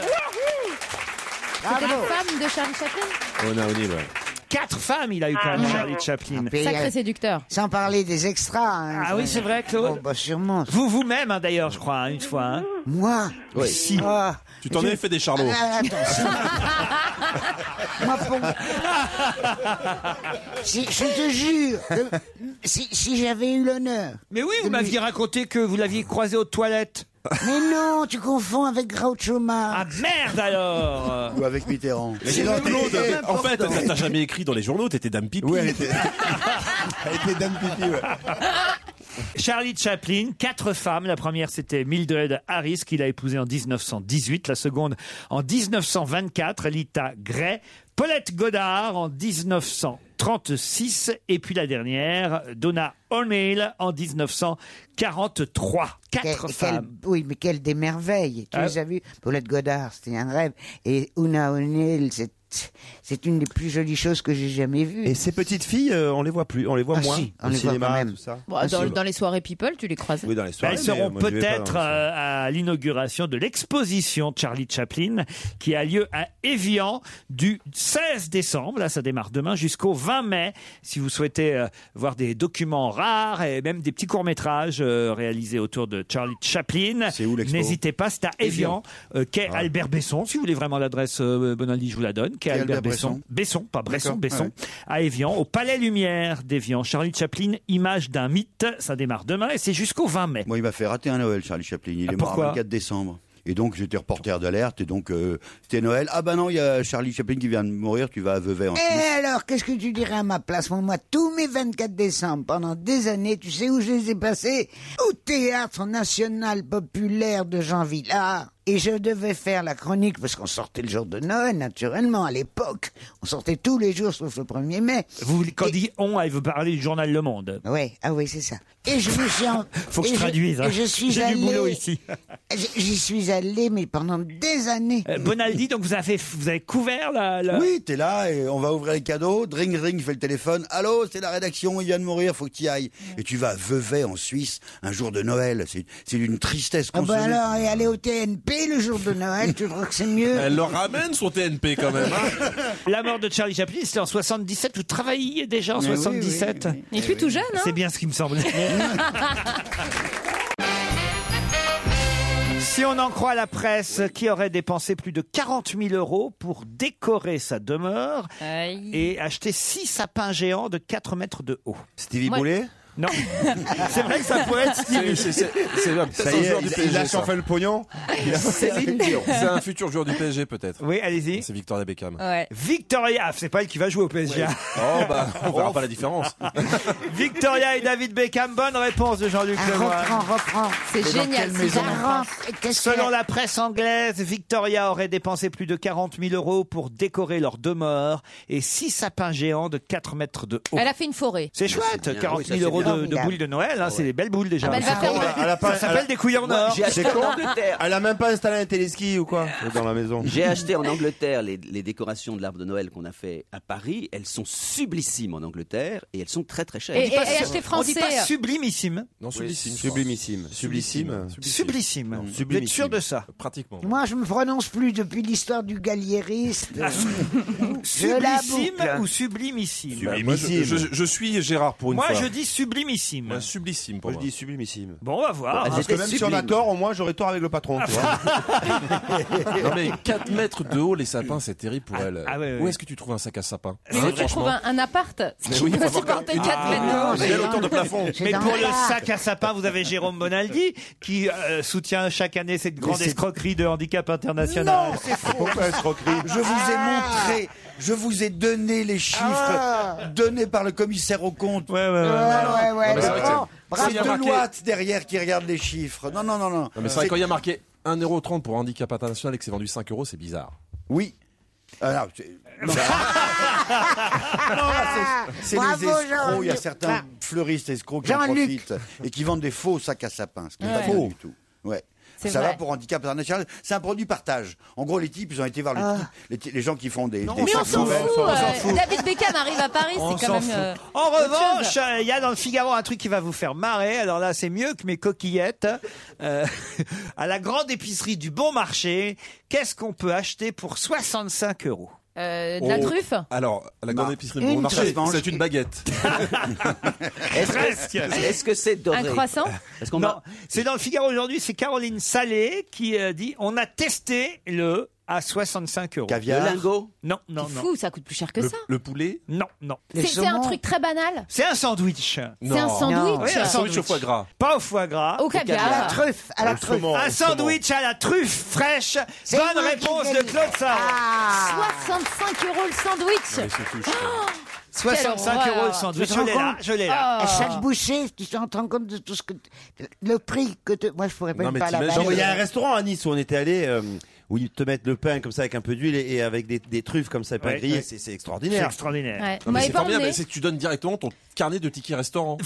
[SPEAKER 4] C'était la femme de Charlie Chaplin
[SPEAKER 5] Ona O'Neill, ouais.
[SPEAKER 3] Quatre femmes, il a eu quand même,
[SPEAKER 6] Ah.
[SPEAKER 3] Charlie Chaplin.
[SPEAKER 6] Sacré
[SPEAKER 4] séducteur.
[SPEAKER 6] euh, Sans parler des extras. hein.
[SPEAKER 3] Ah oui, c'est vrai, Claude.
[SPEAKER 6] bah, sûrement.
[SPEAKER 3] Vous vous-même, hein, d'ailleurs, je crois, hein, une fois.
[SPEAKER 6] Moi
[SPEAKER 3] Oui. Ah. Si.
[SPEAKER 5] Tu t'en es fait des charlots.
[SPEAKER 6] Ah, attention. Moi,
[SPEAKER 3] *laughs*
[SPEAKER 6] pour- si, je te jure, que- si, si j'avais eu l'honneur.
[SPEAKER 3] Mais oui, vous m'aviez raconté que vous l'aviez croisé aux toilettes.
[SPEAKER 6] Mais non, tu confonds avec Groucho Marx.
[SPEAKER 3] Ah, Merde alors
[SPEAKER 16] Ou avec Mitterrand.
[SPEAKER 5] Mais sinon, Claude, en fait, t'as t'as jamais écrit dans les journaux, t'étais dame pipi. Ouais, elle *laughs* était,
[SPEAKER 16] dame pipi,
[SPEAKER 3] Charlie Chaplin, quatre femmes. La première, c'était Mildred Harris, qu'il a épousée en 1918. La seconde, en 1924, Lita Gray. Paulette Godard, en 1936. Et puis la dernière, Donna O'Neill, en 1943. Quatre
[SPEAKER 6] Quel-
[SPEAKER 3] femmes.
[SPEAKER 6] quel- oui, mais quelle des merveilles. Tu
[SPEAKER 3] Ah.
[SPEAKER 6] les as vues. Paulette Godard, c'était un rêve. Et Una O'Neill, c'est. C'est une des plus jolies choses que j'ai jamais vues.
[SPEAKER 8] Et ces petites filles, euh, on les voit plus, on les voit
[SPEAKER 6] Ah
[SPEAKER 8] moins.
[SPEAKER 6] si, on
[SPEAKER 8] au
[SPEAKER 6] les voit
[SPEAKER 8] cinéma,
[SPEAKER 6] quand même.
[SPEAKER 8] tout ça.
[SPEAKER 4] Bon, dans, dans les soirées people, tu les croises.
[SPEAKER 8] Oui, dans les soirées.
[SPEAKER 3] Elles
[SPEAKER 8] mais,
[SPEAKER 3] Bah, Ben, seront
[SPEAKER 8] euh, moi, j'y vais pas dans
[SPEAKER 3] peut-être euh, à l'inauguration de l'exposition de Charlie Chaplin qui a lieu à Évian du 16 décembre, là ça démarre demain, jusqu'au 20 mai. Si vous souhaitez euh, voir des documents rares et même des petits courts-métrages euh, réalisés autour de Charlie Chaplin, n'hésitez pas, c'est à Évian, euh, quai Albert Besson. Si vous voulez vraiment l'adresse, euh, Bonaldi, je vous la donne. Quai
[SPEAKER 16] Quai
[SPEAKER 3] Albert,
[SPEAKER 16] Albert
[SPEAKER 3] Besson.
[SPEAKER 16] Besson.
[SPEAKER 3] Besson, pas Bresson,
[SPEAKER 16] D'accord,
[SPEAKER 3] Besson,
[SPEAKER 16] ouais.
[SPEAKER 3] à Évian, au Palais Lumière d'Évian. Charlie Chaplin, image d'un mythe, ça démarre demain et c'est jusqu'au 20 mai.
[SPEAKER 16] Bon, il m'a fait rater un Noël, Charlie Chaplin. Il est mort
[SPEAKER 3] Ah, pourquoi
[SPEAKER 16] le 24 décembre. Et donc, j'étais reporter d'alerte, et donc, euh, c'était Noël. Ah bah non, il y a Charlie Chaplin qui vient de mourir, tu vas à Vevey en
[SPEAKER 6] Et alors, qu'est-ce que tu dirais à ma place Moi, moi, tous mes 24 décembre, pendant des années, tu sais où je les ai passés Au Théâtre National Populaire de Jean Villard. Et je devais faire la chronique, parce qu'on sortait le jour de Noël, naturellement, à l'époque. On sortait tous les jours, sauf le 1er mai.
[SPEAKER 3] Vous, voulez- quand dit on, elle veut parler du journal Le Monde.
[SPEAKER 6] Oui, ah oui, c'est ça. Et je me suis... en-
[SPEAKER 3] *laughs* Faut que je
[SPEAKER 6] et
[SPEAKER 3] traduise. hein.
[SPEAKER 6] et je suis
[SPEAKER 3] J'ai
[SPEAKER 6] allé...
[SPEAKER 3] du boulot ici.
[SPEAKER 6] *laughs* J- J'y suis allé, mais pendant des années.
[SPEAKER 3] Euh, Bonaldi, donc vous avez, vous avez couvert la. la-
[SPEAKER 16] Oui, t'es là et on va ouvrir les cadeaux. Dring, ring, fait le téléphone. Allô, c'est la rédaction, il vient de mourir, faut que t'y ailles. Et tu vas à Vevey en Suisse un jour de Noël. C'est c'est d'une tristesse
[SPEAKER 6] Ah bah
[SPEAKER 16] consolée.
[SPEAKER 6] alors, et aller au TNP le jour de Noël, tu crois que c'est
[SPEAKER 3] *laughs*
[SPEAKER 6] mieux
[SPEAKER 5] Elle leur ramène son TNP quand même. hein.
[SPEAKER 3] La mort de Charlie Chaplin, c'était en 77. Vous travailliez déjà en
[SPEAKER 5] Mais oui,
[SPEAKER 3] 77.
[SPEAKER 5] oui, oui.
[SPEAKER 4] Il est
[SPEAKER 16] Eh
[SPEAKER 4] plus tout jeune, hein
[SPEAKER 3] C'est bien ce qui me
[SPEAKER 12] *laughs*
[SPEAKER 3] semble. Si on en croit la presse, qui aurait dépensé plus de 40 000 euros pour décorer sa demeure
[SPEAKER 4] Aïe.
[SPEAKER 3] et acheter six sapins géants de 4 mètres de haut.
[SPEAKER 8] Stevie
[SPEAKER 4] Moi-
[SPEAKER 8] Boulet
[SPEAKER 4] *laughs*
[SPEAKER 3] Non. C'est vrai que ça pourrait être Stevie.
[SPEAKER 5] C'est- c'est- c'est- c'est un-
[SPEAKER 8] Ça
[SPEAKER 5] peut-être un
[SPEAKER 8] y est,
[SPEAKER 5] joueur du
[SPEAKER 8] il-
[SPEAKER 5] PSG,
[SPEAKER 8] il lâche
[SPEAKER 5] ça.
[SPEAKER 8] enfin le pognon. Il a-
[SPEAKER 3] C'est Victor.
[SPEAKER 5] C'est un futur joueur du PSG peut-être.
[SPEAKER 3] Oui, allez-y.
[SPEAKER 5] C'est Victoria Beckham.
[SPEAKER 4] Ouais.
[SPEAKER 3] Victoria, ah, c'est pas elle qui va jouer au PSG. hein.
[SPEAKER 5] Oh bah, on verra pas la différence.
[SPEAKER 3] Victoria et David Beckham, bonne réponse de Jean-Luc
[SPEAKER 6] reprends,
[SPEAKER 3] Lemoyne.
[SPEAKER 6] reprends.
[SPEAKER 4] C'est génial, c'est marrant.
[SPEAKER 3] Selon la presse anglaise, Victoria aurait dépensé plus de 40 000 euros pour décorer leur demeure et six sapins géants de 4 mètres de haut.
[SPEAKER 4] Elle a fait une forêt.
[SPEAKER 3] C'est
[SPEAKER 16] c'est
[SPEAKER 3] chouette,
[SPEAKER 16] bien.
[SPEAKER 3] 40
[SPEAKER 16] Oui, ça,
[SPEAKER 3] 000
[SPEAKER 16] c'est
[SPEAKER 3] euros de- de,
[SPEAKER 16] formidable.
[SPEAKER 3] boules de Noël, hein, c'est des belles boules déjà.
[SPEAKER 4] Ah bah, elle va faire-
[SPEAKER 8] Elle a pas-
[SPEAKER 3] Ça s'appelle
[SPEAKER 8] elle a-
[SPEAKER 3] des couilles en
[SPEAKER 8] Moi,
[SPEAKER 3] or.
[SPEAKER 8] j'ai acheté en
[SPEAKER 6] Ah.
[SPEAKER 8] Angleterre. Elle a même pas installé un téléski ou quoi dans la maison.
[SPEAKER 9] J'ai acheté en Angleterre les, les décorations de l'arbre de Noël qu'on a fait à Paris. Elles sont sublissimes en Angleterre et elles sont très très chères.
[SPEAKER 4] Et- On dit et- pas et su- acheter
[SPEAKER 3] On dit
[SPEAKER 4] français.
[SPEAKER 3] pas sublimissime.
[SPEAKER 5] Non, sublimissime. je crois.
[SPEAKER 8] Sublimissime. Sublissime.
[SPEAKER 3] Sublissime. Vous êtes
[SPEAKER 8] sublimissime.
[SPEAKER 3] sûr de ça
[SPEAKER 5] Pratiquement.
[SPEAKER 6] Moi, je me prononce plus depuis l'histoire du galliériste.
[SPEAKER 3] Ah, Sublissime
[SPEAKER 6] boucle.
[SPEAKER 3] ou sublimissime
[SPEAKER 5] Bah, moi, je, je- je suis Gérard pour une
[SPEAKER 3] Moi,
[SPEAKER 5] fois.
[SPEAKER 3] je dis sublimissime.
[SPEAKER 5] Ouais, sublissime pour
[SPEAKER 8] Moi, je
[SPEAKER 5] moi.
[SPEAKER 8] dis sublimissime.
[SPEAKER 3] Bon, on va voir.
[SPEAKER 8] Parce que même si on a *laughs* tort, au moins j'aurais tort avec le patron. Tu vois
[SPEAKER 5] Non mais 4 mètres de haut les sapins c'est terrible pour elle.
[SPEAKER 3] ah ouais, ouais.
[SPEAKER 5] Où est-ce que tu trouves un sac à sapins
[SPEAKER 4] Mais
[SPEAKER 5] Hein,
[SPEAKER 4] où tu trouves
[SPEAKER 5] franchement
[SPEAKER 4] un, un appart
[SPEAKER 5] Mais
[SPEAKER 4] Tu
[SPEAKER 5] oui,
[SPEAKER 4] peux
[SPEAKER 5] faut voir
[SPEAKER 4] supporter
[SPEAKER 5] quand-
[SPEAKER 4] 4
[SPEAKER 5] Ah,
[SPEAKER 4] mètres de haut.
[SPEAKER 5] j'ai la hauteur de plafond.
[SPEAKER 6] C'est
[SPEAKER 3] Mais
[SPEAKER 6] dans
[SPEAKER 3] pour
[SPEAKER 6] le
[SPEAKER 3] le
[SPEAKER 6] parc.
[SPEAKER 3] sac à sapin, vous avez Jérôme Bonaldi qui euh, soutient chaque année cette grande
[SPEAKER 16] c'est-
[SPEAKER 3] escroquerie de handicap international.
[SPEAKER 16] Non, c'est faux.
[SPEAKER 8] Pourquoi escroquerie
[SPEAKER 16] Je vous ai montré, je vous ai donné les chiffres
[SPEAKER 6] Ah.
[SPEAKER 16] donnés par le commissaire aux comptes.
[SPEAKER 3] Ouais, ouais, ouais.
[SPEAKER 6] Ouais, ouais, ouais.
[SPEAKER 5] mais c'est vrai que c'est-
[SPEAKER 6] Oh, bravo.
[SPEAKER 5] Il y a
[SPEAKER 16] C'est
[SPEAKER 5] marqué-
[SPEAKER 16] Deloitte derrière qui regarde les chiffres. Non, non, non, non.
[SPEAKER 5] Non mais c'est vrai quand il y a marqué 1,30€ pour un handicap international et que c'est vendu 5€ c'est bizarre.
[SPEAKER 16] Oui. Ah, non, c'est- non.
[SPEAKER 6] Ah,
[SPEAKER 16] C'est
[SPEAKER 6] bravo,
[SPEAKER 16] les escrocs, il y a
[SPEAKER 6] Jean-Luc.
[SPEAKER 16] certains fleuristes escrocs qui en
[SPEAKER 6] Jean-Luc.
[SPEAKER 16] profitent et qui vendent des faux sacs à sapin, ce qui n'est
[SPEAKER 4] Ouais.
[SPEAKER 16] pas bon du tout. Ouais. Ça va pour Handicap International. C'est un produit partage. En gros, les types, ils ont été voir les, types- les ty- les gens qui font des. des
[SPEAKER 4] Ah. mais on
[SPEAKER 16] sacs
[SPEAKER 4] s'en fout,
[SPEAKER 16] poubelles. On s'en
[SPEAKER 4] euh,
[SPEAKER 16] fout.
[SPEAKER 4] David Beckham arrive à Paris,
[SPEAKER 16] On
[SPEAKER 4] c'est
[SPEAKER 16] s'en
[SPEAKER 4] quand même.
[SPEAKER 16] fout.
[SPEAKER 4] euh,
[SPEAKER 3] En
[SPEAKER 4] autre
[SPEAKER 3] revanche,
[SPEAKER 4] chose.
[SPEAKER 3] euh, il y a dans le Figaro un truc qui va vous faire marrer. Alors là, c'est mieux que mes coquillettes. Euh, *laughs* à la grande épicerie du bon marché, qu'est-ce qu'on peut acheter pour 65 euros
[SPEAKER 4] Euh, de la
[SPEAKER 5] Oh.
[SPEAKER 4] truffe
[SPEAKER 5] Alors, la grande épicerie de
[SPEAKER 3] Une
[SPEAKER 5] bon marché,
[SPEAKER 3] tresse mange.
[SPEAKER 5] c'est une
[SPEAKER 4] *laughs*
[SPEAKER 5] baguette.
[SPEAKER 3] Presque.
[SPEAKER 5] Est-ce
[SPEAKER 9] que c'est
[SPEAKER 5] doré Un croissant
[SPEAKER 3] Non, c'est dans le Figaro aujourd'hui. C'est Caroline Salé qui euh, dit on a testé le à 65 euros.
[SPEAKER 16] Caviar. Le lingot
[SPEAKER 3] Non, non,
[SPEAKER 4] C'est
[SPEAKER 3] non.
[SPEAKER 4] fou, ça coûte plus cher que ça.
[SPEAKER 3] Le poulet Non, non.
[SPEAKER 4] C'est c'est un truc très banal.
[SPEAKER 3] C'est un sandwich.
[SPEAKER 4] C'est un sandwich.
[SPEAKER 3] Oui,
[SPEAKER 4] Un sandwich
[SPEAKER 5] au foie gras.
[SPEAKER 3] Pas au foie gras.
[SPEAKER 4] Au caviar. À la
[SPEAKER 6] truffe, à la Au truffe. saumon,
[SPEAKER 3] Un
[SPEAKER 6] au saumon.
[SPEAKER 3] sandwich à la truffe fraîche.
[SPEAKER 4] C'est
[SPEAKER 3] Bonne
[SPEAKER 4] moi qui
[SPEAKER 3] réponse
[SPEAKER 4] gagne.
[SPEAKER 3] de Claude Sarah.
[SPEAKER 4] 65 euros le
[SPEAKER 12] *laughs*
[SPEAKER 3] Ouais,
[SPEAKER 4] sandwich.
[SPEAKER 3] c'est tout, je
[SPEAKER 4] Oh, quelle
[SPEAKER 3] 65 euros le
[SPEAKER 4] horreur.
[SPEAKER 3] sandwich.
[SPEAKER 6] Tu te
[SPEAKER 3] Je l'ai
[SPEAKER 6] rends
[SPEAKER 3] là,
[SPEAKER 6] compte
[SPEAKER 3] je l'ai là. Oh.
[SPEAKER 6] À Ah, chaque bouchée, tu te rends compte de tout ce que. Le prix que. te- Moi, je pourrais même pas la
[SPEAKER 3] euh,
[SPEAKER 8] Non, mais il y a un restaurant à Nice où on était allé euh, où ils te mettent le pain comme ça avec un peu d'huile et, et avec des, des truffes comme ça, pas
[SPEAKER 5] Ouais.
[SPEAKER 8] grillées.
[SPEAKER 5] Ouais.
[SPEAKER 8] C'est c'est extraordinaire.
[SPEAKER 5] C'est
[SPEAKER 3] extraordinaire.
[SPEAKER 4] Ouais.
[SPEAKER 5] Non,
[SPEAKER 4] Vous
[SPEAKER 5] mais
[SPEAKER 4] m'avez
[SPEAKER 5] c'est
[SPEAKER 4] pas
[SPEAKER 5] formidable,
[SPEAKER 4] emmené.
[SPEAKER 5] c'est que tu donnes directement ton carnet de tickets restaurant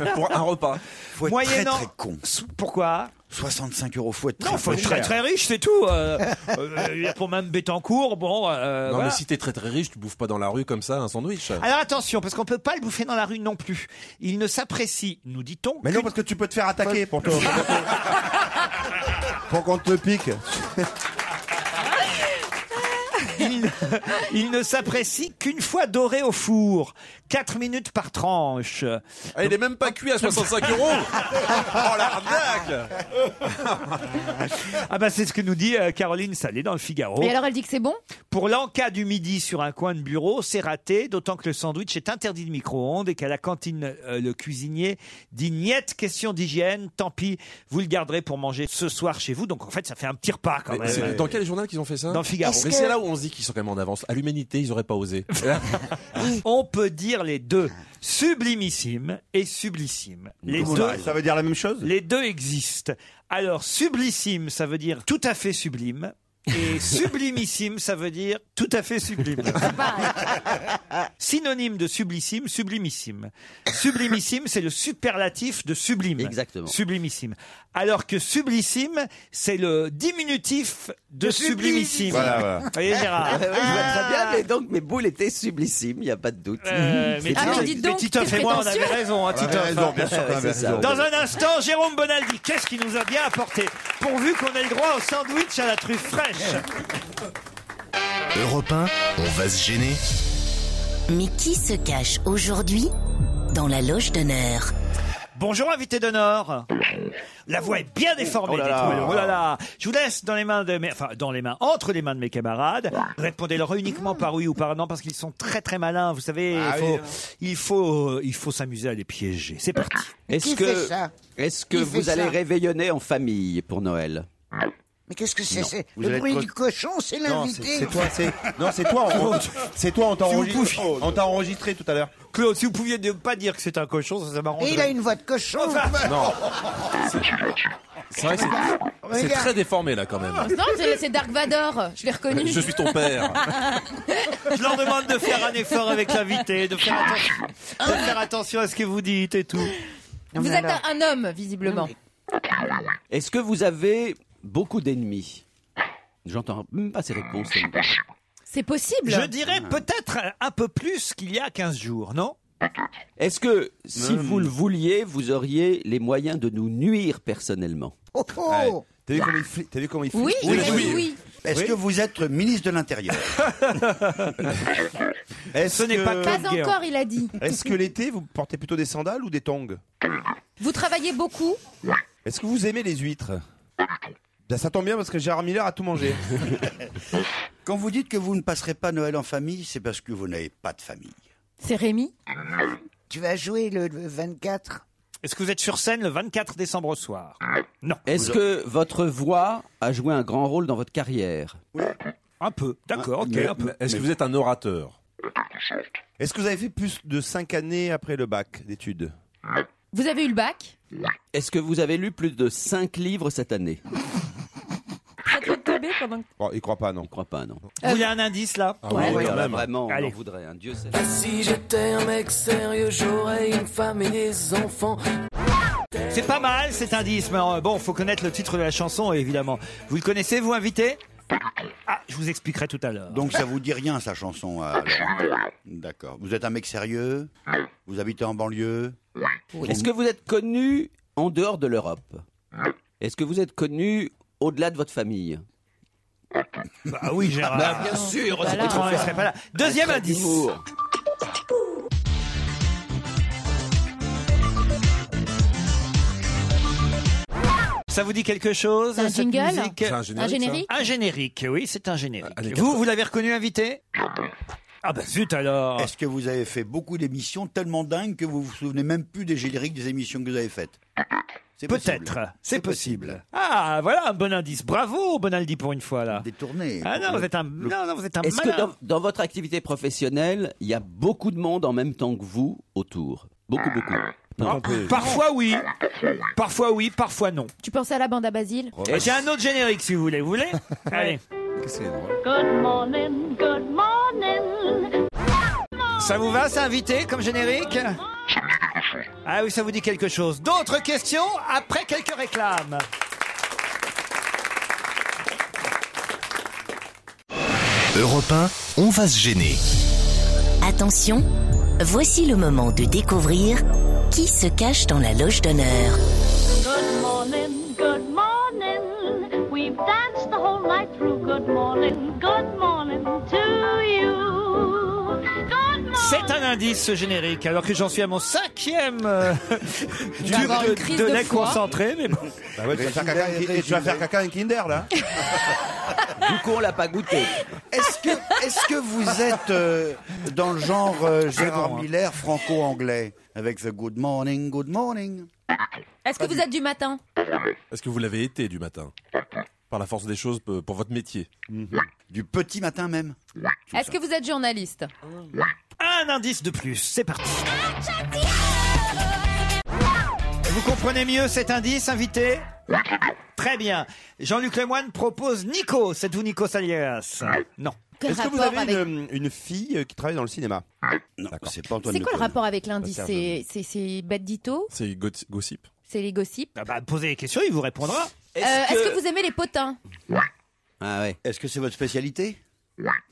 [SPEAKER 5] euh, pour un repas.
[SPEAKER 16] Faut être
[SPEAKER 3] Moyennant-
[SPEAKER 16] très très con.
[SPEAKER 3] Pourquoi
[SPEAKER 16] 65 euros, faut être
[SPEAKER 3] Non, faut être très très riche, c'est tout. *laughs* Euh, euh, pour même Bétancourt, bon. euh,
[SPEAKER 5] non,
[SPEAKER 3] voilà. Ah,
[SPEAKER 5] mais si t'es très très riche, tu bouffes pas dans la rue comme ça un sandwich.
[SPEAKER 3] Alors attention, parce qu'on peut pas le bouffer dans la rue non plus. Il ne s'apprécie, nous dit-on.
[SPEAKER 8] Mais non, parce que tu peux te faire attaquer pour toi. pour qu'on te pique.
[SPEAKER 3] Il ne, il ne s'apprécie qu'une fois doré au four. 4 minutes par tranche.
[SPEAKER 5] Ah, il est même pas cuit
[SPEAKER 3] *laughs*
[SPEAKER 5] à 65 euros. Oh l'arnaque
[SPEAKER 12] Oh.
[SPEAKER 3] Ah bah c'est ce que nous dit euh, Caroline Salé dans le Figaro.
[SPEAKER 4] Et alors elle dit que c'est bon
[SPEAKER 3] Pour l'enca du midi sur un coin de bureau, c'est raté, d'autant que le sandwich est interdit de micro-ondes et qu'à la cantine, euh, le cuisinier dit niette, question d'hygiène, tant pis, vous le garderez pour manger ce soir chez vous. Donc en fait, ça fait un petit repas quand
[SPEAKER 5] Mais
[SPEAKER 3] même.
[SPEAKER 5] c'est
[SPEAKER 3] Euh,
[SPEAKER 5] dans quel journal qu'ils ont fait ça
[SPEAKER 3] Dans le Figaro.
[SPEAKER 5] Mais c'est là où on se dit qu'ils sont quand même en avance. À l'humanité, ils auraient
[SPEAKER 8] *laughs*
[SPEAKER 5] pas osé.
[SPEAKER 3] On peut dire les deux. Sublimissime et sublissime. Les
[SPEAKER 8] Comment
[SPEAKER 3] deux,
[SPEAKER 8] ça, ça veut dire la même chose
[SPEAKER 3] Les deux existent. Alors, sublissime, ça veut dire tout à fait sublime.
[SPEAKER 8] *laughs*
[SPEAKER 3] Et sublimissime, ça veut dire tout à fait sublime. Synonyme de sublissime, sublimissime. Sublimissime, c'est le superlatif de sublime. Exactement. Sublimissime. Alors que sublissime, c'est le diminutif de,
[SPEAKER 9] De
[SPEAKER 3] sublimissime.
[SPEAKER 9] sublimissime. Voilà, voilà.
[SPEAKER 3] Vous voyez, Gérard
[SPEAKER 8] Ah, bah
[SPEAKER 9] Ouais, ouais, *laughs* je vois
[SPEAKER 3] Ah.
[SPEAKER 9] très bien, mais donc mes boules étaient sublissimes, il n'y a pas de doute.
[SPEAKER 3] Euh, mais
[SPEAKER 9] C'est
[SPEAKER 3] Ah,
[SPEAKER 9] bien.
[SPEAKER 3] mais dites donc, Mais Titoff t'es et moi, on avait prétentieux. raison, hein,
[SPEAKER 9] On avait
[SPEAKER 3] Titoff.
[SPEAKER 9] raison, bien sûr, on avait
[SPEAKER 3] C'est ça.
[SPEAKER 9] raison.
[SPEAKER 3] Dans un instant, Jérôme Bonaldi, qu'est-ce qu'il nous a bien apporté Pourvu qu'on ait le droit au sandwich à la truffe fraîche.
[SPEAKER 2] Europe 1, on va se gêner.
[SPEAKER 1] Mais qui se cache aujourd'hui dans la loge d'honneur
[SPEAKER 3] Bonjour, invité d'honneur. La voix est bien déformée.
[SPEAKER 1] Oh là
[SPEAKER 3] dites-vous.
[SPEAKER 1] là.
[SPEAKER 3] Oh là là. Je vous laisse dans les mains de mes, enfin, dans les mains, entre les mains de mes camarades. Répondez-leur uniquement par oui ou par non parce qu'ils sont très très malins. Vous savez,
[SPEAKER 9] Ah
[SPEAKER 3] il faut,
[SPEAKER 9] oui, hein.
[SPEAKER 3] il faut, euh, il faut s'amuser à les piéger. C'est parti.
[SPEAKER 9] Ah. Est-ce que, est-ce que
[SPEAKER 3] Qui fait
[SPEAKER 9] vous allez
[SPEAKER 3] ça
[SPEAKER 9] réveillonner en famille pour Noël
[SPEAKER 6] Mais qu'est-ce que c'est
[SPEAKER 9] Non,
[SPEAKER 6] c'est
[SPEAKER 9] vous
[SPEAKER 6] Le
[SPEAKER 9] allez
[SPEAKER 6] bruit
[SPEAKER 9] être-
[SPEAKER 6] du cochon, c'est
[SPEAKER 8] Non,
[SPEAKER 6] l'invité.
[SPEAKER 8] c'est- c'est toi, c'est- non, c'est
[SPEAKER 6] *laughs*
[SPEAKER 8] toi, on-
[SPEAKER 3] *laughs*
[SPEAKER 8] c'est toi, on t'a
[SPEAKER 3] Si vous
[SPEAKER 8] enregistré-
[SPEAKER 3] pouviez-
[SPEAKER 8] on t'a enregistré tout à l'heure.
[SPEAKER 3] Claude, si vous pouviez ne pas dire que c'est un cochon, ça, ça m'arrangerait.
[SPEAKER 6] Et
[SPEAKER 3] *laughs*
[SPEAKER 6] il a une voix de cochon.
[SPEAKER 5] Non. C'est vrai que
[SPEAKER 16] Oh
[SPEAKER 5] c'est- c'est
[SPEAKER 4] Regarde.
[SPEAKER 5] très déformé là quand même.
[SPEAKER 16] Ah.
[SPEAKER 4] Non,
[SPEAKER 3] Ah.
[SPEAKER 4] c'est c'est Dark Vador, je l'ai reconnu.
[SPEAKER 5] Je suis ton père.
[SPEAKER 3] Je leur demande de faire un effort avec l'invité, de faire attention,
[SPEAKER 9] Ah.
[SPEAKER 3] de faire attention à ce que vous dites et tout.
[SPEAKER 4] Vous êtes un- un homme, visiblement.
[SPEAKER 9] Est-ce que vous avez beaucoup d'ennemis J'entends même pas ces réponses.
[SPEAKER 4] C'est possible. Ah.
[SPEAKER 3] Je dirais peut-être un peu plus qu'il y a 15 jours, non
[SPEAKER 9] Est-ce que, si
[SPEAKER 3] Hmm.
[SPEAKER 9] vous le vouliez, vous auriez les moyens de nous nuire personnellement
[SPEAKER 6] Oh.
[SPEAKER 8] T'as vu comment il flippe T'as vu comment il
[SPEAKER 6] Oui,
[SPEAKER 9] Oui, il a oui. dit oui.
[SPEAKER 16] Est-ce que vous êtes ministre de l'Intérieur
[SPEAKER 8] Est-ce
[SPEAKER 16] Ce n'est
[SPEAKER 8] que-
[SPEAKER 16] pas
[SPEAKER 4] Pas encore, il a dit.
[SPEAKER 8] Est-ce que l'été, vous portez plutôt des sandales ou des tongs
[SPEAKER 4] Vous travaillez beaucoup
[SPEAKER 8] Est-ce que vous aimez les huîtres Ben, Ça tombe bien parce que Gérard Miller a tout mangé.
[SPEAKER 16] *laughs* Quand vous dites que vous ne passerez pas Noël en famille, c'est parce que vous n'avez pas de famille.
[SPEAKER 4] C'est Rémi
[SPEAKER 6] Tu vas jouer le, le 24
[SPEAKER 3] Est-ce que vous êtes sur scène le 24 décembre au soir
[SPEAKER 9] Ah.
[SPEAKER 3] Non.
[SPEAKER 9] Est-ce que votre voix a joué un grand rôle dans votre carrière
[SPEAKER 3] Un peu, d'accord, ok.
[SPEAKER 9] Mais-
[SPEAKER 3] un peu.
[SPEAKER 9] mais est-ce que
[SPEAKER 8] vous êtes un orateur Est-ce que vous avez fait plus de 5 années après le bac d'études
[SPEAKER 4] Vous avez eu le bac
[SPEAKER 9] Est-ce que vous avez lu plus de 5 livres cette année
[SPEAKER 8] Bon, Oh, il croit pas, non. Il
[SPEAKER 9] croit pas, non.
[SPEAKER 3] Vous voulez un indice là
[SPEAKER 9] Ah oui, oui, alors vraiment, on en voudrait un Dieu sait.
[SPEAKER 12] Et
[SPEAKER 9] Euh,
[SPEAKER 12] si j'étais un mec sérieux, j'aurais une femme et des enfants.
[SPEAKER 3] C'est pas mal cet indice, mais euh, bon, faut connaître le titre de la chanson, évidemment. Vous le connaissez, vous, invité Ah, je vous expliquerai tout à l'heure.
[SPEAKER 16] Donc ça vous dit rien, sa chanson euh, alors. D'accord. Vous êtes un mec sérieux Vous habitez en banlieue
[SPEAKER 9] Oui. Est-ce que vous êtes connu en dehors de l'Europe Est-ce que vous êtes connu au-delà de votre famille
[SPEAKER 3] Bah oui, Gérard.
[SPEAKER 9] Bah, bien sûr,
[SPEAKER 3] Voilà.
[SPEAKER 9] c'est
[SPEAKER 3] Autrement,
[SPEAKER 9] pas
[SPEAKER 3] elle serait pas là. Deuxième
[SPEAKER 9] Avec
[SPEAKER 3] indice.
[SPEAKER 9] humour.
[SPEAKER 3] Ça vous dit quelque chose
[SPEAKER 4] C'est un
[SPEAKER 3] cette
[SPEAKER 4] jingle
[SPEAKER 3] musique
[SPEAKER 4] C'est un générique, Un générique ça
[SPEAKER 3] Un générique, oui, c'est un générique. Vous, vous l'avez reconnu, invité Ah bah zut alors
[SPEAKER 16] Est-ce que vous avez fait beaucoup d'émissions tellement dingues que vous vous souvenez même plus des génériques des émissions que vous avez faites C'est possible.
[SPEAKER 3] Peut-être, c'est possible. Ah, voilà un bon indice. Bravo, Bonaldi, pour une fois, là.
[SPEAKER 16] Détourné.
[SPEAKER 3] Ah non, vous êtes un, non, non, vous êtes un
[SPEAKER 9] Est-ce que
[SPEAKER 3] malin.
[SPEAKER 9] dans, dans votre activité professionnelle, il y a beaucoup de monde en même temps que vous autour Beaucoup, beaucoup.
[SPEAKER 3] Non. Parfois oui, parfois oui, parfois non.
[SPEAKER 4] Tu pensais à la bande à Basile
[SPEAKER 3] Et J'ai un autre générique, si vous voulez. Vous
[SPEAKER 12] *laughs*
[SPEAKER 3] voulez Allez.
[SPEAKER 12] Good morning, good morning.
[SPEAKER 3] Ça vous va, c'est invité comme générique Ah oui, ça vous dit quelque chose. D'autres questions après quelques réclames.
[SPEAKER 2] Europe 1, on va se gêner.
[SPEAKER 1] Attention, voici le moment de découvrir qui se cache dans la loge d'honneur.
[SPEAKER 12] Good morning, good morning. We've danced the whole night through. Good morning, good morning to you. Good morning.
[SPEAKER 3] C'est un indice ce générique, alors que j'en suis à mon cinquième euh,
[SPEAKER 12] *laughs*
[SPEAKER 3] *laughs*
[SPEAKER 12] Tu
[SPEAKER 3] tube
[SPEAKER 12] vas avoir une
[SPEAKER 3] de,
[SPEAKER 12] crise
[SPEAKER 3] de
[SPEAKER 12] de
[SPEAKER 3] lait
[SPEAKER 12] foie.
[SPEAKER 3] concentré. Mais bon.
[SPEAKER 8] Bah ouais, tu vas faire caca avec- et tu vas faire caca avec Kinder là.
[SPEAKER 9] *laughs* Du coup, on l'a pas goûté.
[SPEAKER 16] Est-ce que, est-ce que vous êtes euh, dans le genre euh, Gérard Miller franco-anglais avec The Good Morning, Good Morning
[SPEAKER 4] Est-ce que vous êtes du matin
[SPEAKER 5] Est-ce que vous l'avez été du matin Par la force des choses, peu- pour votre métier.
[SPEAKER 16] Du petit matin même.
[SPEAKER 4] Est-ce que vous êtes journaliste
[SPEAKER 5] Ah,
[SPEAKER 3] Un indice de plus, c'est parti. Vous comprenez mieux cet indice, invité Très bien. Jean-Luc Lemoine propose Nico. C'est vous, Nico Salias Non.
[SPEAKER 8] Est-ce que vous avez une, une fille qui travaille dans le cinéma
[SPEAKER 16] Non, c'est pas
[SPEAKER 4] C'est quoi le rapport avec l'indice
[SPEAKER 8] Serge.
[SPEAKER 4] C'est- C'est c'est Bête Ditto
[SPEAKER 5] C'est gossip.
[SPEAKER 4] C'est les gossips
[SPEAKER 3] Ah bah, posez les questions, il vous répondra.
[SPEAKER 4] Euh, Est-ce que... vous aimez les potins
[SPEAKER 9] Ah ouais.
[SPEAKER 16] Est-ce que c'est votre spécialité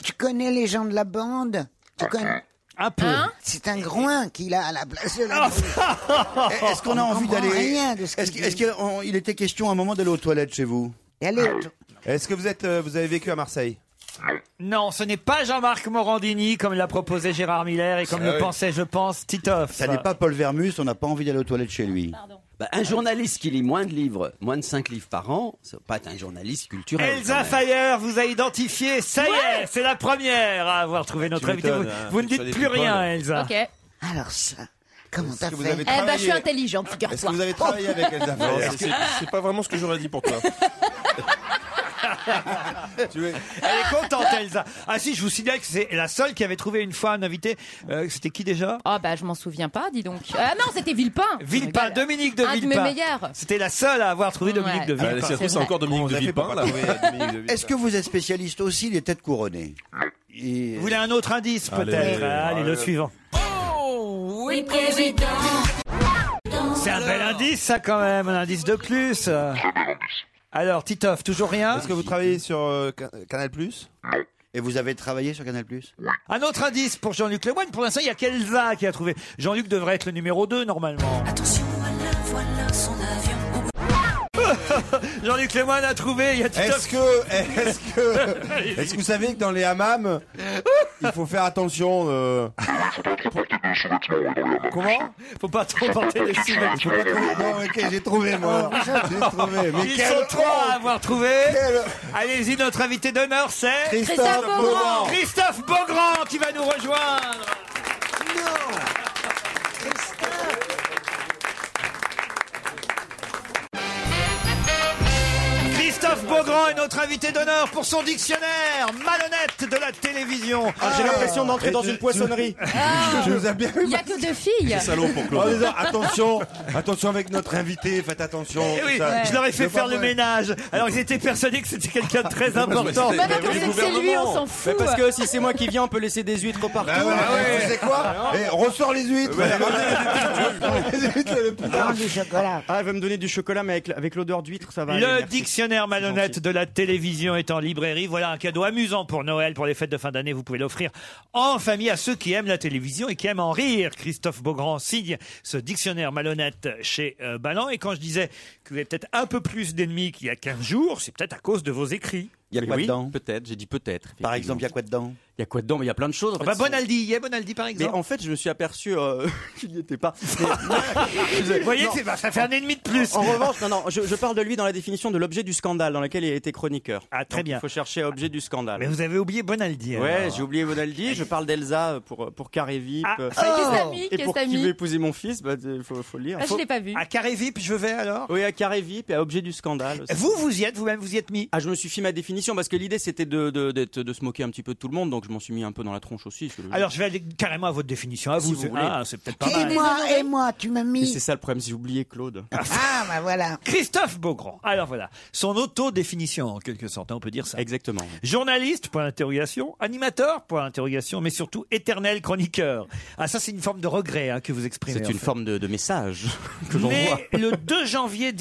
[SPEAKER 6] Tu connais les gens de la bande Tu connais
[SPEAKER 3] Un
[SPEAKER 16] peu. Hein
[SPEAKER 6] C'est un groin qu'il a à la place de la
[SPEAKER 16] Est-ce qu'on a
[SPEAKER 6] On
[SPEAKER 16] envie
[SPEAKER 6] comprend
[SPEAKER 16] d'aller
[SPEAKER 6] rien de ce
[SPEAKER 16] Est-ce
[SPEAKER 6] qu'il
[SPEAKER 16] qu'il est-ce qu'on- il était question à un moment d'aller aux toilettes chez vous
[SPEAKER 8] Est-ce que vous êtes, euh, vous avez vécu à Marseille
[SPEAKER 3] Non, ce n'est pas Jean-Marc Morandini comme l'a proposé Gérard Miller et comme
[SPEAKER 16] Ah
[SPEAKER 3] le
[SPEAKER 16] oui.
[SPEAKER 3] pensait, je pense, Titoff.
[SPEAKER 16] Ça n'est pas Paul Vermus, on n'a pas envie d'aller aux toilettes chez lui.
[SPEAKER 9] Bah, un journaliste qui lit moins de livres, moins de 5 livres par an, ça peut pas être un journaliste culturel.
[SPEAKER 3] Elsa
[SPEAKER 9] quand même.
[SPEAKER 3] Fayer vous a identifié, ça y est, c'est la première à avoir trouvé notre invité. Vous,
[SPEAKER 9] m'étonnes, hein,
[SPEAKER 3] vous ne
[SPEAKER 9] sur
[SPEAKER 3] dites
[SPEAKER 9] les
[SPEAKER 3] plus
[SPEAKER 9] people.
[SPEAKER 3] rien,
[SPEAKER 5] Bah.
[SPEAKER 3] Elsa.
[SPEAKER 4] Ok. Alors ça, comment t'as
[SPEAKER 8] vous fait avez
[SPEAKER 4] Eh ben, je suis
[SPEAKER 8] travaillé-
[SPEAKER 4] intelligente, figure-toi.
[SPEAKER 8] Est-ce que vous avez travaillé avec Elsa
[SPEAKER 4] *laughs*
[SPEAKER 5] Non,
[SPEAKER 8] Fayer
[SPEAKER 5] c'est- c'est- C'est pas vraiment ce que j'aurais dit pour toi.
[SPEAKER 3] Elle est contente, Elsa. Ah si, je vous signale que c'est la seule qui avait trouvé une fois un invité. Euh, C'était qui déjà
[SPEAKER 4] Ah bah, je m'en souviens pas, dis donc. Ah non, c'était Villepin.
[SPEAKER 3] Villepin, Dominique de
[SPEAKER 4] Un de mes
[SPEAKER 3] Villepin.
[SPEAKER 4] meilleurs.
[SPEAKER 3] C'était la seule à avoir trouvé Dominique
[SPEAKER 4] Ouais.
[SPEAKER 3] Ah, de Villepin.
[SPEAKER 5] Allez, si ça se trouve, Ah, c'est encore Dominique de Villepin. là.
[SPEAKER 16] Est-ce que vous êtes spécialiste aussi des têtes couronnées
[SPEAKER 3] Vous voulez un autre indice
[SPEAKER 16] Allez,
[SPEAKER 3] peut-être
[SPEAKER 16] allez,
[SPEAKER 3] Allez, le
[SPEAKER 16] allez.
[SPEAKER 3] suivant.
[SPEAKER 12] Oui, président.
[SPEAKER 3] C'est un bel indice, ça quand même, un indice de plus. Alors, Titoff, toujours rien
[SPEAKER 8] Est-ce que vous travaillez sur euh, Ca- Canal Plus
[SPEAKER 16] Et vous avez travaillé sur Canal Plus
[SPEAKER 3] Un autre indice pour Jean-Luc Lemoyne. Pour l'instant, il y a qu'Elsa qui a trouvé. Jean-Luc devrait être le numéro 2 normalement.
[SPEAKER 12] Attention, voilà, voilà son avion.
[SPEAKER 3] *laughs* Jean-Luc Lemoyne a trouvé. Il y a
[SPEAKER 8] Est-ce que, est-ce que, *laughs* est-ce que vous savez que dans les hammams, il faut faire attention euh, Comment
[SPEAKER 3] Faut pas trop porter des sous-vêtements.
[SPEAKER 8] Faut pas trop- Non, ok, j'ai
[SPEAKER 3] Ah,
[SPEAKER 8] trouvé moi. J'ai trouvé. Mais
[SPEAKER 3] Ils
[SPEAKER 8] quel
[SPEAKER 3] sont trois
[SPEAKER 8] honte.
[SPEAKER 3] à avoir trouvé. Allez-y, notre invité d'honneur, c'est
[SPEAKER 8] Christophe Christophe Beaugrand. Beaugrand.
[SPEAKER 3] Christophe Beaugrand qui va nous rejoindre. Christophe Beaugrand est notre invité d'honneur pour son dictionnaire malhonnête de la télévision.
[SPEAKER 8] Ah,
[SPEAKER 21] J'ai l'impression d'entrer
[SPEAKER 8] Et
[SPEAKER 21] dans
[SPEAKER 8] tu-
[SPEAKER 21] une poissonnerie.
[SPEAKER 8] Tu nous as bien
[SPEAKER 4] Ah. Il n'y a que deux filles.
[SPEAKER 8] En disant, attention, attention avec notre invité, faites attention.
[SPEAKER 3] Eh oui,
[SPEAKER 8] tout ça.
[SPEAKER 3] je leur ai fait
[SPEAKER 8] Mais
[SPEAKER 3] faire
[SPEAKER 8] pas
[SPEAKER 3] le
[SPEAKER 8] vrai.
[SPEAKER 3] ménage. Alors ils étaient persuadés que c'était quelqu'un de très important.
[SPEAKER 21] Ah. Mais oui, le gouvernement. Mais parce que si c'est moi
[SPEAKER 6] Bah
[SPEAKER 21] qui viens, on peut laisser des huîtres partout.
[SPEAKER 8] Ah ouais, tu sais quoi Eh, Ressors les huîtres.
[SPEAKER 6] *laughs* du chocolat.
[SPEAKER 21] Ah, elle va me donner du chocolat, mais avec, avec l'odeur d'huître, ça va. aller,
[SPEAKER 3] Le
[SPEAKER 21] merci.
[SPEAKER 3] dictionnaire malhonnête de la télévision est en librairie. Voilà un cadeau amusant pour Noël, pour les fêtes de fin d'année. Vous pouvez l'offrir en famille à ceux qui aiment la télévision et qui aiment en rire. Christophe Beaugrand signe ce dictionnaire malhonnête chez euh, Ballant. Et quand je disais que vous avez peut-être un peu plus d'ennemis qu'il y a 15 jours, c'est peut-être à cause de vos écrits.
[SPEAKER 21] Il y a quoi dedans Peut-être, j'ai dit peut-être. Par exemple, il y a quoi dedans Il y a quoi dedans Mais il y a plein de choses. en
[SPEAKER 3] Ah
[SPEAKER 21] fait,
[SPEAKER 3] bah,
[SPEAKER 21] c'est-
[SPEAKER 3] Bonaldi, il y a Bonaldi par
[SPEAKER 21] Mais
[SPEAKER 3] exemple.
[SPEAKER 21] en fait, je me suis aperçu euh, *laughs* qu'il
[SPEAKER 3] *laughs*
[SPEAKER 21] n'y était pas.
[SPEAKER 3] Vous voyez, c'est- bah, ça fait un ennemi de plus.
[SPEAKER 21] En, en revanche, non, non, je, je parle de lui dans la définition de l'objet du scandale dans lequel il a été chroniqueur. Ah,
[SPEAKER 3] très bien.
[SPEAKER 21] Il faut chercher objet du scandale.
[SPEAKER 3] Mais vous avez oublié Bonaldi.
[SPEAKER 21] Ouais,
[SPEAKER 3] alors.
[SPEAKER 21] j'ai oublié Bonaldi. Je parle d'Elsa euh, pour pour Carré Vip. euh,
[SPEAKER 3] ah, qu'est-ce ami,
[SPEAKER 21] et
[SPEAKER 3] qu'est-ce
[SPEAKER 21] pour qui
[SPEAKER 3] ami
[SPEAKER 21] veut épouser mon fils, bah, il faut, faut lire.
[SPEAKER 3] Ah, je
[SPEAKER 21] Faut-
[SPEAKER 3] l'ai pas vu. À Carré Vip, je vais alors.
[SPEAKER 21] Oui, à Carré Vip et à objet du scandale. aussi.
[SPEAKER 3] Vous, vous y êtes vous-même, vous y êtes mis.
[SPEAKER 21] Ah, je me suis fait ma définition parce que l'idée c'était de, de, d'être- de se moquer un petit peu de tout le monde, donc je m'en suis mis un peu dans la tronche aussi. parce que-
[SPEAKER 3] Alors je vais aller carrément à votre définition. À
[SPEAKER 21] Si
[SPEAKER 3] vous,
[SPEAKER 21] vous
[SPEAKER 3] c'est-
[SPEAKER 21] voulez.
[SPEAKER 3] ah, c'est peut-être pas
[SPEAKER 6] Et
[SPEAKER 3] mal.
[SPEAKER 6] moi, et moi, tu m'as
[SPEAKER 21] Mais
[SPEAKER 6] mis.
[SPEAKER 21] c'est ça le problème, j'ai oublié Claude.
[SPEAKER 6] Ah, bah voilà.
[SPEAKER 3] Christophe Beaugrand. Alors voilà, son auto-définition en quelque sorte, hein, on peut dire ça.
[SPEAKER 21] Exactement.
[SPEAKER 3] Journaliste, point d'interrogation, animateur, point d'interrogation, mais surtout éternel chroniqueur. Ah ça c'est une forme de regret hein, que vous exprimez.
[SPEAKER 21] C'est
[SPEAKER 3] en
[SPEAKER 21] une
[SPEAKER 3] fait.
[SPEAKER 21] forme de, de message *laughs* que j'envoie.
[SPEAKER 3] Mais le 2 janvier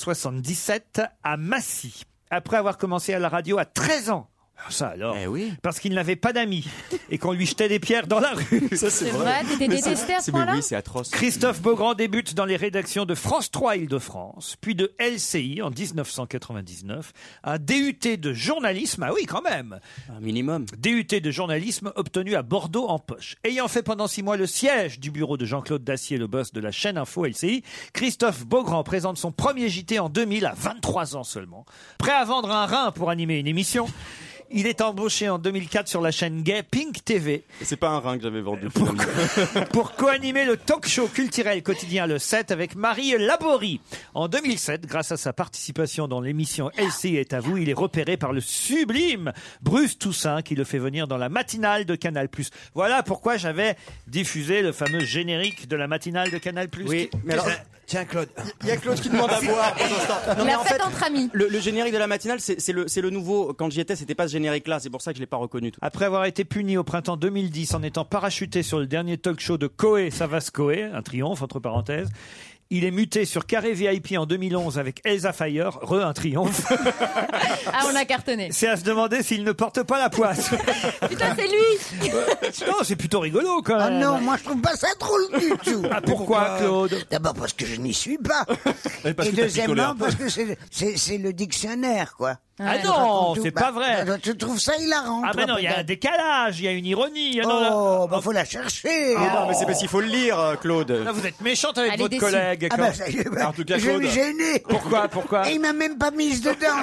[SPEAKER 3] 1977, à Massy, après avoir commencé à la radio à 13 ans, Ah, ça alors
[SPEAKER 21] Eh
[SPEAKER 3] Parce qu'il n'avait pas d'amis et qu'on lui jetait des pierres dans la rue.
[SPEAKER 21] *laughs* Ça,
[SPEAKER 11] C'est vrai, vrai. t'étais
[SPEAKER 3] Mais ça-
[SPEAKER 11] détesté à ce point-là
[SPEAKER 21] atroce.
[SPEAKER 3] Christophe Beaugrand débute dans les rédactions de France 3 Île-de-France, puis de LCI en 1999, un DUT de journalisme, ah oui quand même.
[SPEAKER 21] Un minimum.
[SPEAKER 3] DUT de journalisme obtenu à Bordeaux en poche. Ayant fait pendant six mois le siège du bureau de Jean-Claude Dacier, le boss de la chaîne Info LCI, Christophe Beaugrand présente son premier JT en 2000 à 23 ans seulement. Prêt à vendre un rein pour animer une émission, il est embauché en 2004 sur la chaîne Gay Pink TV
[SPEAKER 21] Et C'est pas un rein que j'avais vendu.
[SPEAKER 3] pour co-animer le talk show culturel quotidien Le 7 avec Marie Laborie. En 2007, grâce à sa participation dans l'émission LCI est à vous, il est repéré par le sublime Bruce Toussaint qui le fait venir dans la matinale de Canal+. Voilà pourquoi j'avais diffusé le fameux générique de la matinale de Canal+.
[SPEAKER 21] Oui, mais alors-
[SPEAKER 3] Tiens Claude.
[SPEAKER 21] Il y a Claude qui demande à boire pendant ce temps.
[SPEAKER 11] La fête entre amis.
[SPEAKER 21] Le, le générique de la matinale, c'est c'est le, c'est le nouveau. Quand j'y étais, c'était pas ce générique-là. C'est pour ça que je l'ai pas reconnu. Tout.
[SPEAKER 3] Après avoir été puni au printemps 2010 en étant parachuté sur le dernier talk show de Coé Savas Coé, un triomphe entre parenthèses, il est muté sur Carré VIP en 2011 avec Elsa Fayer, re un
[SPEAKER 6] *laughs*
[SPEAKER 3] triomphe.
[SPEAKER 4] Ah, on
[SPEAKER 3] *laughs*
[SPEAKER 4] a cartonné.
[SPEAKER 3] C'est à se demander s'il ne porte pas
[SPEAKER 6] *laughs*
[SPEAKER 3] la poisse.
[SPEAKER 4] Putain, c'est lui
[SPEAKER 3] non, c'est plutôt rigolo quand
[SPEAKER 6] Ah
[SPEAKER 3] même. Ah,
[SPEAKER 6] non, moi je trouve pas ça drôle du tout.
[SPEAKER 3] pourquoi, Claude
[SPEAKER 6] D'abord parce que je n'y suis
[SPEAKER 3] *laughs*
[SPEAKER 6] pas.
[SPEAKER 3] Et parce
[SPEAKER 6] Et
[SPEAKER 3] que t'as picolé hein.
[SPEAKER 6] deuxièmement
[SPEAKER 3] un peu.
[SPEAKER 6] parce que c'est- c'est c'est le dictionnaire, quoi.
[SPEAKER 3] Ah
[SPEAKER 6] Je
[SPEAKER 3] non,
[SPEAKER 6] raconte tout.
[SPEAKER 3] c'est
[SPEAKER 6] Bah,
[SPEAKER 3] pas vrai.
[SPEAKER 6] bah, Tu trouves ça hilarant
[SPEAKER 3] Ah
[SPEAKER 6] toi,
[SPEAKER 3] ben non, il y a un
[SPEAKER 6] peut-être.
[SPEAKER 3] décalage, il y a Ah, une ironie. Oh,
[SPEAKER 6] bah faut la chercher.
[SPEAKER 21] Mais non, mais c'est parce qu'il faut le lire, euh, Claude.
[SPEAKER 3] Là, Ah, vous êtes méchante avec
[SPEAKER 6] Elle est
[SPEAKER 3] votre
[SPEAKER 6] déçue.
[SPEAKER 3] collègue.
[SPEAKER 6] Ah
[SPEAKER 3] quand-
[SPEAKER 6] bah, ça y est, bah,
[SPEAKER 3] En tout cas,
[SPEAKER 6] je
[SPEAKER 3] Claude.
[SPEAKER 6] l'ai gêné.
[SPEAKER 3] Pourquoi, pourquoi
[SPEAKER 6] Et il m'a même pas mise dedans.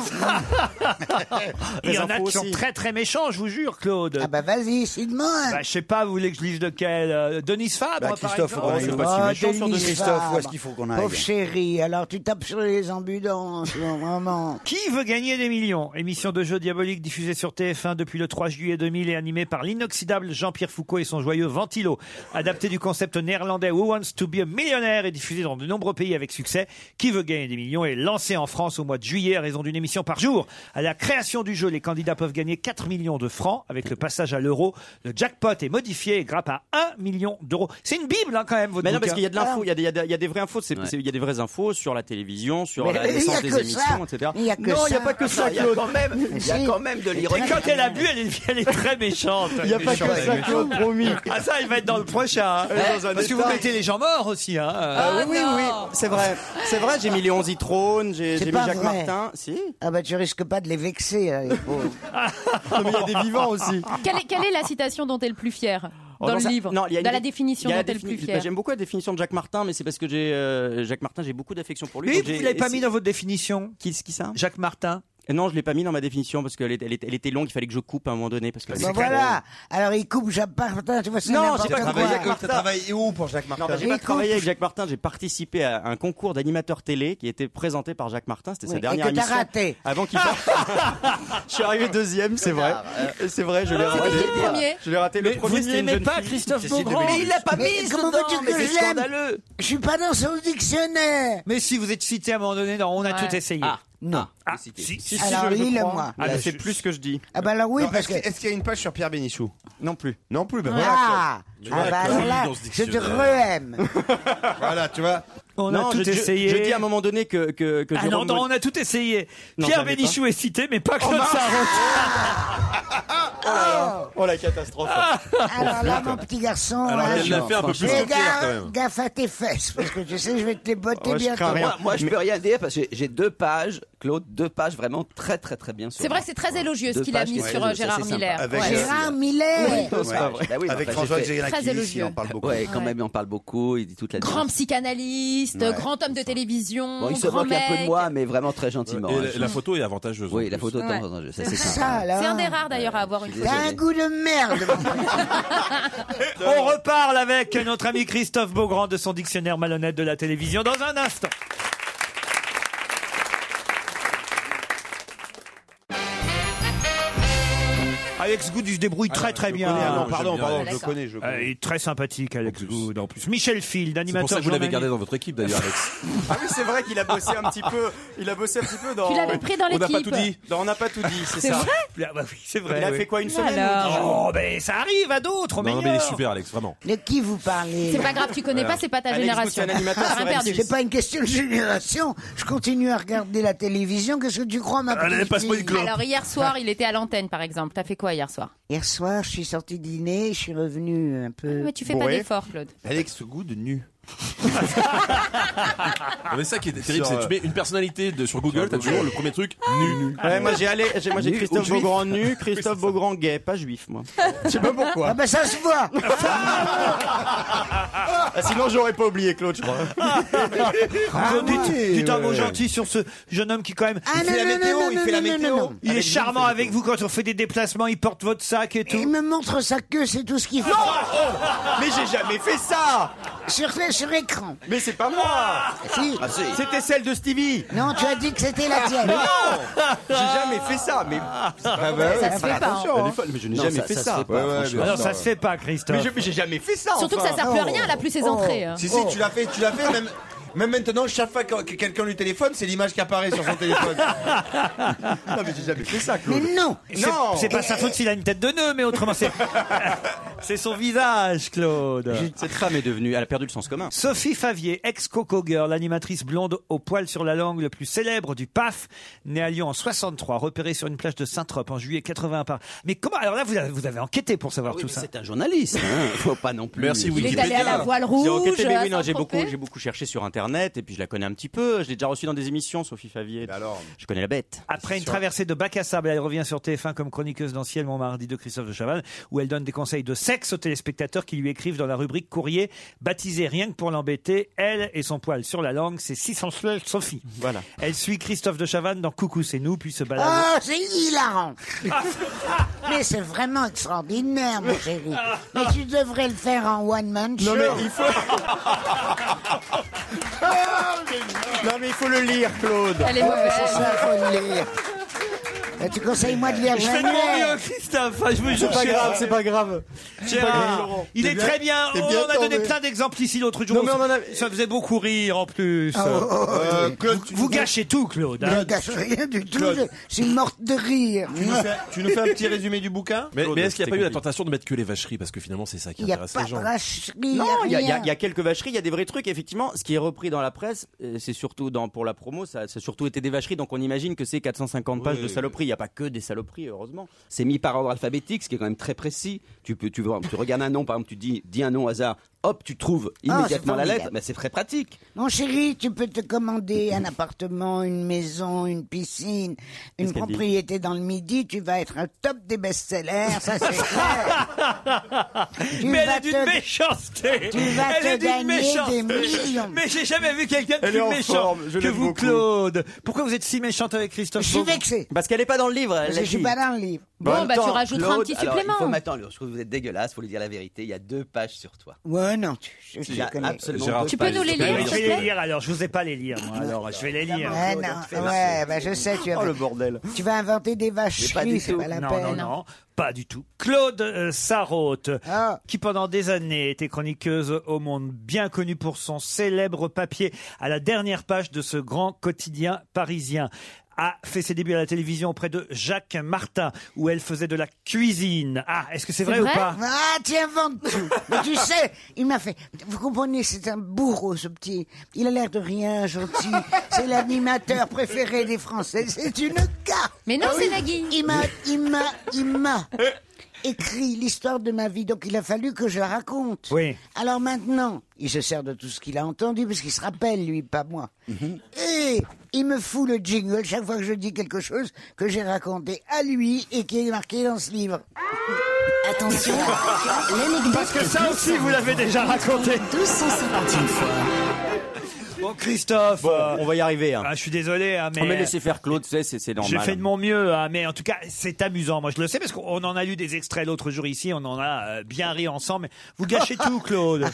[SPEAKER 3] Il y en a
[SPEAKER 6] infos
[SPEAKER 3] qui sont
[SPEAKER 6] aussi.
[SPEAKER 3] très très méchants, je vous jure, Claude.
[SPEAKER 6] Ah bah vas-y, c'est de moi.
[SPEAKER 3] Bah, je sais pas, vous voulez que je lise de quel euh, Denis Fabre,
[SPEAKER 6] Bah,
[SPEAKER 3] par
[SPEAKER 16] Christophe,
[SPEAKER 3] exemple
[SPEAKER 16] on va y aller.
[SPEAKER 6] Ah,
[SPEAKER 16] méchant sur
[SPEAKER 6] Denis
[SPEAKER 16] Denis Christophe, où est-ce
[SPEAKER 6] Fabre.
[SPEAKER 16] qu'il faut qu'on aille
[SPEAKER 6] Pauvre chérie, alors tu tapes sur les ambulances, bon, vraiment.
[SPEAKER 3] Qui veut gagner des millions Émission de jeux diabolique diffusée sur TF1 depuis le 3 juillet 2000 et animée par l'inoxydable Jean-Pierre Foucault et son joyeux Ventilo. Adapté du concept néerlandais Who Wants to Be a Millionaire et diffusé dans de nombreux pays avec succès. Qui veut gagner des millions est lancé en France au mois de juillet à raison d'une émission par jour. À la création du jeu, les candidats peuvent gagner 4 millions de francs avec le passage à l'euro. Le jackpot est modifié et grappe à 1 million d'euros. C'est une bible hein, quand même, votre
[SPEAKER 21] Mais non, parce
[SPEAKER 3] bouquin.
[SPEAKER 21] qu'il y a de l'info, il y a des- il y, a des- il y a des vraies infos, c'est- c'est- il y a des vraies infos sur la télévision, sur
[SPEAKER 3] Mais
[SPEAKER 21] la
[SPEAKER 3] il y a
[SPEAKER 21] naissance des
[SPEAKER 3] que
[SPEAKER 21] émissions,
[SPEAKER 3] ça.
[SPEAKER 21] etc.
[SPEAKER 3] Il y a que
[SPEAKER 21] non, il n'y a
[SPEAKER 3] ça. Ah,
[SPEAKER 21] pas que ça,
[SPEAKER 3] Il y a
[SPEAKER 21] Claude.
[SPEAKER 3] quand même- il y a quand même de l'ironie. Quand elle a bu, elle est, elle est très méchante.
[SPEAKER 21] Il y a pas
[SPEAKER 3] Méchante,
[SPEAKER 21] que ça,
[SPEAKER 3] elle est
[SPEAKER 21] Claude,
[SPEAKER 3] méchante.
[SPEAKER 21] promis.
[SPEAKER 3] Ah ça, il va être dans le prochain. hein.
[SPEAKER 21] Elle est dans un
[SPEAKER 3] Parce que vous
[SPEAKER 21] état.
[SPEAKER 3] mettez les gens morts aussi. Hein.
[SPEAKER 21] Ah oui, oui, oui, c'est vrai. C'est vrai, j'ai mis Léon Zitrone, j'ai j'ai
[SPEAKER 6] C'est
[SPEAKER 21] mis
[SPEAKER 6] pas
[SPEAKER 21] Jacques
[SPEAKER 6] vrai.
[SPEAKER 21] Martin. Si.
[SPEAKER 6] Ah bah tu risques pas de les vexer, là, les pauvres.
[SPEAKER 21] *laughs*
[SPEAKER 6] Ah,
[SPEAKER 21] Non, mais il y a des vivants aussi.
[SPEAKER 4] Quelle est, quelle est la citation dont t'es le plus fier
[SPEAKER 21] Oh,
[SPEAKER 4] dans le
[SPEAKER 21] ça-
[SPEAKER 4] livre
[SPEAKER 21] non, il y a une
[SPEAKER 4] Dans la
[SPEAKER 21] dé-
[SPEAKER 4] définition
[SPEAKER 21] il y a
[SPEAKER 4] dont
[SPEAKER 21] la
[SPEAKER 4] t'es le
[SPEAKER 21] défini-
[SPEAKER 4] plus
[SPEAKER 21] bah,
[SPEAKER 4] fier
[SPEAKER 21] J'aime beaucoup la définition de Jacques Martin, mais c'est parce que j'ai euh, Jacques Martin, j'ai beaucoup d'affection pour lui.
[SPEAKER 3] Lui,
[SPEAKER 21] donc
[SPEAKER 3] vous
[SPEAKER 21] j'ai-
[SPEAKER 3] l'avez pas mis
[SPEAKER 21] essayé-
[SPEAKER 3] dans votre définition.
[SPEAKER 21] Qui, qui ça Euh,
[SPEAKER 3] Jacques Martin.
[SPEAKER 21] Non, je l'ai pas mis dans ma définition parce qu'elle était, elle était- elle était longue, il fallait que je coupe à un moment donné parce
[SPEAKER 3] Bah,
[SPEAKER 21] que.
[SPEAKER 6] Bon bah, voilà, alors il coupe Jacques Martin, tu vois, c'est
[SPEAKER 21] Non,
[SPEAKER 6] n'importe
[SPEAKER 21] j'ai pas
[SPEAKER 6] quoi.
[SPEAKER 21] travaillé avec Martin.
[SPEAKER 6] où pour Jacques
[SPEAKER 21] Non, bah, j'ai pas travaillé avec Jacques Martin, j'ai participé à un concours d'animateur télé qui était présenté par Jacques Martin, c'était
[SPEAKER 6] Oui,
[SPEAKER 21] sa
[SPEAKER 6] et
[SPEAKER 21] dernière
[SPEAKER 6] que t'as
[SPEAKER 21] émission.
[SPEAKER 6] raté.
[SPEAKER 21] Avant
[SPEAKER 3] *laughs*
[SPEAKER 21] qu'il parte. je suis arrivé deuxième, c'est vrai. Euh, C'est vrai, je l'ai raté.
[SPEAKER 4] qui le premier
[SPEAKER 21] Je l'ai raté le
[SPEAKER 3] Mais
[SPEAKER 21] premier.
[SPEAKER 3] vous
[SPEAKER 21] c'était
[SPEAKER 3] ne
[SPEAKER 21] une
[SPEAKER 3] l'aimez
[SPEAKER 21] jeune
[SPEAKER 3] pas,
[SPEAKER 21] fille.
[SPEAKER 3] Christophe
[SPEAKER 21] Si, si,
[SPEAKER 3] Beaugrand
[SPEAKER 21] 2008.
[SPEAKER 6] pas mis
[SPEAKER 3] comment
[SPEAKER 6] dedans,
[SPEAKER 3] veux-tu
[SPEAKER 6] mais
[SPEAKER 3] que
[SPEAKER 6] c'est
[SPEAKER 3] je l'aime
[SPEAKER 6] scandaleux. Je suis pas dans son dictionnaire.
[SPEAKER 3] Mais si vous êtes cité à un moment donné, dans on a tout essayé.
[SPEAKER 21] Ah.
[SPEAKER 6] Non.
[SPEAKER 8] Ah,
[SPEAKER 6] si, si, Alors,
[SPEAKER 8] je le
[SPEAKER 6] lis-le
[SPEAKER 8] crois.
[SPEAKER 6] moi.
[SPEAKER 8] Ah, mais
[SPEAKER 6] Là,
[SPEAKER 8] c'est
[SPEAKER 6] je-
[SPEAKER 8] plus
[SPEAKER 21] ce que je dis.
[SPEAKER 6] Ah, bah alors oui,
[SPEAKER 8] Non,
[SPEAKER 6] parce
[SPEAKER 8] est-ce
[SPEAKER 6] que-
[SPEAKER 8] qu'il- Est-ce qu'il y a une page sur Pierre Bénichou Non plus. Non plus, ben voilà.
[SPEAKER 6] Ah,
[SPEAKER 8] Claude.
[SPEAKER 6] ah
[SPEAKER 8] Voilà,
[SPEAKER 6] bah
[SPEAKER 8] Claude.
[SPEAKER 6] alors là, je te re-aime.
[SPEAKER 8] Voilà, tu vois.
[SPEAKER 3] On a
[SPEAKER 21] Non,
[SPEAKER 3] Oh tout
[SPEAKER 21] je- je-
[SPEAKER 3] essayé.
[SPEAKER 21] Je dis à un moment donné que. que, que
[SPEAKER 3] Ah non,
[SPEAKER 21] Jérôme
[SPEAKER 3] non,
[SPEAKER 21] Mo-
[SPEAKER 3] on a tout essayé.
[SPEAKER 21] Non,
[SPEAKER 3] Pierre
[SPEAKER 21] j'en ai
[SPEAKER 3] Bénichou
[SPEAKER 21] pas.
[SPEAKER 3] est cité, mais pas
[SPEAKER 21] Oh,
[SPEAKER 3] Claude *laughs*
[SPEAKER 21] mince.
[SPEAKER 3] Sarraute.
[SPEAKER 8] Oh la catastrophe.
[SPEAKER 6] Alors là, mon petit garçon,
[SPEAKER 8] Alors,
[SPEAKER 6] hein,
[SPEAKER 8] elle l'a fait un peu plus
[SPEAKER 6] fais
[SPEAKER 8] en clair,
[SPEAKER 6] gaffe-
[SPEAKER 8] quand même.
[SPEAKER 6] gaffe à tes fesses, parce que tu sais, je vais te les botter bientôt.
[SPEAKER 9] Moi, moi, je peux Ah, rien dire parce que j'ai- j'ai deux pages, Claude, deux pages vraiment très très très bien. sur
[SPEAKER 4] C'est
[SPEAKER 9] moi.
[SPEAKER 4] vrai que c'est très élogieux ce
[SPEAKER 9] Deux
[SPEAKER 4] qu'il a
[SPEAKER 9] pages
[SPEAKER 4] mis
[SPEAKER 9] qui-
[SPEAKER 4] sur
[SPEAKER 9] ouais,
[SPEAKER 4] euh,
[SPEAKER 9] c'est
[SPEAKER 4] Gérard
[SPEAKER 9] sympa.
[SPEAKER 4] Miller.
[SPEAKER 9] Avec,
[SPEAKER 4] Ouais.
[SPEAKER 9] euh,
[SPEAKER 6] Gérard Miller
[SPEAKER 9] Oui, non, c'est pas vrai. Bah oui,
[SPEAKER 16] Avec
[SPEAKER 9] enfin,
[SPEAKER 16] François
[SPEAKER 9] j'ai fait-
[SPEAKER 16] Xerakis,
[SPEAKER 4] Très élogieux.
[SPEAKER 16] il en parle beaucoup.
[SPEAKER 9] Ouais, quand
[SPEAKER 4] Ouais.
[SPEAKER 9] même, il en parle beaucoup, il dit toute la
[SPEAKER 4] Grand psychanalyste,
[SPEAKER 9] Ouais.
[SPEAKER 4] grand homme de télévision,
[SPEAKER 9] Bon, il se
[SPEAKER 4] grand
[SPEAKER 9] moque
[SPEAKER 4] mec.
[SPEAKER 9] un peu de moi, mais vraiment très gentiment.
[SPEAKER 5] Et
[SPEAKER 9] hein,
[SPEAKER 5] la-
[SPEAKER 9] je
[SPEAKER 5] la
[SPEAKER 9] pense.
[SPEAKER 5] photo est avantageuse.
[SPEAKER 9] Oui, la photo est
[SPEAKER 4] Ouais.
[SPEAKER 9] avantageuse, ça c'est
[SPEAKER 6] Ça,
[SPEAKER 9] sympa.
[SPEAKER 6] alors.
[SPEAKER 4] C'est un des rares d'ailleurs à avoir une
[SPEAKER 9] suis
[SPEAKER 4] photo.
[SPEAKER 6] T'as un goût de merde. mon
[SPEAKER 3] On reparle avec notre ami Christophe Beaugrand de son dictionnaire malhonnête de la télévision dans un instant. Alex Good, il se débrouille
[SPEAKER 8] Ah
[SPEAKER 3] très
[SPEAKER 8] non,
[SPEAKER 3] très
[SPEAKER 8] je
[SPEAKER 3] bien.
[SPEAKER 8] connais, ah non,
[SPEAKER 3] Euh,
[SPEAKER 8] pardon,
[SPEAKER 3] j'aime bien.
[SPEAKER 8] pardon, je le connais, je le connais.
[SPEAKER 3] Euh, il est très sympathique, Alex Good, en plus. Michel Field,
[SPEAKER 5] C'est
[SPEAKER 3] animateur.
[SPEAKER 5] pour ça que vous l'avez
[SPEAKER 3] journaliste.
[SPEAKER 5] gardé dans votre équipe d'ailleurs, Alex.
[SPEAKER 21] Ah oui, c'est vrai qu'il a bossé un petit peu. Il a bossé un petit peu dans.
[SPEAKER 3] Tu l'avais pris dans
[SPEAKER 21] On n'a pas
[SPEAKER 3] l'équipe.
[SPEAKER 21] tout dit. Non, on n'a pas tout dit, c'est
[SPEAKER 3] C'est
[SPEAKER 21] ça.
[SPEAKER 3] vrai Ah bah oui, c'est vrai.
[SPEAKER 21] Il a
[SPEAKER 3] oui.
[SPEAKER 21] fait quoi, une semaine Alors.
[SPEAKER 3] Oh, mais ça arrive à d'autres,
[SPEAKER 5] Non,
[SPEAKER 3] mais
[SPEAKER 5] non, mais il est super, Alex, vraiment.
[SPEAKER 6] De qui vous parlez
[SPEAKER 4] C'est pas grave, tu connais
[SPEAKER 5] Voilà.
[SPEAKER 4] pas, c'est pas ta
[SPEAKER 5] Alex
[SPEAKER 4] génération.
[SPEAKER 5] Boutin, animateur
[SPEAKER 4] T'as rien
[SPEAKER 5] sur
[SPEAKER 4] perdu.
[SPEAKER 6] C'est pas une question de génération. Je continue à regarder la télévision. Qu'est-ce que tu crois, ma petite fille
[SPEAKER 4] Alors hier soir, il était à l'antenne par exemple. T'as fait quoi hier soir
[SPEAKER 6] Hier soir, je suis sorti dîner, je suis revenu un peu.
[SPEAKER 4] Ah, Mais tu fais pas
[SPEAKER 6] bourré.
[SPEAKER 4] d'effort, Claude.
[SPEAKER 8] Alex Good
[SPEAKER 6] *laughs*
[SPEAKER 8] nu.
[SPEAKER 5] Non, mais ça qui est terrible,
[SPEAKER 8] Sur,
[SPEAKER 5] c'est que tu mets une personnalité de- sur Google, t'as toujours le premier truc
[SPEAKER 16] Ah,
[SPEAKER 5] nu.
[SPEAKER 21] Ouais, moi j'ai allé, j'ai- moi j'ai
[SPEAKER 5] Nu ou
[SPEAKER 21] Christophe
[SPEAKER 5] juif.
[SPEAKER 21] Beaugrand
[SPEAKER 3] *laughs*
[SPEAKER 21] nu, Christophe Beaugrand gay, pas juif moi. Je sais pas pourquoi.
[SPEAKER 6] Ah bah ça se voit
[SPEAKER 21] Ah, sinon j'aurais pas oublié Claude,
[SPEAKER 3] *laughs*
[SPEAKER 21] je crois.
[SPEAKER 3] Ah, dites, dites un mot gentil sur ce jeune homme qui quand même
[SPEAKER 6] Ah,
[SPEAKER 3] il
[SPEAKER 6] non,
[SPEAKER 3] fait la
[SPEAKER 6] non,
[SPEAKER 3] météo,
[SPEAKER 6] non,
[SPEAKER 3] il
[SPEAKER 6] non,
[SPEAKER 3] fait la
[SPEAKER 6] non, non,
[SPEAKER 3] météo.
[SPEAKER 6] non, non.
[SPEAKER 3] Il est
[SPEAKER 6] Avec lui,
[SPEAKER 3] charmant avec vous quand on fait des déplacements, il porte votre sac et
[SPEAKER 6] Il
[SPEAKER 3] tout.
[SPEAKER 6] me montre sa queue, c'est tout ce qu'il fait.
[SPEAKER 21] Mais j'ai jamais fait ça
[SPEAKER 6] Sur, sur écran.
[SPEAKER 21] Mais c'est pas moi
[SPEAKER 6] Ah,
[SPEAKER 21] Ah,
[SPEAKER 6] Si.
[SPEAKER 21] C'était celle de Stevie
[SPEAKER 6] Non, tu as dit que c'était la tienne.
[SPEAKER 21] Mais non J'ai jamais fait ça, mais.
[SPEAKER 3] Ah, bah
[SPEAKER 6] ouais, ça se fait pas, hein.
[SPEAKER 21] Elle est folle, mais je n'ai
[SPEAKER 9] Non,
[SPEAKER 21] jamais
[SPEAKER 9] ça-
[SPEAKER 21] fait
[SPEAKER 9] ça se
[SPEAKER 21] ça.
[SPEAKER 9] fait pas, Ouais, ouais, franchement. bien
[SPEAKER 3] non,
[SPEAKER 9] sûr.
[SPEAKER 3] ça se fait pas,
[SPEAKER 21] Mais
[SPEAKER 3] Christophe.
[SPEAKER 21] je- mais j'ai jamais fait ça
[SPEAKER 4] Surtout que
[SPEAKER 21] enfin.
[SPEAKER 4] ça sert plus à rien, elle a plus ses entrées. hein.
[SPEAKER 10] Oh. Si,
[SPEAKER 6] Oh.
[SPEAKER 10] si, tu l'as fait, tu l'as fait, même. Même maintenant, chaque fois que que quelqu'un lui téléphone, c'est l'image qui apparaît sur
[SPEAKER 6] *laughs*
[SPEAKER 10] son téléphone. non, mais j'ai jamais fait ça,
[SPEAKER 6] Mais non
[SPEAKER 3] C'est- C'est pas sa faute s'il a une tête de nœud, mais autrement
[SPEAKER 21] *laughs*
[SPEAKER 3] c'est c'est son visage, Claude.
[SPEAKER 21] Cette femme est devenue, elle a perdu le sens commun.
[SPEAKER 3] Sophie Favier, ex-Coco Girl, l'animatrice blonde au poil sur la langue le plus célèbre du PAF, née à Lyon en 63, repérée sur une plage de Saint-Trope en juillet 81 par... Mais comment Alors là, vous avez, vous avez enquêté pour
[SPEAKER 21] Ah
[SPEAKER 3] savoir tout ça.
[SPEAKER 9] C'est un journaliste, hein,
[SPEAKER 4] *laughs*
[SPEAKER 9] faut pas non plus.
[SPEAKER 21] Merci,
[SPEAKER 4] Il est allé à la voile rouge.
[SPEAKER 21] J'ai enquêté, mais
[SPEAKER 4] à
[SPEAKER 21] oui, non, j'ai
[SPEAKER 4] Saint-Tropez.
[SPEAKER 21] beaucoup, j'ai beaucoup cherché sur internet et puis je la connais un petit peu. Je l'ai déjà reçue dans des émissions, Sophie Favier. Alors, je connais la bête.
[SPEAKER 3] Après une traversée de bac à sable, elle revient sur TF1 comme chroniqueuse dans Ciel, mon mardi de Christophe de Chavannes, où elle donne des conseils de sexe aux téléspectateurs qui lui écrivent dans la rubrique courrier, baptisée rien que pour l'embêter, elle et son poil sur la langue, c'est si sensuel, Sophie.
[SPEAKER 21] Voilà.
[SPEAKER 3] Elle suit Christophe de Chavannes dans Coucou, c'est nous, puis se balade.
[SPEAKER 21] Ah,
[SPEAKER 6] Oh, c'est hilarant Mais c'est vraiment extraordinaire, mon chéri. Mais tu devrais le faire en one-man show. Ah,
[SPEAKER 21] Non mais il faut.
[SPEAKER 8] *laughs*
[SPEAKER 21] non mais il faut le lire, Claude.
[SPEAKER 4] Elle est
[SPEAKER 6] Ouais,
[SPEAKER 4] mauvaise.
[SPEAKER 6] Ah, c'est ça, faut le lire. Et tu conseilles moi de lire
[SPEAKER 3] Je fais de mon mieux,
[SPEAKER 6] l'annuaire
[SPEAKER 3] Christophe. Ah, Je me jure, Gérard.
[SPEAKER 21] pas grave.
[SPEAKER 3] Gérard, il
[SPEAKER 21] T'es
[SPEAKER 3] est
[SPEAKER 21] bien-
[SPEAKER 3] très bien.
[SPEAKER 21] t'es
[SPEAKER 3] Oh,
[SPEAKER 21] bien
[SPEAKER 3] on a donné
[SPEAKER 21] tombé.
[SPEAKER 3] plein d'exemples ici l'autre jour.
[SPEAKER 21] Non, mais on en a-
[SPEAKER 3] Ça faisait beaucoup rire en plus.
[SPEAKER 6] Ah, oh, oh, oh,
[SPEAKER 3] Euh,
[SPEAKER 6] oui.
[SPEAKER 3] Claude, vous, vous gâchez tout, Claude.
[SPEAKER 6] Je
[SPEAKER 3] hein.
[SPEAKER 6] ne gâche rien du tout,
[SPEAKER 3] Claude.
[SPEAKER 6] je, je suis morte de rire.
[SPEAKER 10] Tu nous, fais, tu nous fais un petit résumé du bouquin
[SPEAKER 5] Mais, mais est-ce qu'il n'y a
[SPEAKER 21] c'était
[SPEAKER 5] pas eu la
[SPEAKER 21] compliqué.
[SPEAKER 5] tentation de mettre que les vacheries Parce que finalement, c'est ça qui
[SPEAKER 6] Il n'y a
[SPEAKER 5] intéresse
[SPEAKER 6] pas
[SPEAKER 5] les
[SPEAKER 6] de
[SPEAKER 5] gens.
[SPEAKER 6] racherie,
[SPEAKER 21] Non, il y, a- il y a- il y
[SPEAKER 6] rien.
[SPEAKER 21] a quelques vacheries, il y a des vrais trucs. Effectivement, ce qui est repris dans la presse, euh, c'est surtout dans, pour la promo, ça, ça a surtout été des vacheries. Donc on imagine que c'est 450 pages de saloperies. Il n'y a pas que des saloperies, heureusement.
[SPEAKER 9] C'est mis par ordre alphabétique, ce qui est quand même très précis. Tu peux, tu, vois, tu regardes un nom, par exemple, tu dis, dis un nom au hasard, hop, tu trouves
[SPEAKER 6] Ah,
[SPEAKER 9] immédiatement
[SPEAKER 6] c'est
[SPEAKER 9] la
[SPEAKER 6] formidable.
[SPEAKER 9] lettre. Mais c'est très pratique.
[SPEAKER 6] Mon chéri, tu peux te commander un appartement, une maison, une piscine, une
[SPEAKER 9] qu'elle dit
[SPEAKER 6] propriété dans le midi, tu vas être un top des best-sellers, ça c'est
[SPEAKER 3] *laughs*
[SPEAKER 9] *laughs*
[SPEAKER 6] clair. Tu
[SPEAKER 3] Mais elle
[SPEAKER 6] vas
[SPEAKER 3] est d'une
[SPEAKER 6] te-
[SPEAKER 3] méchanceté.
[SPEAKER 6] Tu vas
[SPEAKER 3] elle est
[SPEAKER 6] te
[SPEAKER 3] d'une
[SPEAKER 6] gagner des
[SPEAKER 3] méchanceté.
[SPEAKER 6] millions.
[SPEAKER 3] Mais j'ai jamais vu quelqu'un de
[SPEAKER 21] Elle est
[SPEAKER 3] plus
[SPEAKER 21] en
[SPEAKER 3] méchant
[SPEAKER 21] forme, je
[SPEAKER 3] que
[SPEAKER 21] l'aime
[SPEAKER 3] vous,
[SPEAKER 21] beaucoup.
[SPEAKER 3] Claude. Pourquoi vous êtes si méchante avec Christophe
[SPEAKER 6] Je suis
[SPEAKER 3] Beaugrand
[SPEAKER 6] vexé,
[SPEAKER 21] Parce qu'elle n'est pas dans le
[SPEAKER 9] Euh,
[SPEAKER 21] livre. Elle
[SPEAKER 6] parce que
[SPEAKER 21] l'a
[SPEAKER 6] je suis
[SPEAKER 21] dit.
[SPEAKER 6] pas dans le livre.
[SPEAKER 4] Bon, bah, tu
[SPEAKER 9] Attends,
[SPEAKER 4] rajouteras un
[SPEAKER 9] Claude,
[SPEAKER 4] petit
[SPEAKER 9] alors,
[SPEAKER 4] supplément.
[SPEAKER 9] Il faut m'attendre, je trouve que vous êtes dégueulasse, faut lui dire la vérité. Il y a deux pages sur toi.
[SPEAKER 6] Ouais, non, tu- je, je
[SPEAKER 9] Il y a
[SPEAKER 6] connais.
[SPEAKER 9] absolument
[SPEAKER 5] Gérard
[SPEAKER 9] deux
[SPEAKER 5] Tu peux
[SPEAKER 9] pages.
[SPEAKER 4] nous les
[SPEAKER 3] Mais
[SPEAKER 4] lire,
[SPEAKER 3] je
[SPEAKER 4] s'il
[SPEAKER 3] vais
[SPEAKER 4] te
[SPEAKER 3] les
[SPEAKER 4] plaît
[SPEAKER 3] lire alors, je vous ai pas les lire moi. Alors je vais les lire.
[SPEAKER 6] Ouais, Ah, non, ouais, bah, je sais, tu vas,
[SPEAKER 9] Oh, le bordel.
[SPEAKER 6] tu vas inventer des
[SPEAKER 9] Mais pas du
[SPEAKER 6] vacheries, c'est
[SPEAKER 9] tout.
[SPEAKER 6] pas la
[SPEAKER 3] non,
[SPEAKER 6] peine.
[SPEAKER 3] non, non, pas du tout. Claude euh, Sarraute, qui pendant des années était chroniqueuse au Monde, bien connue pour son célèbre papier à la dernière page de ce grand quotidien parisien. a fait ses débuts à la télévision auprès de Jacques Martin, où elle faisait de la cuisine. Ah, est-ce que c'est vrai, ou pas
[SPEAKER 6] Ah, tu inventes
[SPEAKER 3] *laughs*
[SPEAKER 6] tout. Mais tu sais, il m'a fait. Vous comprenez, c'est un bourreau, ce petit. Il a l'air de rien, gentil. C'est l'animateur préféré des Français. C'est une carte.
[SPEAKER 4] Mais non,
[SPEAKER 6] Ah
[SPEAKER 4] c'est
[SPEAKER 6] oui.
[SPEAKER 4] Nagui.
[SPEAKER 6] Il m'a, il m'a, il m'a écrit l'histoire de ma vie, donc il a fallu que je la raconte.
[SPEAKER 3] Oui.
[SPEAKER 6] Alors maintenant, il se sert de tout ce qu'il a entendu, parce qu'il se rappelle, lui, pas moi.
[SPEAKER 3] Mhm.
[SPEAKER 6] Et il me fout le jingle chaque fois que je dis quelque chose que j'ai raconté à lui et qui est marqué dans ce livre.
[SPEAKER 1] Attention, l'anecdote
[SPEAKER 3] Parce que ça aussi, vous l'avez déjà raconté.
[SPEAKER 1] 250 fois.
[SPEAKER 3] Bon, Christophe.
[SPEAKER 21] on va y arriver.
[SPEAKER 3] je suis désolé, hein, mais-
[SPEAKER 21] On laissez faire Claude, tu sais, c'est c'est normal.
[SPEAKER 3] J'ai fait de mon mieux, hein, mais en tout cas, c'est amusant. Moi, je le sais parce qu'on en a lu des extraits l'autre jour ici, on en a euh, bien ri ensemble. Vous
[SPEAKER 21] *laughs*
[SPEAKER 3] gâchez tout, Claude.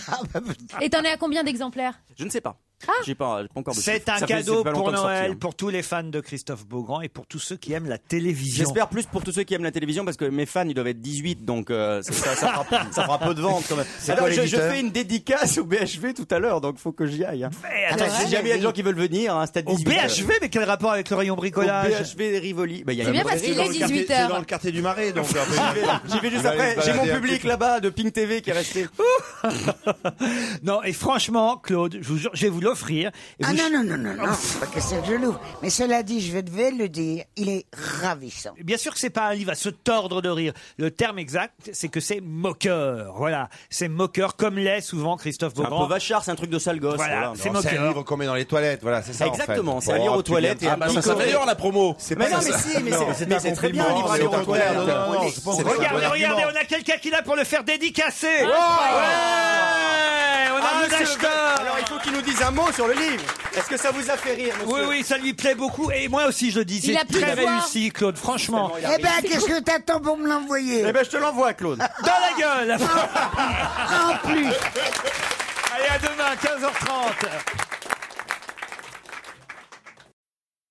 [SPEAKER 4] Et t'en es à combien d'exemplaires
[SPEAKER 21] Je ne sais pas. J'ai pas, j'ai pas encore de
[SPEAKER 3] C'est
[SPEAKER 21] chiffres.
[SPEAKER 3] un
[SPEAKER 21] Ça fait-
[SPEAKER 3] cadeau
[SPEAKER 21] ça fait pas
[SPEAKER 3] pour
[SPEAKER 21] longtemps que c'est
[SPEAKER 3] Noël,
[SPEAKER 21] sorti, hein.
[SPEAKER 3] pour tous les fans de Christophe Beaugrand et pour tous ceux qui aiment la télévision.
[SPEAKER 21] J'espère plus pour tous ceux qui aiment la télévision parce que mes fans ils doivent être 18 donc euh, ça, ça, ça fera, ça fera peu de ventes quand même.
[SPEAKER 3] C'est
[SPEAKER 21] Alors
[SPEAKER 3] quoi
[SPEAKER 21] je, je
[SPEAKER 3] l'éditeur
[SPEAKER 21] fais une dédicace au BHV tout à l'heure donc faut que j'y aille. hein.
[SPEAKER 3] attends,
[SPEAKER 21] Ah, si
[SPEAKER 3] ouais.
[SPEAKER 21] jamais il y a des gens qui veulent venir, hein, c'est à
[SPEAKER 3] Au
[SPEAKER 21] 18, euh,
[SPEAKER 3] BHV, mais quel rapport Oh, avec le rayon bricolage
[SPEAKER 21] Au BHV Rivoli. Bah, il y a
[SPEAKER 3] C'est
[SPEAKER 21] une
[SPEAKER 3] bien
[SPEAKER 21] brasserie
[SPEAKER 3] parce qu'il est
[SPEAKER 21] dans le quartier-
[SPEAKER 3] 18
[SPEAKER 21] c'est
[SPEAKER 3] heures.
[SPEAKER 21] dans le
[SPEAKER 8] quartier du Marais, donc.
[SPEAKER 6] *laughs*
[SPEAKER 3] *laughs*
[SPEAKER 21] J'y vais, j'y vais juste après. J'ai mon public là-bas de Pink TV qui est *laughs* resté.
[SPEAKER 3] Non, et franchement, Claude, je, vous jure, je vais vous l'offrir. Et
[SPEAKER 6] Ah
[SPEAKER 3] vous-
[SPEAKER 6] non, non, non, non,
[SPEAKER 3] *laughs*
[SPEAKER 6] non, c'est pas question que je l'ouvre. Mais cela dit, je vais le dire, il est ravissant.
[SPEAKER 3] Bien sûr que c'est pas un livre à se tordre de rire. Le terme exact, c'est que c'est moqueur. Voilà, c'est moqueur, comme l'est souvent Christophe
[SPEAKER 21] C'est un
[SPEAKER 3] Beaugrand.
[SPEAKER 21] peu vachard, c'est un truc de sale gosse.
[SPEAKER 3] Voilà,
[SPEAKER 21] voilà.
[SPEAKER 3] c'est
[SPEAKER 21] Non,
[SPEAKER 3] moqueur.
[SPEAKER 21] Oh, un livre
[SPEAKER 8] qu'on met dans les toilettes, voilà, c'est
[SPEAKER 21] ça, en fait. Exactement, c'est à lire
[SPEAKER 8] Oh,
[SPEAKER 21] aux
[SPEAKER 8] tu
[SPEAKER 21] toilettes
[SPEAKER 8] viens-
[SPEAKER 21] et à
[SPEAKER 8] Ah, bah, ça
[SPEAKER 21] picorer.
[SPEAKER 8] serait d'ailleurs la
[SPEAKER 22] promo.
[SPEAKER 8] C'est
[SPEAKER 21] Mais
[SPEAKER 8] pas
[SPEAKER 21] non,
[SPEAKER 8] ça,
[SPEAKER 21] mais
[SPEAKER 8] ça.
[SPEAKER 21] si, mais
[SPEAKER 8] Non,
[SPEAKER 21] c'est-
[SPEAKER 8] c'est
[SPEAKER 21] mais
[SPEAKER 8] un
[SPEAKER 21] c'est très bien
[SPEAKER 8] compliment,
[SPEAKER 21] un livre à
[SPEAKER 8] c'est
[SPEAKER 21] lire
[SPEAKER 8] un
[SPEAKER 21] aux toilettes.
[SPEAKER 8] compliment. Non, non, non, c'est pas- c'est pas un
[SPEAKER 3] Regardez,
[SPEAKER 8] bon
[SPEAKER 3] regardez,
[SPEAKER 8] argument.
[SPEAKER 3] on a quelqu'un qui est là pour le faire dédicacer. Ouais, on a
[SPEAKER 21] Ah,
[SPEAKER 3] un
[SPEAKER 21] monsieur
[SPEAKER 3] acheteur.
[SPEAKER 21] Bell. Alors il faut qu'il nous dise un mot sur le livre. Est-ce que ça vous a fait rire
[SPEAKER 3] Oui,
[SPEAKER 21] monsieur
[SPEAKER 3] oui, ça lui plaît beaucoup. Et moi aussi, je le dis,
[SPEAKER 21] Il
[SPEAKER 3] c'est
[SPEAKER 21] a pu
[SPEAKER 3] très
[SPEAKER 21] le voir.
[SPEAKER 3] réussi, Claude, franchement.
[SPEAKER 6] Eh ben, qu'est-ce que t'attends pour me l'envoyer
[SPEAKER 21] Eh ben, je te l'envoie, Claude.
[SPEAKER 3] Dans la gueule
[SPEAKER 6] *laughs* En plus
[SPEAKER 3] Allez, à demain, 15h30